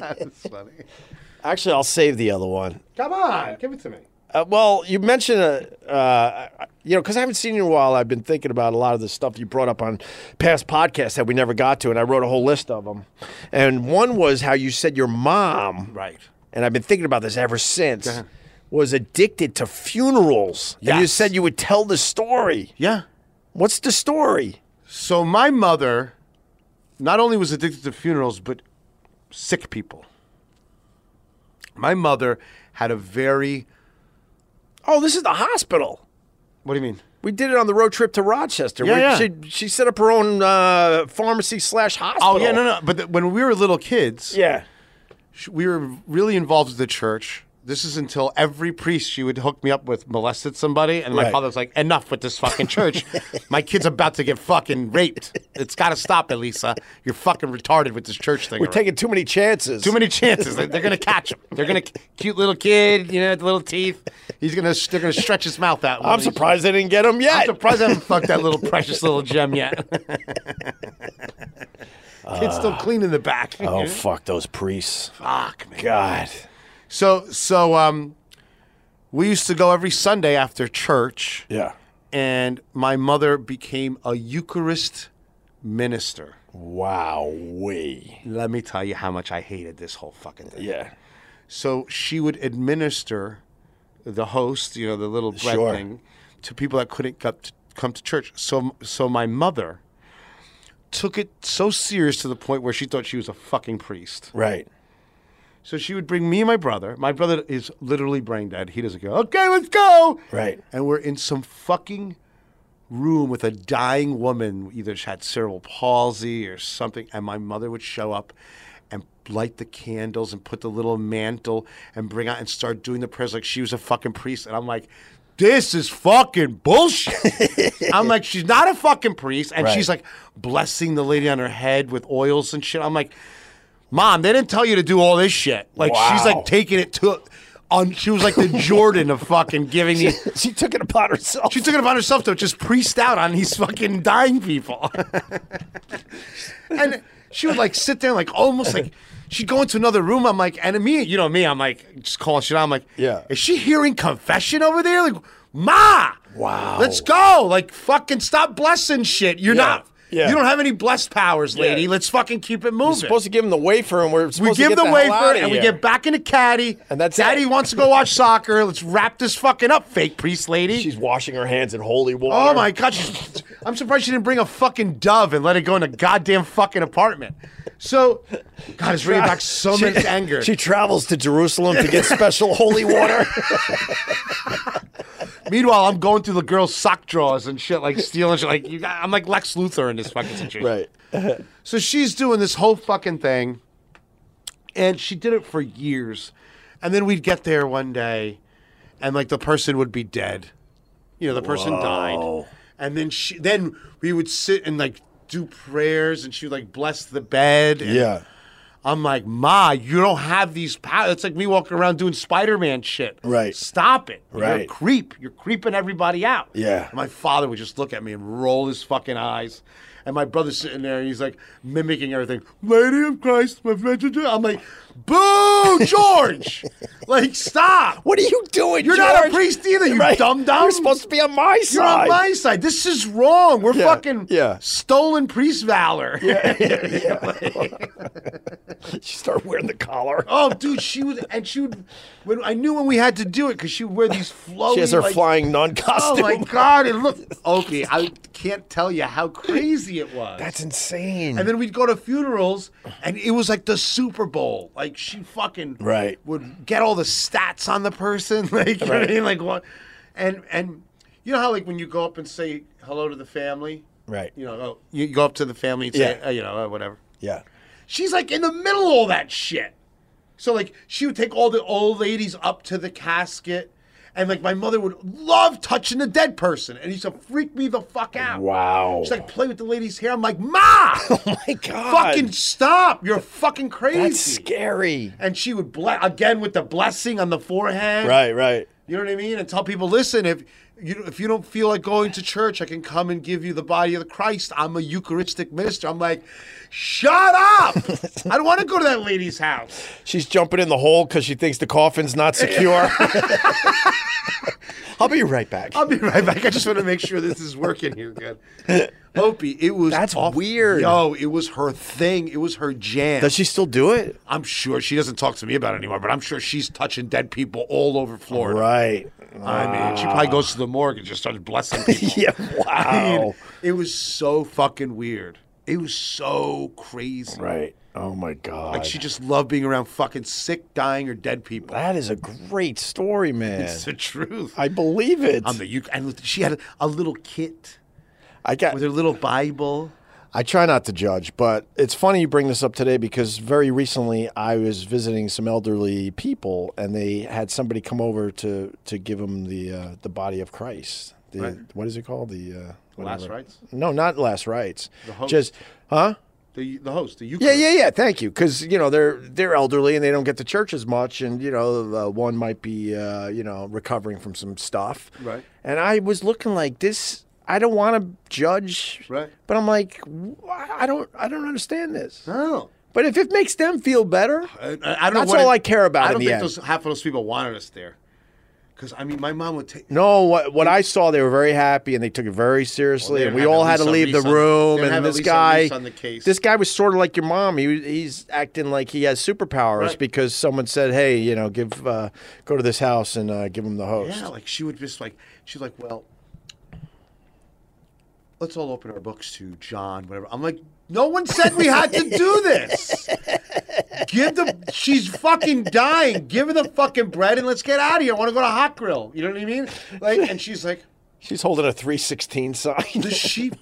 Speaker 2: That's funny.
Speaker 3: Actually, I'll save the other one.
Speaker 2: Come on, give it to me.
Speaker 3: Uh, well, you mentioned, uh, uh, you know, because I haven't seen you in a while. I've been thinking about a lot of the stuff you brought up on past podcasts that we never got to, and I wrote a whole list of them. And one was how you said your mom,
Speaker 2: Right.
Speaker 3: And I've been thinking about this ever since. Was addicted to funerals, and you
Speaker 2: Yes.
Speaker 3: said you would tell the story.
Speaker 2: Yeah.
Speaker 3: What's the story?
Speaker 2: So my mother, not only was addicted to funerals, but sick people. My mother had a very.
Speaker 3: Oh, this is the hospital.
Speaker 2: What do you mean?
Speaker 3: We did it on the road trip to Rochester.
Speaker 2: Yeah,
Speaker 3: We-
Speaker 2: yeah.
Speaker 3: She, she set up her own uh, pharmacy slash hospital.
Speaker 2: Oh yeah, no, no. But th- when we were little kids,
Speaker 3: yeah.
Speaker 2: sh- we were really involved with the church. This is until every priest she would hook me up with molested somebody, and my
Speaker 3: Right.
Speaker 2: father was like, "Enough with this fucking church. my kid's about to get fucking raped. It's got to stop, Elisa. You're fucking retarded with this church thing.
Speaker 3: We're
Speaker 2: around."
Speaker 3: taking too many chances.
Speaker 2: too many chances. They- They're gonna catch him. They're gonna cute little kid, you know, with the little teeth. He's gonna they're gonna stretch his mouth out.
Speaker 3: I'm surprised they didn't get him
Speaker 2: I'm
Speaker 3: yet.
Speaker 2: surprised I haven't fucked that little precious little gem yet. Kid's still clean in the back.
Speaker 3: Uh, oh fuck those priests!
Speaker 2: Fuck, man.
Speaker 3: God,
Speaker 2: So so um, we used to go every Sunday after church,
Speaker 3: yeah.
Speaker 2: and my mother became a Eucharist minister.
Speaker 3: Wow, we
Speaker 2: Let me tell you how much I hated this whole fucking thing.
Speaker 3: yeah.
Speaker 2: So she would administer the host, you know, the little bread
Speaker 3: Sure.
Speaker 2: thing, to people that couldn't come to, come to church. So, so my mother took it so serious to the point where she thought she was a fucking priest.
Speaker 3: Right.
Speaker 2: So she would bring me and my brother. My brother is literally brain dead. He doesn't go. Okay, let's go.
Speaker 3: Right.
Speaker 2: And we're in some fucking room with a dying woman, either she had cerebral palsy or something. And my mother would show up and light the candles and put the little mantle and bring out and start doing the prayers like she was a fucking priest. And I'm like, this is fucking bullshit. I'm like, she's not a fucking priest. And
Speaker 3: Right.
Speaker 2: she's like blessing the lady on her head with oils and shit. I'm like, Mom, they didn't tell you to do all this shit. Like she's
Speaker 3: Wow.
Speaker 2: like taking it to on she was like the Jordan of fucking giving these
Speaker 3: She took it upon herself.
Speaker 2: she took it upon herself to just priest out on these fucking dying people. and she would like sit there and like almost like she'd go into another room. I'm like, and me, you know me, I'm like just calling shit out. I'm like,
Speaker 3: Yeah.
Speaker 2: Is she hearing confession over there? Like, Ma!
Speaker 3: Wow.
Speaker 2: Let's go. Like fucking stop blessing shit. You're
Speaker 3: Yeah.
Speaker 2: not
Speaker 3: Yeah.
Speaker 2: you don't have any blessed powers, lady.
Speaker 3: Yeah.
Speaker 2: Let's fucking keep it moving.
Speaker 3: We're supposed to give him the wafer, and we're
Speaker 2: We
Speaker 3: supposed
Speaker 2: give
Speaker 3: to get
Speaker 2: the,
Speaker 3: the hell
Speaker 2: wafer
Speaker 3: outta
Speaker 2: and we
Speaker 3: here.
Speaker 2: get back in the caddy.
Speaker 3: And that's
Speaker 2: Daddy
Speaker 3: it.
Speaker 2: wants to go watch soccer. Let's wrap this fucking up, fake priest lady.
Speaker 3: She's washing her hands in holy water.
Speaker 2: oh my god, she's, I'm surprised she didn't bring a fucking dove and let it go in a goddamn fucking apartment. So, God, it's bringing back so
Speaker 3: She-
Speaker 2: much anger.
Speaker 3: She travels to Jerusalem to get special holy water.
Speaker 2: Meanwhile, I'm going through the girls' sock drawers and shit, like stealing shit. Like you, got, I'm like Lex Luthor in this fucking situation. So she's doing this whole fucking thing, and she did it for years. And then we'd get there one day, and like the person would be dead. You know, the person died. And then she, then we would sit and like do prayers, and she would like bless the bed. and
Speaker 3: Yeah.
Speaker 2: I'm like, Ma, you don't have these powers. It's like me walking around doing Spider Man shit.
Speaker 3: Right.
Speaker 2: Stop it. You're a
Speaker 3: Right.
Speaker 2: creep. You're creeping everybody out.
Speaker 3: Yeah.
Speaker 2: And my father would just look at me and roll his fucking eyes. And my brother's sitting there and he's like mimicking everything. Lady of Christ, my friend. I'm like, boo, George. like, stop.
Speaker 3: What are you doing?
Speaker 2: You're not a
Speaker 3: George?
Speaker 2: priest either, you
Speaker 3: Right.
Speaker 2: dumb dumb.
Speaker 3: You're supposed to be on my
Speaker 2: You're
Speaker 3: side.
Speaker 2: on my side. This is wrong. We're
Speaker 3: Yeah,
Speaker 2: fucking
Speaker 3: yeah.
Speaker 2: stolen priest valor.
Speaker 3: you start wearing the collar.
Speaker 2: Oh, dude, she would, and she would. When I knew when we had to do it because she would wear these flowy.
Speaker 3: She has her
Speaker 2: like-
Speaker 3: flying
Speaker 2: Oh
Speaker 3: non-costume.
Speaker 2: my god! And look, okay, I can't tell you how crazy it was.
Speaker 3: That's insane.
Speaker 2: and then we'd go to funerals, and it was like the Super Bowl. Like she fucking
Speaker 3: Right.
Speaker 2: would get all the stats on the person. Like you know what I mean? Like what? And and you know how like when you go up and say hello to the family,
Speaker 3: right.
Speaker 2: you know, oh, you you go up to the family and say,
Speaker 3: Yeah.
Speaker 2: uh, you know, uh, whatever.
Speaker 3: Yeah.
Speaker 2: She's like in the middle of all that shit. So like she would take all the old ladies up to the casket, and like my mother would love touching the dead person, and he used to freak me the fuck out.
Speaker 3: Wow.
Speaker 2: She's like play with the lady's hair. I'm like, Ma,
Speaker 3: oh my god.
Speaker 2: fucking stop! You're fucking crazy.
Speaker 3: That's scary.
Speaker 2: And she would ble- again with the blessing on the forehead.
Speaker 3: Right. Right.
Speaker 2: You know what I mean? And tell people, listen, if you if you don't feel like going to church, I can come and give you the body of the Christ. I'm a Eucharistic minister. I'm like, shut up! I don't want to go to that lady's house.
Speaker 3: She's jumping in the hole because she thinks the coffin's not secure. I'll be right back.
Speaker 2: I'll be right back. I just want to make sure this is working here good. Opie, it was
Speaker 3: That's weird.
Speaker 2: Yo, it was her thing. It was her jam.
Speaker 3: Does she still do it?
Speaker 2: I'm sure she doesn't talk to me about it anymore, but I'm sure she's touching dead people all over Florida.
Speaker 3: Right.
Speaker 2: I mean, she probably goes to the morgue and just starts blessing people.
Speaker 3: Yeah.
Speaker 2: I mean,
Speaker 3: Wow.
Speaker 2: it was so fucking weird. It was so crazy.
Speaker 3: Right. Oh my god.
Speaker 2: Like she just loved being around fucking sick, dying, or dead people.
Speaker 3: That is a great story, man.
Speaker 2: That's the truth.
Speaker 3: I believe it.
Speaker 2: I'm the you and she had a, a little kit
Speaker 3: I got
Speaker 2: with her little Bible.
Speaker 3: I try not to judge, but it's funny you bring this up today because very recently I was visiting some elderly people, and they had somebody come over to to give them the uh, the body of Christ. The, What is it called? The uh,
Speaker 2: Last
Speaker 3: whatever.
Speaker 2: rites?
Speaker 3: No, not last rites.
Speaker 2: host.
Speaker 3: Just huh?
Speaker 2: The, the host, the
Speaker 3: Yeah, yeah, yeah. Thank you, because you know they're they're elderly and they don't get to church as much, and you know uh, one might be uh, you know recovering from some stuff.
Speaker 2: Right.
Speaker 3: And I was looking like this. I don't want to judge.
Speaker 2: Right.
Speaker 3: But I'm like, w- I don't I don't understand this.
Speaker 2: Oh.
Speaker 3: But if it makes them feel better,
Speaker 2: I, I- I don't
Speaker 3: That's
Speaker 2: know what
Speaker 3: all
Speaker 2: it-
Speaker 3: I care about
Speaker 2: I
Speaker 3: in
Speaker 2: don't
Speaker 3: the
Speaker 2: think
Speaker 3: end.
Speaker 2: those half of those people wanted us there, because I mean, my mom would take.
Speaker 3: no. What what I saw, they were very happy and they took it very seriously,
Speaker 2: they'd
Speaker 3: and we
Speaker 2: have
Speaker 3: all
Speaker 2: at
Speaker 3: had to
Speaker 2: least a
Speaker 3: leave the
Speaker 2: lease on-
Speaker 3: room.
Speaker 2: they'd have
Speaker 3: And
Speaker 2: at
Speaker 3: this
Speaker 2: least a
Speaker 3: guy,
Speaker 2: lease on the case.
Speaker 3: this guy was sort of like your mom. He was- he's acting like he has superpowers
Speaker 2: Right.
Speaker 3: because someone said, "Hey, you know, give uh, go to this house and uh, give him the host."
Speaker 2: Yeah, like she would just like she's like, well, let's all open our books to John, whatever. I'm like, no one said we had to do this. Give the she's fucking dying. Give her the fucking bread and let's get out of here. I want to go to Hot Grill. You know what I mean? Like, and she's like,
Speaker 3: She's holding a three sixteen sign.
Speaker 2: the sheep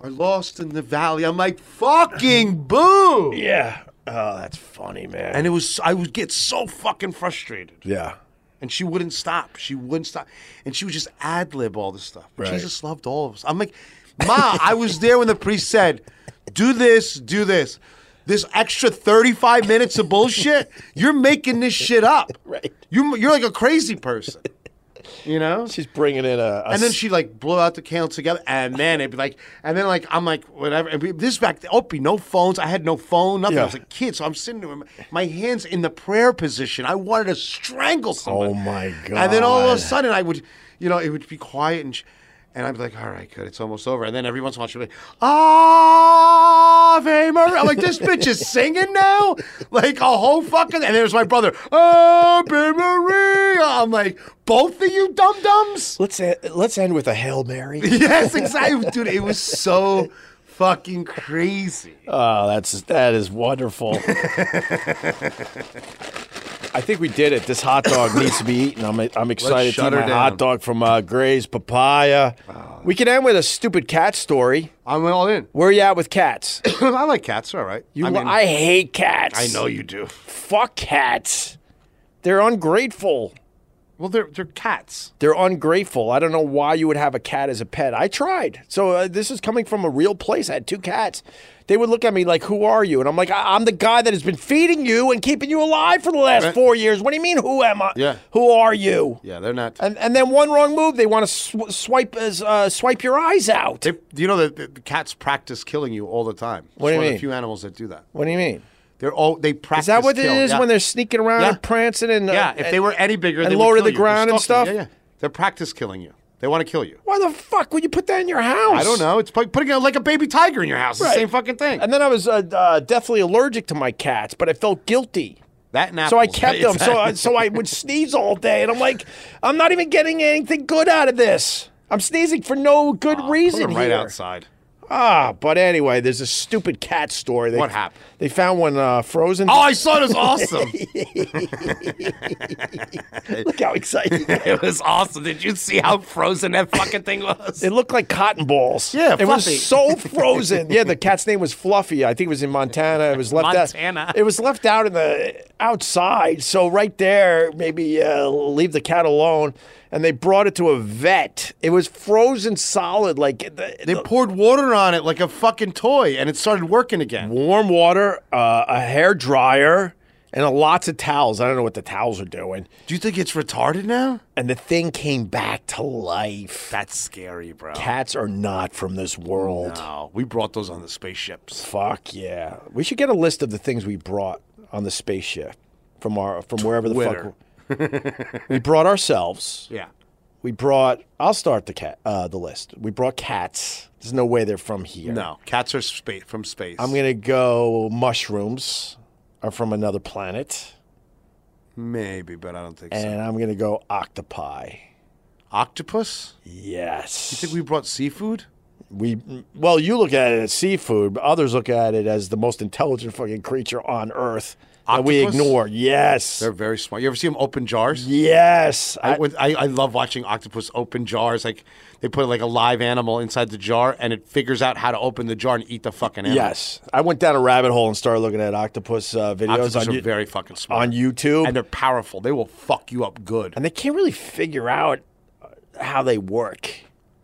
Speaker 2: are lost in the valley. I'm like, fucking boo.
Speaker 3: yeah. Oh, that's funny, man.
Speaker 2: And it was I would get so fucking frustrated.
Speaker 3: yeah.
Speaker 2: And she wouldn't stop. She wouldn't stop. And she would just ad lib all this stuff.
Speaker 3: Right.
Speaker 2: Jesus loved all of us. I'm like, Ma, I was there when the priest said, do this, do this. This extra 35 minutes of bullshit, you're making this shit up.
Speaker 3: Right.
Speaker 2: You, you're like a crazy person. You know?
Speaker 3: She's bringing in a, a
Speaker 2: And then she like blew out the candle together, and then it'd be like, and then like I'm like whatever. And we- this back, Opie, no phones. I had no phone, nothing. I
Speaker 3: Yeah.
Speaker 2: was a kid, so I'm sitting there, with my- my hands in the prayer position. I wanted to strangle someone.
Speaker 3: Oh, my
Speaker 2: And then all of a
Speaker 3: God.
Speaker 2: sudden, I would, you know, it would be quiet, and sh- and I'd be like, all right, good, it's almost over. And then every once in a while, she'd be like, Ave Maria. I'm like, this bitch is singing now, like a whole fucking. And there's my brother, Ave Maria. I'm like, both of you dum dums.
Speaker 3: let's e- let's end with a hail mary.
Speaker 2: Yes, exactly, dude. It was so fucking crazy.
Speaker 3: Oh, that's that is wonderful. I think we did it. This hot dog needs to be eaten. I'm I'm excited to
Speaker 2: shut
Speaker 3: eat
Speaker 2: her
Speaker 3: my hot
Speaker 2: down.
Speaker 3: dog from uh, Gray's Papaya. We can end with a stupid cat story.
Speaker 2: I went all in.
Speaker 3: Where are you at with cats?
Speaker 2: I like cats. All right.
Speaker 3: You, I,
Speaker 2: I, mean,
Speaker 3: hate cats.
Speaker 2: I know you do.
Speaker 3: Fuck cats. They're ungrateful.
Speaker 2: Well, they're they're cats.
Speaker 3: They're ungrateful. I don't know why you would have a cat as a pet. I tried. So uh, this is coming from a real place. I had two cats. They would look at me like, "Who are you?" And I'm like, I- "I'm the guy that has been feeding you and keeping you alive for the last
Speaker 2: Right.
Speaker 3: four years." What do you mean, who am I?
Speaker 2: Yeah.
Speaker 3: Who are you?
Speaker 2: Yeah, they're not.
Speaker 3: And and then one wrong move, they want to sw- swipe as uh, swipe your eyes out.
Speaker 2: They, you know that the, the cats practice killing you all the time. It's
Speaker 3: What do you
Speaker 2: one Of
Speaker 3: mean?
Speaker 2: the few animals that do that.
Speaker 3: what do you mean?
Speaker 2: They're all they practice.
Speaker 3: Is that what it
Speaker 2: kill,
Speaker 3: is
Speaker 2: yeah.
Speaker 3: when they're sneaking around
Speaker 2: Yeah.
Speaker 3: and prancing and uh,
Speaker 2: yeah? If they
Speaker 3: and-
Speaker 2: were any bigger,
Speaker 3: and
Speaker 2: they would
Speaker 3: lower to
Speaker 2: kill
Speaker 3: the
Speaker 2: you. They're
Speaker 3: ground and
Speaker 2: stalking you.
Speaker 3: stuff?
Speaker 2: Yeah, yeah. They're practice killing you. They want to kill you.
Speaker 3: Why the fuck would you put that in your house?
Speaker 2: I don't know. It's like putting a, like a baby tiger in your house. It's
Speaker 3: Right.
Speaker 2: The same fucking thing.
Speaker 3: And then I was uh, uh, deathly allergic to my cats, but I felt guilty.
Speaker 2: that and
Speaker 3: So I
Speaker 2: apples.
Speaker 3: kept them.
Speaker 2: It's-
Speaker 3: So I, so I would sneeze all day, and I'm like, I'm not even getting anything good out of this. I'm sneezing for no good
Speaker 2: Ah, Put
Speaker 3: reason
Speaker 2: them right
Speaker 3: here.
Speaker 2: outside.
Speaker 3: Ah, but anyway, there's a stupid cat story. They,
Speaker 2: What happened?
Speaker 3: They found one uh, frozen.
Speaker 2: Oh, I saw it. It was awesome.
Speaker 3: Look how exciting!
Speaker 2: It was awesome. Did you see how frozen that fucking thing was?
Speaker 3: they look like cotton balls.
Speaker 2: Yeah,
Speaker 3: it
Speaker 2: Fluffy.
Speaker 3: was so frozen. yeah, the cat's name was Fluffy. I think it was in Montana. It was left
Speaker 2: Montana.
Speaker 3: out. It was left out in the outside. So right there, maybe uh, leave the cat alone. And they brought it to a vet. It was frozen solid, like the,
Speaker 2: They poured water on it like a fucking toy, and it started working again.
Speaker 3: warm water, uh, a hair dryer, and a lots of towels. I don't know what the towels are doing.
Speaker 2: Do you think it's retarded now?
Speaker 3: And the thing came back to life.
Speaker 2: That's scary, bro.
Speaker 3: Cats are not from this world.
Speaker 2: No, we brought those on the spaceships.
Speaker 3: Fuck yeah! We should get a list of the things we brought on the spaceship from our from wherever
Speaker 2: Twitter.
Speaker 3: the fuck we brought ourselves.
Speaker 2: Yeah.
Speaker 3: We brought. I'll start the cat uh, the list. We brought cats. There's no way they're from here.
Speaker 2: No, cats are spa- from space.
Speaker 3: I'm gonna go mushrooms are from another planet,
Speaker 2: maybe, but I don't think so.
Speaker 3: and I'm gonna go octopi.
Speaker 2: Octopus? You
Speaker 3: Yes.
Speaker 2: think we brought seafood?
Speaker 3: We well, you look at it as seafood, but others look at it as the most intelligent fucking creature on Earth. that we
Speaker 2: Octopus?
Speaker 3: ignore. Yes.
Speaker 2: They're very smart. You ever see them open jars?
Speaker 3: yes.
Speaker 2: I,
Speaker 3: I-
Speaker 2: would- I, I love watching octopus open jars. Like they put like a live animal inside the jar, and it figures out how to open the jar and eat the fucking animal.
Speaker 3: yes. I went down a rabbit hole and started looking at octopus uh, videos
Speaker 2: octopus
Speaker 3: on
Speaker 2: are
Speaker 3: you-
Speaker 2: very fucking smart
Speaker 3: on YouTube.
Speaker 2: and they're powerful. They will fuck you up good.
Speaker 3: and they can't really figure out uh, how they work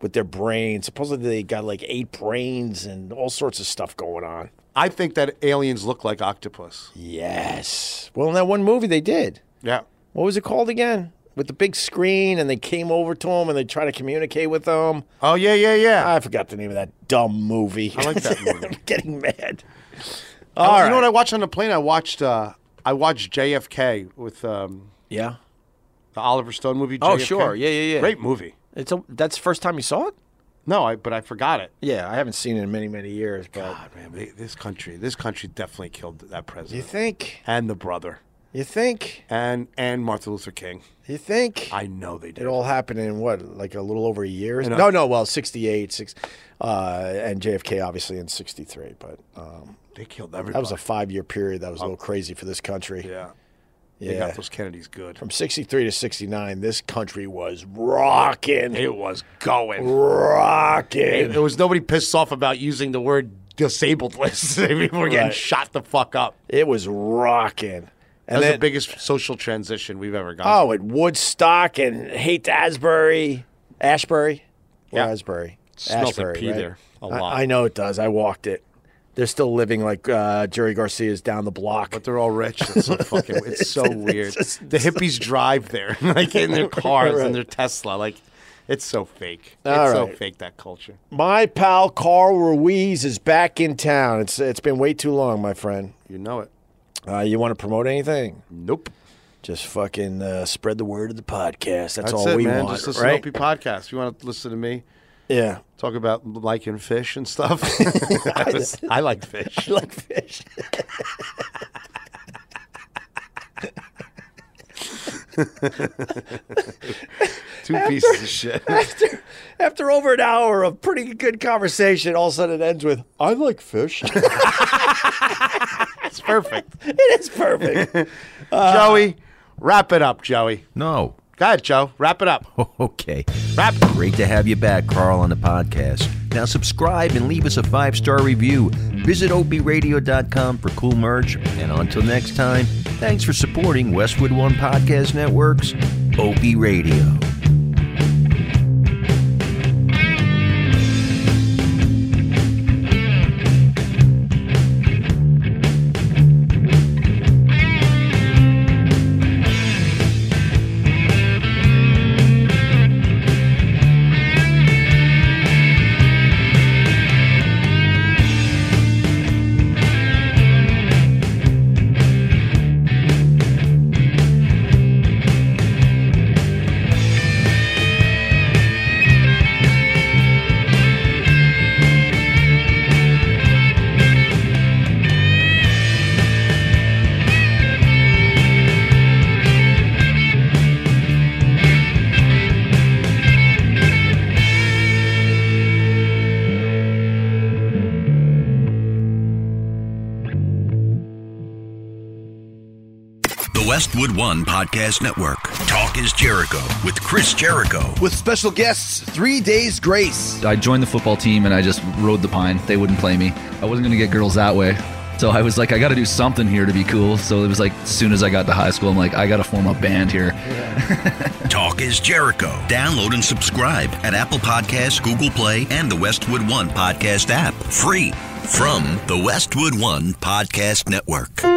Speaker 3: with their brains. Supposedly they got like eight brains and all sorts of stuff going on.
Speaker 2: I think that aliens look like octopus.
Speaker 3: Yes. Well, in that one movie they did.
Speaker 2: Yeah,
Speaker 3: What was it called again? With the big screen, and they came over to him and they try to communicate with him.
Speaker 2: Oh yeah, yeah, yeah.
Speaker 3: I forgot the name of that dumb movie. I
Speaker 2: like that movie.
Speaker 3: I'm getting mad.
Speaker 2: Oh,
Speaker 3: All
Speaker 2: you
Speaker 3: right.
Speaker 2: know what I watched on the plane? I watched uh, I watched JFK with um,
Speaker 3: Yeah.
Speaker 2: the Oliver Stone movie.
Speaker 5: Oh,
Speaker 2: JFK.
Speaker 5: sure. Yeah, yeah, yeah.
Speaker 2: Great movie.
Speaker 5: It's a, that's the first time you saw it.
Speaker 2: No, I but I forgot it.
Speaker 3: Yeah, I haven't seen it in many, many years, but
Speaker 2: God, man, they, this country, this country definitely killed that
Speaker 3: you
Speaker 2: president
Speaker 3: think,
Speaker 2: and the brother
Speaker 3: you think,
Speaker 2: and and Martin Luther King.
Speaker 3: you think
Speaker 2: I know they
Speaker 3: it
Speaker 2: did.
Speaker 3: all happened in what, like a little over a year?
Speaker 2: In a-
Speaker 3: No, no, well, 68, six, uh, and JFK obviously in 63, but um,
Speaker 2: They killed everybody.
Speaker 3: that was a five year period that was a little crazy for this country.
Speaker 2: yeah. They
Speaker 3: Yeah.
Speaker 2: got those Kennedys good.
Speaker 3: From 63 to 69, this country was rocking.
Speaker 2: It was going.
Speaker 3: rocking.
Speaker 2: There was nobody pissed off about using the word disabled list. People were getting
Speaker 3: Right.
Speaker 2: shot the fuck up.
Speaker 3: It was rocking.
Speaker 2: That
Speaker 3: And
Speaker 2: was the
Speaker 3: then,
Speaker 2: biggest social transition we've ever gone.
Speaker 3: oh, at Woodstock and Hate to Asbury, Ashbury, or
Speaker 2: Yeah.
Speaker 3: Asbury.
Speaker 2: Smells like
Speaker 3: Ashbury,
Speaker 2: pee
Speaker 3: right?
Speaker 2: there a
Speaker 3: I-
Speaker 2: lot.
Speaker 3: I, know it does. I walked it. They're still living like uh, Jerry Garcia's down the block.
Speaker 2: But they're all rich. It's so fucking. It's so weird. the hippies drive there, like in their cars and their Tesla. Like, it's so fake.
Speaker 3: All
Speaker 2: it's so
Speaker 3: right.
Speaker 2: fake that culture.
Speaker 3: my pal Carl Ruiz is back in town. It's it's been way too long, my friend.
Speaker 2: You know it.
Speaker 3: Uh, you want to promote anything?
Speaker 2: Nope.
Speaker 3: Just fucking uh, spread the word of the podcast. That's,
Speaker 2: That's
Speaker 3: all
Speaker 2: it,
Speaker 3: we
Speaker 2: man.
Speaker 3: want,
Speaker 2: Just listen
Speaker 3: right?
Speaker 2: to OP podcast. If you want to listen to me
Speaker 3: yeah.
Speaker 2: talk about liking fish and stuff, I, was- I like fish.
Speaker 3: like fish.
Speaker 2: Two pieces of shit.
Speaker 3: after, after over an hour of pretty good conversation, all of a sudden it ends with, I like fish.
Speaker 2: It's perfect.
Speaker 3: it is perfect.
Speaker 2: Joey, wrap it up, Joey.
Speaker 1: No.
Speaker 2: Go ahead, Joe. Wrap it up.
Speaker 1: Okay.
Speaker 2: Wrap.
Speaker 1: Great to have you back, Carl, on the podcast. Now subscribe and leave us a five star review. Visit obradio.com for cool merch. And until next time, thanks for supporting Westwood One Podcast Network's OP Radio.
Speaker 6: The Westwood One Podcast Network. Talk is Jericho with Chris Jericho.
Speaker 7: with special guests, Three Days Grace.
Speaker 8: I joined the football team and I just rode the pine. They wouldn't play me. I wasn't going to get girls that way. So I was like, I got to do something here to be cool. So it was like, as soon as I got to high school, I'm like, I got to form a band here.
Speaker 6: Talk is Jericho. Download and subscribe at Apple Podcasts, Google Play, and the Westwood One Podcast app. Free from the Westwood One Podcast Network.